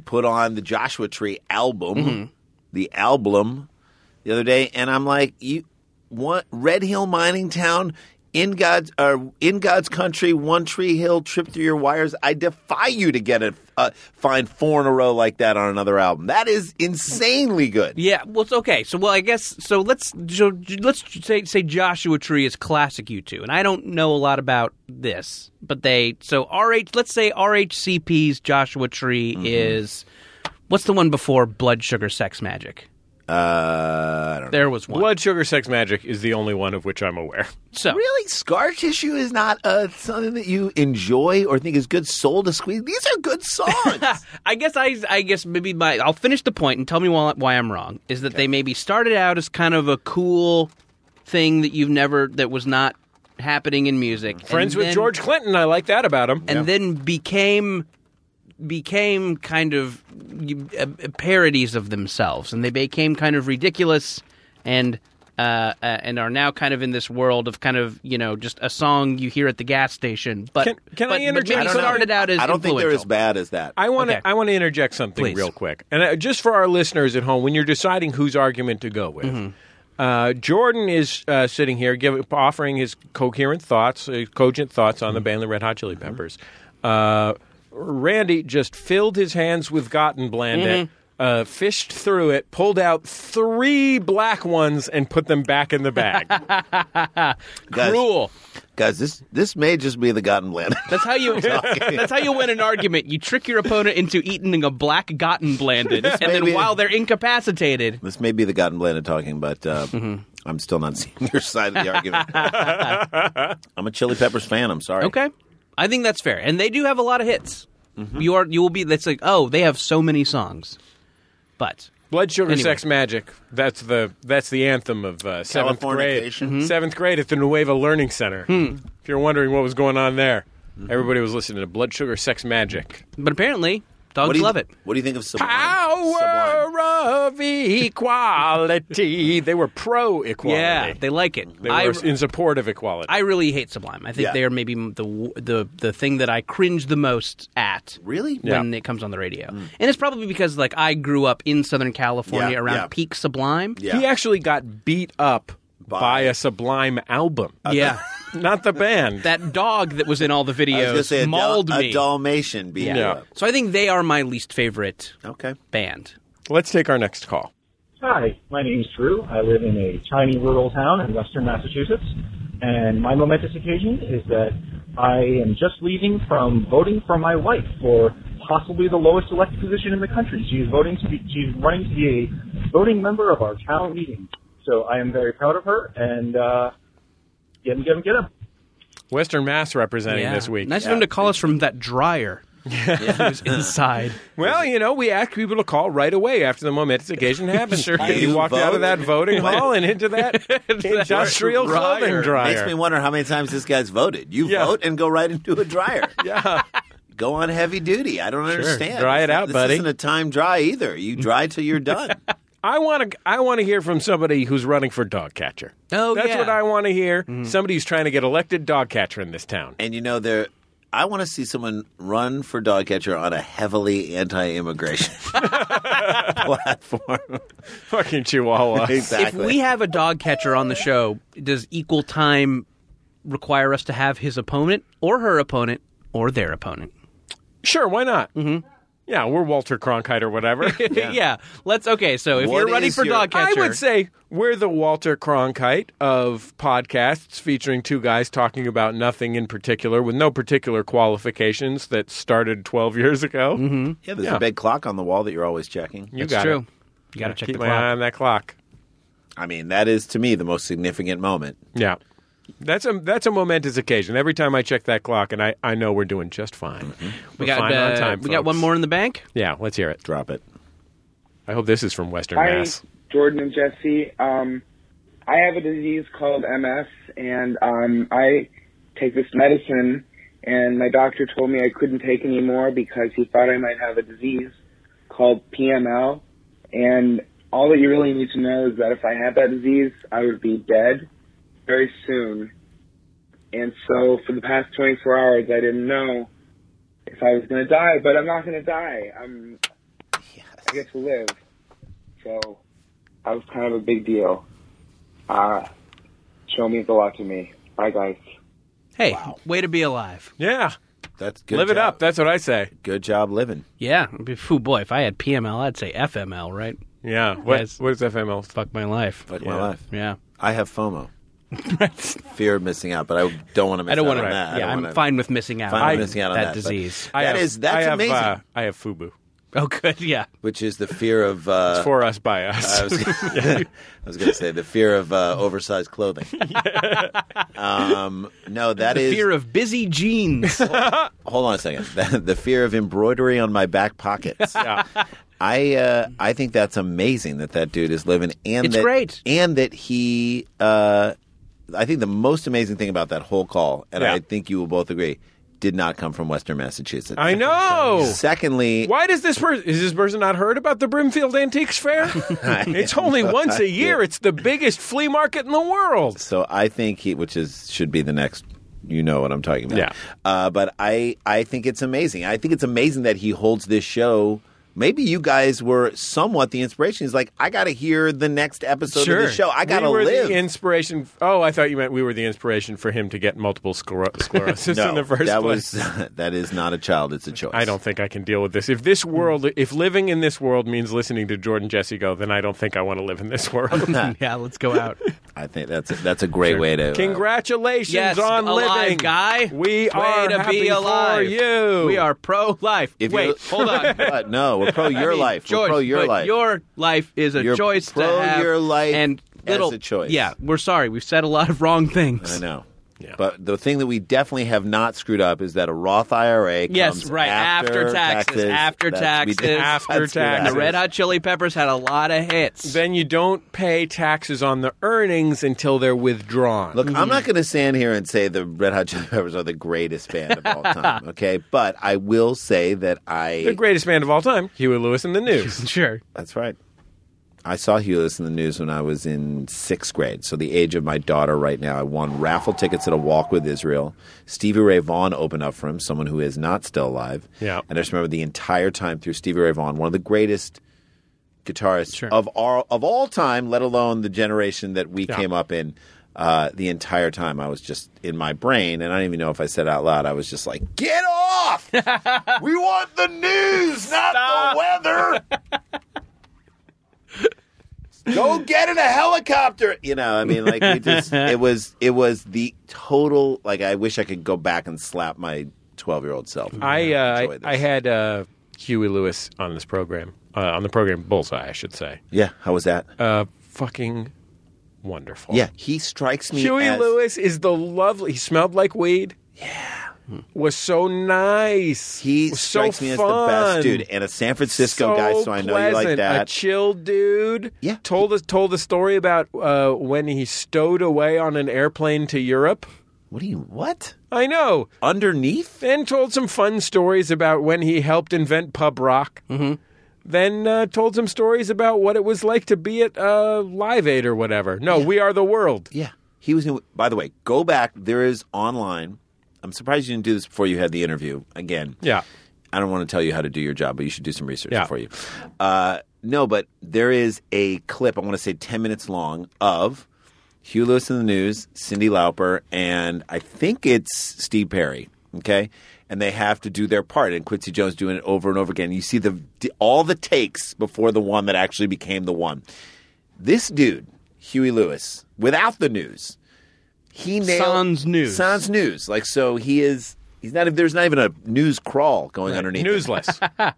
Speaker 4: put on the Joshua Tree album,
Speaker 3: Mhm.
Speaker 4: the album, the other day, and I'm like, you what? Red Hill Mining Town. In God's uh, in God's country, One Tree Hill, Trip Through Your Wires. I defy you to get a uh, find four in a row like that on another album. That is insanely good.
Speaker 3: yeah well it's okay so well I guess so let's so, j- let's say say Joshua Tree is classic you two and I don't know a lot about this but they so RH let's say RHCP's Joshua Tree
Speaker 2: Mm-hmm.
Speaker 3: is what's the one before Blood Sugar Sex Magic
Speaker 4: uh I don't
Speaker 3: there was one
Speaker 2: Blood Sugar Sex Magic is the only one of which I'm aware.
Speaker 3: So
Speaker 4: really, scar tissue is not uh, something that you enjoy or think is good soul to squeeze. These are good songs.
Speaker 3: I guess I, I guess maybe my I'll finish the point and tell me why, why I'm wrong is that they maybe started out as kind of a cool thing that you've never that was not happening in music.
Speaker 2: Friends
Speaker 3: And
Speaker 2: with
Speaker 3: then-
Speaker 2: George Clinton. I like that about him.
Speaker 3: and then became became kind of you- uh, parodies of themselves, and they became kind of ridiculous, and uh, uh, and are now kind of in this world of kind of you know just a song you hear at the gas station. But
Speaker 2: Can- can I
Speaker 3: but, but
Speaker 2: interject
Speaker 3: maybe
Speaker 2: something?
Speaker 3: started out as
Speaker 2: I don't think they're
Speaker 3: influential.
Speaker 2: as
Speaker 4: bad as that.
Speaker 2: I want to
Speaker 3: Okay.
Speaker 2: I want to interject something
Speaker 3: Please.
Speaker 2: real quick, and uh, just for our listeners at home, when you're deciding whose argument to go with,
Speaker 3: Mm-hmm.
Speaker 2: uh, Jordan is uh, sitting here giving offering his coherent thoughts, uh, cogent thoughts
Speaker 3: Mm-hmm.
Speaker 2: on the band the Red Hot Chili Peppers. Uh, Randy just filled his hands with Gottenblandet.
Speaker 3: Mhm.
Speaker 2: Uh, fished through it, pulled out three black ones, and put them back in the bag.
Speaker 4: Guys-
Speaker 3: Cruel.
Speaker 4: Guys, this this may just be the Gotten Bland.
Speaker 3: That's how you.
Speaker 4: Talking.
Speaker 3: that's how you win an argument. You trick your opponent into eating a black gotten blanded,
Speaker 4: This
Speaker 3: and
Speaker 4: may
Speaker 3: then
Speaker 4: be-
Speaker 3: while they're incapacitated,
Speaker 4: this may be the Gotten Bland talking, but uh,
Speaker 3: Mm-hmm.
Speaker 4: I'm still not seeing your side of the argument. I'm a Chili Peppers fan. I'm sorry.
Speaker 3: okay, I think that's fair. And they do have a lot of hits. You are you will be. That's like oh, they have so many songs, but
Speaker 2: Blood Sugar
Speaker 3: Anyway.
Speaker 2: Sex Magic. That's the that's the anthem of uh, seventh grade.
Speaker 4: Californication.
Speaker 2: Seventh grade at the Nueva Learning Center. If you're wondering what was going on there, everybody was listening to Blood Sugar Sex Magic.
Speaker 3: but apparently
Speaker 4: What
Speaker 3: dogs
Speaker 4: do you-
Speaker 3: love it.
Speaker 4: What do you think of Sublime?
Speaker 2: Power of equality. they were pro equality.
Speaker 3: Yeah, they like it.
Speaker 2: They were
Speaker 3: I,
Speaker 2: in support of equality.
Speaker 3: I really hate Sublime. I think
Speaker 2: Yeah.
Speaker 3: they are maybe the the the thing that I cringe the most at.
Speaker 4: Really,
Speaker 3: when
Speaker 2: Yeah.
Speaker 3: it comes on the radio, and it's probably because like I grew up in Southern California
Speaker 2: Yeah,
Speaker 3: around
Speaker 2: yeah.
Speaker 3: peak Sublime.
Speaker 2: He actually got beat up by, a Sublime album.
Speaker 3: yeah.
Speaker 2: Not the band.
Speaker 3: That dog that was in all the
Speaker 4: I was
Speaker 3: videos
Speaker 4: gonna say a, Dal-
Speaker 3: mauled
Speaker 4: a
Speaker 3: me.
Speaker 4: Dalmatian beat you up.
Speaker 3: So I think they are my least favorite
Speaker 4: okay.
Speaker 3: band.
Speaker 2: Let's take our next call.
Speaker 13: Hi, my name's Drew. I live in a tiny rural town in western Massachusetts, and my momentous occasion is that I am just leaving from voting for my wife for possibly the lowest elected position in the country. She's voting to be, she's running to be a voting member of our town meeting. So I am very proud of her, and uh, get him, get him, get him.
Speaker 2: Western Mass representing
Speaker 3: Yeah.
Speaker 2: this week.
Speaker 3: Nice of them to call us from that dryer. He was inside.
Speaker 2: Well, you know, we asked people to call right away after the momentous occasion happened.
Speaker 3: Sure.
Speaker 2: he
Speaker 3: You
Speaker 2: walked out of that voting
Speaker 4: voted.
Speaker 2: hall and into that industrial clothing dryer.
Speaker 4: Makes me wonder how many times this guy's voted. You vote and go right into a dryer.
Speaker 2: yeah.
Speaker 4: Go on heavy duty. I don't
Speaker 2: Sure.
Speaker 4: understand.
Speaker 2: Dry it
Speaker 4: This-
Speaker 2: out,
Speaker 4: this
Speaker 2: buddy.
Speaker 4: isn't a time dry either. You dry till you're done.
Speaker 2: I want to. I want to hear from somebody who's running for dog catcher.
Speaker 4: Oh,
Speaker 2: that's
Speaker 4: yeah. Mm-hmm.
Speaker 2: what I want to hear. Somebody who's trying to get elected dog catcher in this town.
Speaker 4: And you know, there, I want to see someone run for dog catcher on a heavily anti-immigration platform.
Speaker 2: Fucking Chihuahua.
Speaker 4: exactly.
Speaker 3: If we have a dog catcher on the show, does equal time require us to have his opponent or her opponent or their opponent?
Speaker 2: Sure, why not? Mm-hmm. Yeah, we're Walter Cronkite or whatever.
Speaker 3: Yeah. Let's okay, so if
Speaker 2: What
Speaker 3: you're running
Speaker 2: is
Speaker 3: for
Speaker 2: your-
Speaker 3: dog catcher,
Speaker 2: I would say we're the Walter Cronkite of podcasts featuring two guys talking about nothing in particular with no particular qualifications that started 12 years ago. Mm-hmm.
Speaker 4: Yeah, there's a big clock on the wall that you're always checking.
Speaker 2: You That's got true. it. You gotta check
Speaker 4: Keep
Speaker 2: the
Speaker 4: my
Speaker 2: clock.
Speaker 4: eye
Speaker 2: on that clock.
Speaker 4: I mean, that is to me the most significant moment.
Speaker 2: Yeah. That's a that's a momentous occasion. Every time I check that clock and I, I know we're doing just fine.
Speaker 3: we
Speaker 2: We're
Speaker 3: got
Speaker 2: fine on
Speaker 3: uh,
Speaker 2: time.
Speaker 3: we got one
Speaker 2: folks.
Speaker 3: more in the bank.
Speaker 2: Yeah, let's hear it.
Speaker 4: Drop it.
Speaker 2: I hope this is from Western
Speaker 14: Hi,
Speaker 2: Mass.
Speaker 14: Jordan and Jesse. Um, I have a disease called MS, and um, I take this medicine. And my doctor told me I couldn't take any more because he thought I might have a disease called PML. And all that you really need to know is that if I had that disease, I would be dead very soon. And so for the past 24 hours, I didn't know if I was going to die, but I'm not going to die. I'm, I get to live. So that was kind of a big deal. Uh, show means a lot to me. Bye, guys.
Speaker 3: Hey, way to be alive.
Speaker 2: Yeah.
Speaker 4: That's
Speaker 3: good Live it job.
Speaker 2: up. That's what I say.
Speaker 4: Good job living.
Speaker 3: Yeah. Phew, boy, if I had PML, I'd say FML, right?
Speaker 2: Yeah. What- what is FML?
Speaker 3: Fuck my life.
Speaker 4: Fuck my life.
Speaker 3: Yeah.
Speaker 4: I have FOMO. Fear of missing out, but I don't want to miss
Speaker 3: I don't
Speaker 4: out
Speaker 3: wanna-
Speaker 4: on that. I
Speaker 3: yeah,
Speaker 4: don't
Speaker 3: I'm
Speaker 4: wanna-
Speaker 3: fine with missing out
Speaker 4: Fine
Speaker 3: on
Speaker 4: with missing out on
Speaker 3: that
Speaker 4: that, but
Speaker 3: disease.
Speaker 2: I
Speaker 4: that
Speaker 2: have-
Speaker 4: is- that's
Speaker 2: I have,
Speaker 4: amazing.
Speaker 2: uh, I have FUBU.
Speaker 3: Oh, good. Yeah.
Speaker 4: Which is the fear of uh,
Speaker 2: It's for us by us.
Speaker 3: Uh,
Speaker 4: I was, I was going to say the fear of uh, oversized clothing. um, no, that
Speaker 3: the
Speaker 4: is
Speaker 3: fear of busy jeans.
Speaker 4: hold on a second. The, the fear of embroidery on my back pockets. I uh, I think that's amazing that that dude is living and
Speaker 3: It's
Speaker 4: that,
Speaker 3: great.
Speaker 4: and that he. Uh, I think the most amazing thing about that whole call, and
Speaker 2: Yeah.
Speaker 4: I think you will both agree, did not come from Western Massachusetts.
Speaker 2: I know.
Speaker 4: Secondly,
Speaker 2: Why does this person is this person not heard about the Brimfield Antiques Fair? it's only once a year. It's the biggest flea market in the world.
Speaker 4: So I think he, which is should be the next. You know what I'm talking about. Yeah. Uh, but I, I think it's amazing. I think it's amazing that he holds this show. Maybe you guys were somewhat the inspiration. He's like, I got to hear the next episode of the show. I got to
Speaker 2: we were
Speaker 4: live.
Speaker 2: The inspiration. Oh, I thought you meant we were the inspiration for him to get multiple scler- sclerosis
Speaker 4: no,
Speaker 2: in the first
Speaker 4: that
Speaker 2: place.
Speaker 4: was that is not a child. It's a choice.
Speaker 2: I don't think I can deal with this. If this world, if living in this world means listening to Jordan Jesse go, then I don't think I want to live in this world.
Speaker 3: yeah, let's go out.
Speaker 4: I think that's a, that's a great way to.
Speaker 2: Congratulations
Speaker 3: Yes,
Speaker 2: on
Speaker 3: alive
Speaker 2: living,
Speaker 3: guy.
Speaker 2: We
Speaker 3: Way
Speaker 2: are
Speaker 3: to
Speaker 2: happy
Speaker 3: be alive.
Speaker 2: for you.
Speaker 3: We are pro life.
Speaker 4: If you-
Speaker 3: Wait, hold on.
Speaker 4: What? No, we're pro your
Speaker 3: I mean,
Speaker 4: life.
Speaker 3: Choice,
Speaker 4: we're pro your
Speaker 3: but
Speaker 4: life.
Speaker 3: Your life is a
Speaker 4: You're
Speaker 3: choice
Speaker 4: pro
Speaker 3: to have.
Speaker 4: your life
Speaker 3: and
Speaker 4: as
Speaker 3: little,
Speaker 4: a choice.
Speaker 3: Yeah, we're sorry. We've said a lot of wrong things.
Speaker 4: I know. But the thing that we definitely have not screwed up is that a Roth IRA comes
Speaker 3: Yes, right. After, taxes, after
Speaker 4: That's- we
Speaker 3: taxes,
Speaker 4: did not screw that
Speaker 3: And The
Speaker 4: up.
Speaker 3: Red Hot Chili Peppers had a lot of hits.
Speaker 2: Then you don't pay taxes on the earnings until they're withdrawn.
Speaker 4: Look, I'm not going to stand here and say the Red Hot Chili Peppers are the greatest band of all time, okay? But I will say that
Speaker 2: the
Speaker 4: I
Speaker 2: greatest band of all time, Huey Lewis and the News.
Speaker 3: sure.
Speaker 4: That's right. I saw Huey Lewis in the news when I was in sixth grade, so the age of my daughter right now. I won raffle tickets at a Walk with Israel. Stevie Ray Vaughan opened up for him, someone who is not still alive.
Speaker 2: Yeah.
Speaker 4: and I just remember the entire time through Stevie Ray Vaughan, one of the greatest guitarists of all of all time, let alone the generation that we came up in. Uh, the entire time I was just in my brain, and I don't even know if I said it out loud. I was just like, "Get off! we want the news, not the weather." go get in a helicopter you know i mean like we just it was it was the total like i wish i could go back and slap my 12 year old self
Speaker 2: I uh,
Speaker 4: Enjoy this.
Speaker 2: I, I had uh, Huey Lewis on this program, uh, on the program Bullseye, I should say.
Speaker 4: yeah how was that
Speaker 2: Uh, fucking wonderful.
Speaker 4: yeah he strikes me
Speaker 2: Huey
Speaker 4: as
Speaker 2: Lewis is the lovely. He smelled like weed. Yeah. was so nice.
Speaker 4: Hmm. He
Speaker 2: was
Speaker 4: strikes
Speaker 2: so
Speaker 4: me as the
Speaker 2: fun.
Speaker 4: best dude and a San Francisco
Speaker 2: so
Speaker 4: guy, so I know you like
Speaker 2: pleasant,
Speaker 4: that.
Speaker 2: A chill dude. Yeah. Told us told a story about uh, when he stowed away on an airplane to Europe.
Speaker 4: What do you what?
Speaker 2: I know.
Speaker 4: Underneath?
Speaker 2: Then told some fun stories about when he helped invent pub rock. Mm-hmm. Then uh, told some stories about what it was like to be at uh, Live Aid or whatever. No, we are the world.
Speaker 4: Yeah. He was. In, by the way, go back. There is online. I'm surprised you didn't do this before you had the interview. Again,
Speaker 2: Yeah.
Speaker 4: I don't want to tell you how to do your job, but you should do some research for you. Uh, no, but there is a clip. I want to say 10 minutes long of Hugh Lewis in the News, Cindy Lauper, and I think it's Steve Perry. Okay, and they have to do their part, and Quincy Jones doing it over and over again. You see the all the takes before the one that actually became the one. This dude, Huey Lewis, without the news, he nailed
Speaker 3: Sans news.
Speaker 4: Sans news. Like so, he is. He's not. There's not even a news crawl going underneath. him.
Speaker 2: Newsless.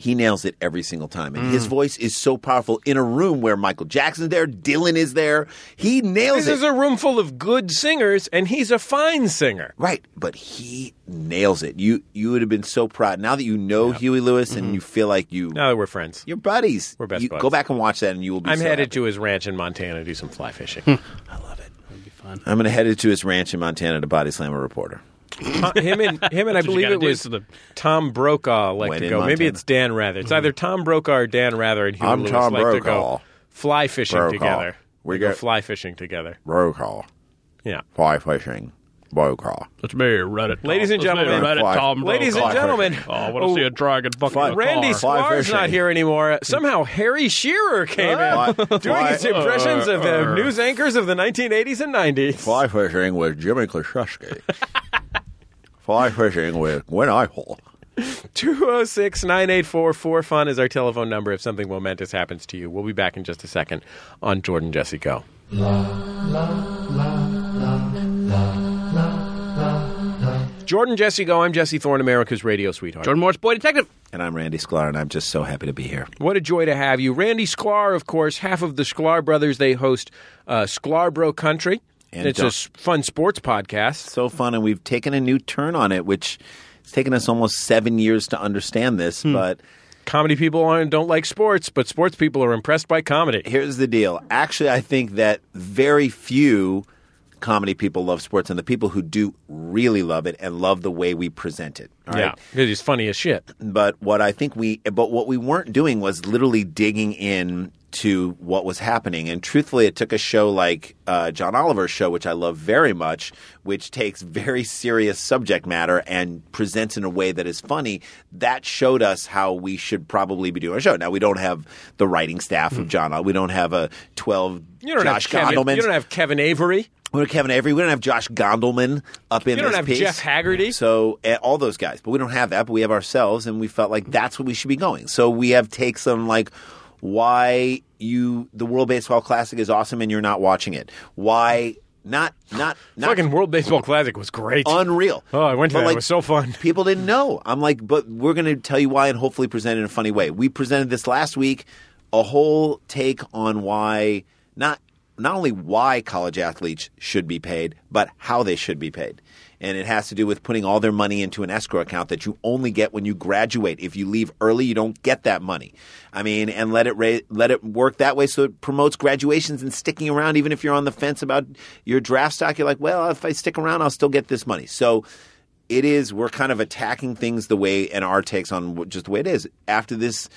Speaker 4: he nails it every single time, and
Speaker 2: Mm.
Speaker 4: his voice is so powerful in a room where Michael Jackson's there, Dylan is there. He nails
Speaker 2: This
Speaker 4: it.
Speaker 2: is a room full of good singers, and he's a fine singer.
Speaker 4: Right, but he nails it. You you would have been so proud. Now that you know Huey Lewis and you feel like you
Speaker 2: now that we're friends,
Speaker 4: you're buddies.
Speaker 2: Mm-hmm. We're best
Speaker 4: You
Speaker 2: buds.
Speaker 4: Go back and watch that, and you will be.
Speaker 2: I'm
Speaker 4: so
Speaker 2: headed
Speaker 4: happy.
Speaker 2: to his ranch in Montana to do some fly fishing. I love it. It'll
Speaker 3: be fun.
Speaker 4: I'm going to head to his ranch in Montana to body slam a reporter.
Speaker 2: Uh, him and him and I
Speaker 3: That's what you
Speaker 2: believe
Speaker 3: gotta
Speaker 2: it
Speaker 3: do
Speaker 2: was
Speaker 3: for the-
Speaker 2: Tom Brokaw like
Speaker 4: When
Speaker 2: to
Speaker 4: in
Speaker 2: go. Maybe
Speaker 4: Montana.
Speaker 2: it's Dan Rather.
Speaker 3: Mm-hmm.
Speaker 2: It's either Tom Brokaw or Dan Rather, and Hugh
Speaker 4: I'm
Speaker 2: Lewis
Speaker 4: Tom
Speaker 2: like to
Speaker 4: Brokaw.
Speaker 2: go fly fishing
Speaker 4: Brokaw.
Speaker 2: together.
Speaker 4: We
Speaker 2: They go
Speaker 4: got-
Speaker 2: fly fishing together.
Speaker 4: Road call.
Speaker 2: Yeah.
Speaker 4: Fly fishing. Bow call.
Speaker 3: Let's marry a Reddit.
Speaker 2: Ladies and gentlemen, ladies and gentlemen, oh,
Speaker 3: dragon
Speaker 2: Fly- Randy Squar's not here anymore. Somehow Harry Shearer came in doing his impressions of the news anchors of the 1980s and 90s.
Speaker 4: Fly fishing with Jimmy Klashevsky. Fly fishing with Gwen Eichel.
Speaker 2: 206 984 4FUN is our telephone number if something momentous happens to you. We'll be back in just a second on Jordan Jesse Go. Jordan Jesse Go, I'm Jesse Thorne, America's radio sweetheart.
Speaker 3: Jordan Morris, boy detective.
Speaker 4: And I'm Randy Sklar, and I'm just so happy to be here.
Speaker 2: What a joy to have you. Randy Sklar, of course, half of the Sklar brothers, they host uh, Sklar Bro Country.
Speaker 4: And
Speaker 2: it's a
Speaker 4: don't-
Speaker 2: s- fun sports podcast.
Speaker 4: So fun, and we've taken a new turn on it, which it's taken us almost seven years to understand this, but.
Speaker 2: Comedy people aren't, don't like sports, but sports people are impressed by comedy.
Speaker 4: Here's the deal. Actually, I think that very few comedy people love sports, and the people who do really love it and love the way we present it. all right?
Speaker 2: Yeah, it is funny as shit.
Speaker 4: But what I think we, but what we weren't doing was literally digging in to what was happening. And truthfully, it took a show like uh, John Oliver's show, which I love very much, which takes very serious subject matter and presents in a way that is funny. That showed us how we should probably be doing our show. Now we don't have the writing staff of John. Oliver. We don't have a twelve
Speaker 2: Hmm. You don't,
Speaker 4: Josh
Speaker 2: have Kevin,
Speaker 4: Gondelmans.
Speaker 2: you don't have Kevin Avery.
Speaker 4: We don't have Kevin Avery. We don't have Josh Gondelman up in
Speaker 2: You don't
Speaker 4: this
Speaker 2: have
Speaker 4: piece.
Speaker 2: Jeff Haggerty.
Speaker 4: So eh, all those guys, but we don't have that. But we have ourselves, and we felt like that's what we should be going. So we have takes on like why you the World Baseball Classic is awesome, and you're not watching it. Why not? Not not
Speaker 2: Fucking World Baseball Classic was great.
Speaker 4: Unreal.
Speaker 2: Oh, I went to
Speaker 4: But,
Speaker 2: that.
Speaker 4: like,
Speaker 2: it was so fun.
Speaker 4: People didn't know. I'm like, but we're going to tell you why and hopefully present it in a funny way. We presented this last week a whole take on why not not only why college athletes should be paid, but how they should be paid. And it has to do with putting all their money into an escrow account that you only get when you graduate. If you leave early, you don't get that money. I mean, and let it ra- let it work that way so it promotes graduations and sticking around. Even if you're on the fence about your draft stock, you're like, well, if I stick around, I'll still get this money. So it is we're kind of attacking things the way and our takes on what- just the way it is after this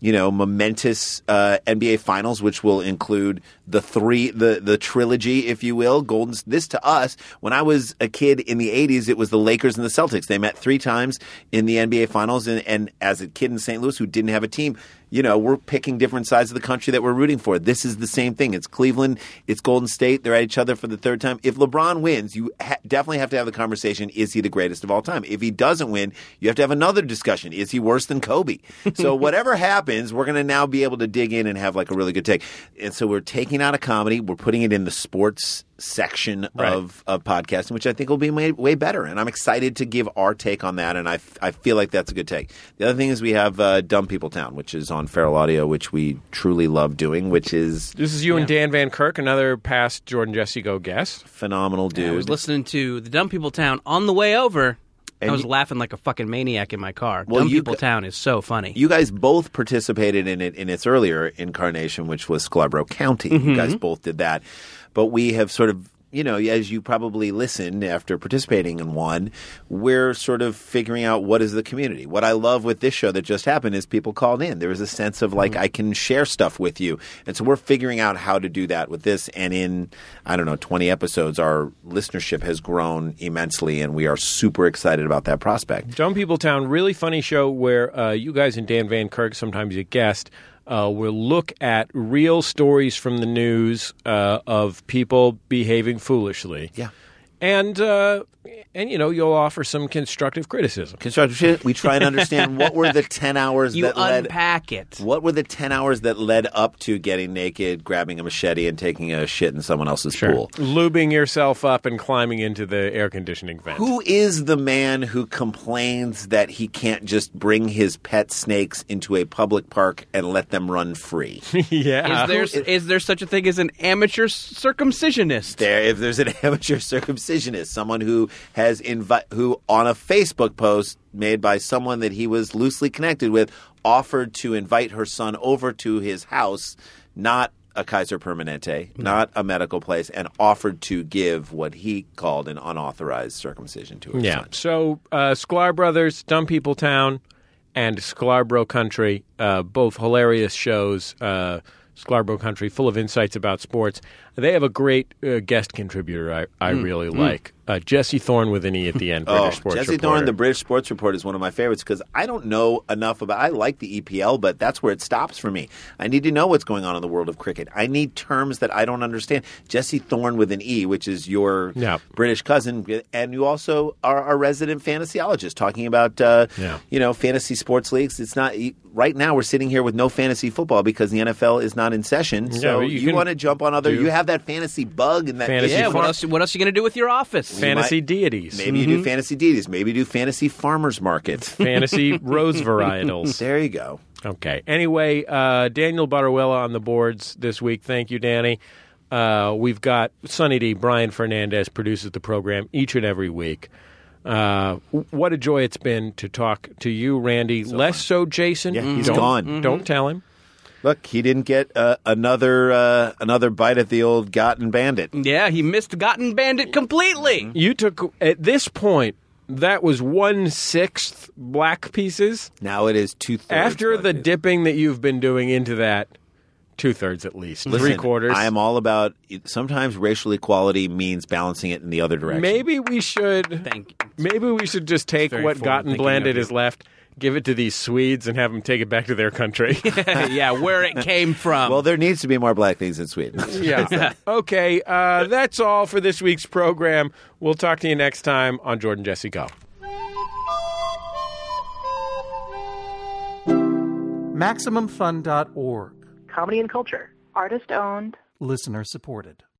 Speaker 4: you know momentous uh, NBA finals which will include the three the the trilogy if you will golden this to us when I was a kid in the 80s it was the Lakers and the Celtics they met three times in the NBA finals and, and as a kid in St. Louis who didn't have a team you know we're picking different sides of the country that we're rooting for this is the same thing it's Cleveland it's Golden State they're at each other for the third time if LeBron wins you ha- definitely have to have the conversation is he the greatest of all time if he doesn't win you have to have another discussion is he worse than Kobe so whatever happens we're going to now be able to dig in and have like a really good take and so we're taking out a comedy we're putting it in the sports section of, of podcasting, which I think will be way, way better. And I'm excited to give our take on that. And I, f- I feel like that's a good take. The other thing is we have uh, Dumb People Town, which is on Feral Audio, which we truly love doing, which is
Speaker 2: This is you and Dan Van Kirk, another past Jordan Jesse Go guest.
Speaker 4: Phenomenal dude.
Speaker 3: I was listening to the Dumb People Town on the way over.
Speaker 4: And
Speaker 3: I was
Speaker 4: you-
Speaker 3: laughing like a fucking maniac in my car.
Speaker 4: Well,
Speaker 3: Dumb
Speaker 4: you
Speaker 3: People
Speaker 4: g-
Speaker 3: Town is so funny.
Speaker 4: You guys both participated in it in its earlier incarnation, which was Scarborough County. You
Speaker 3: Mhm.
Speaker 4: guys both did that, but we have sort of. You know, as you probably listened after participating in one, we're sort of figuring out what is the community. What I love with this show that just happened is people called in. There was a sense of like, I can share stuff with you. And so we're figuring out how to do that with this. And in, I don't know, 20 episodes, our listenership has grown immensely. And we are super excited about that prospect.
Speaker 2: Dumb People Town, really funny show where uh, you guys and Dan Van Kirk, sometimes a guest, uh, will look at real stories from the news uh, of people behaving foolishly. Yeah. And uh, and you know you'll offer some constructive criticism.
Speaker 4: Constructive shit. We try and understand what were the 10 hours
Speaker 2: You
Speaker 4: that led
Speaker 3: unpack it
Speaker 4: what were the 10 hours that led up to getting naked grabbing a machete and taking a shit in someone else's pool
Speaker 2: lubing yourself up and climbing into the air conditioning vent.
Speaker 4: who is the man who complains that he can't just bring his pet snakes into a public park and let them run free
Speaker 2: yeah.
Speaker 3: Is there is there such a thing as an amateur circumcisionist?
Speaker 4: there if there's an amateur circumcisionist someone who has invite who on a facebook post made by someone that he was loosely connected with offered to invite her son over to his house not a kaiser permanente not a medical place and offered to give what he called an unauthorized circumcision to her
Speaker 2: Yeah.
Speaker 4: son
Speaker 2: So uh, Sklar Brothers, Dumb People Town, and Scarborough Country, uh, both hilarious shows. Uh, Scarborough Country, full of insights about sports. They have a great uh, guest contributor I, I
Speaker 4: Mm.
Speaker 2: really
Speaker 4: Mm.
Speaker 2: like. Uh, Jesse Thorne with an E at the end, British
Speaker 4: oh,
Speaker 2: sports
Speaker 4: Jesse
Speaker 2: reporter.
Speaker 4: Thorne, the British sports report, is one of my favorites because I don't know enough about. I like the EPL, but that's where it stops for me. I need to know what's going on in the world of cricket. I need terms that I don't understand. Jesse Thorne with an E, which is your
Speaker 2: Yeah.
Speaker 4: British cousin, and you also are our resident fantasyologist, talking about uh,
Speaker 2: Yeah.
Speaker 4: you know fantasy sports leagues. It's not e, right now. We're sitting here with no fantasy football because the NFL is not in session.
Speaker 2: Yeah,
Speaker 4: So
Speaker 2: but you
Speaker 4: you,
Speaker 2: can
Speaker 4: want to jump on other.
Speaker 2: do-
Speaker 4: You have that fantasy bug and that
Speaker 2: Fantasy
Speaker 4: Yeah,
Speaker 3: Yeah, what else? What else are you going to do with your office?
Speaker 4: We might- Maybe you do fantasy deities. Maybe you do fantasy farmers markets.
Speaker 2: Fantasy rose varietals.
Speaker 4: There you go.
Speaker 2: Okay. Anyway, uh, Daniel Butterwilla on the boards this week. Thank you, Danny. Uh, we've got Sunny D. Brian Fernandez produces the program each and every week. Uh, w- what a joy it's been to talk to you, Randy. Less so, Jason.
Speaker 4: Yeah, he's
Speaker 2: Don't-
Speaker 4: gone.
Speaker 2: Don't tell him.
Speaker 4: Look, he didn't get uh, another uh, another bite at the old gotten bandit.
Speaker 3: Yeah, he missed Gotten Bandit completely.
Speaker 2: You took at this point. That was one sixth black pieces.
Speaker 4: Now it is two thirds.
Speaker 2: After the dipping that you've been doing into that, two thirds at least, three
Speaker 4: Listen,
Speaker 2: quarters.
Speaker 4: I am all about. Sometimes racial equality means balancing it in the other direction.
Speaker 2: Maybe we should. Maybe we should just take
Speaker 4: very
Speaker 2: what gotten
Speaker 4: forward-thinking
Speaker 2: blanded
Speaker 4: of you.
Speaker 2: is left, give it to these Swedes, and have them take it back to their country.
Speaker 3: yeah, where it came from.
Speaker 4: Well, there needs to be more black things in Sweden.
Speaker 2: yeah. okay. Uh, that's all for this week's program. We'll talk to you next time on Jordan Jesse Go.
Speaker 15: MaximumFun.org.
Speaker 16: Comedy and culture. Artist owned.
Speaker 15: Listener supported.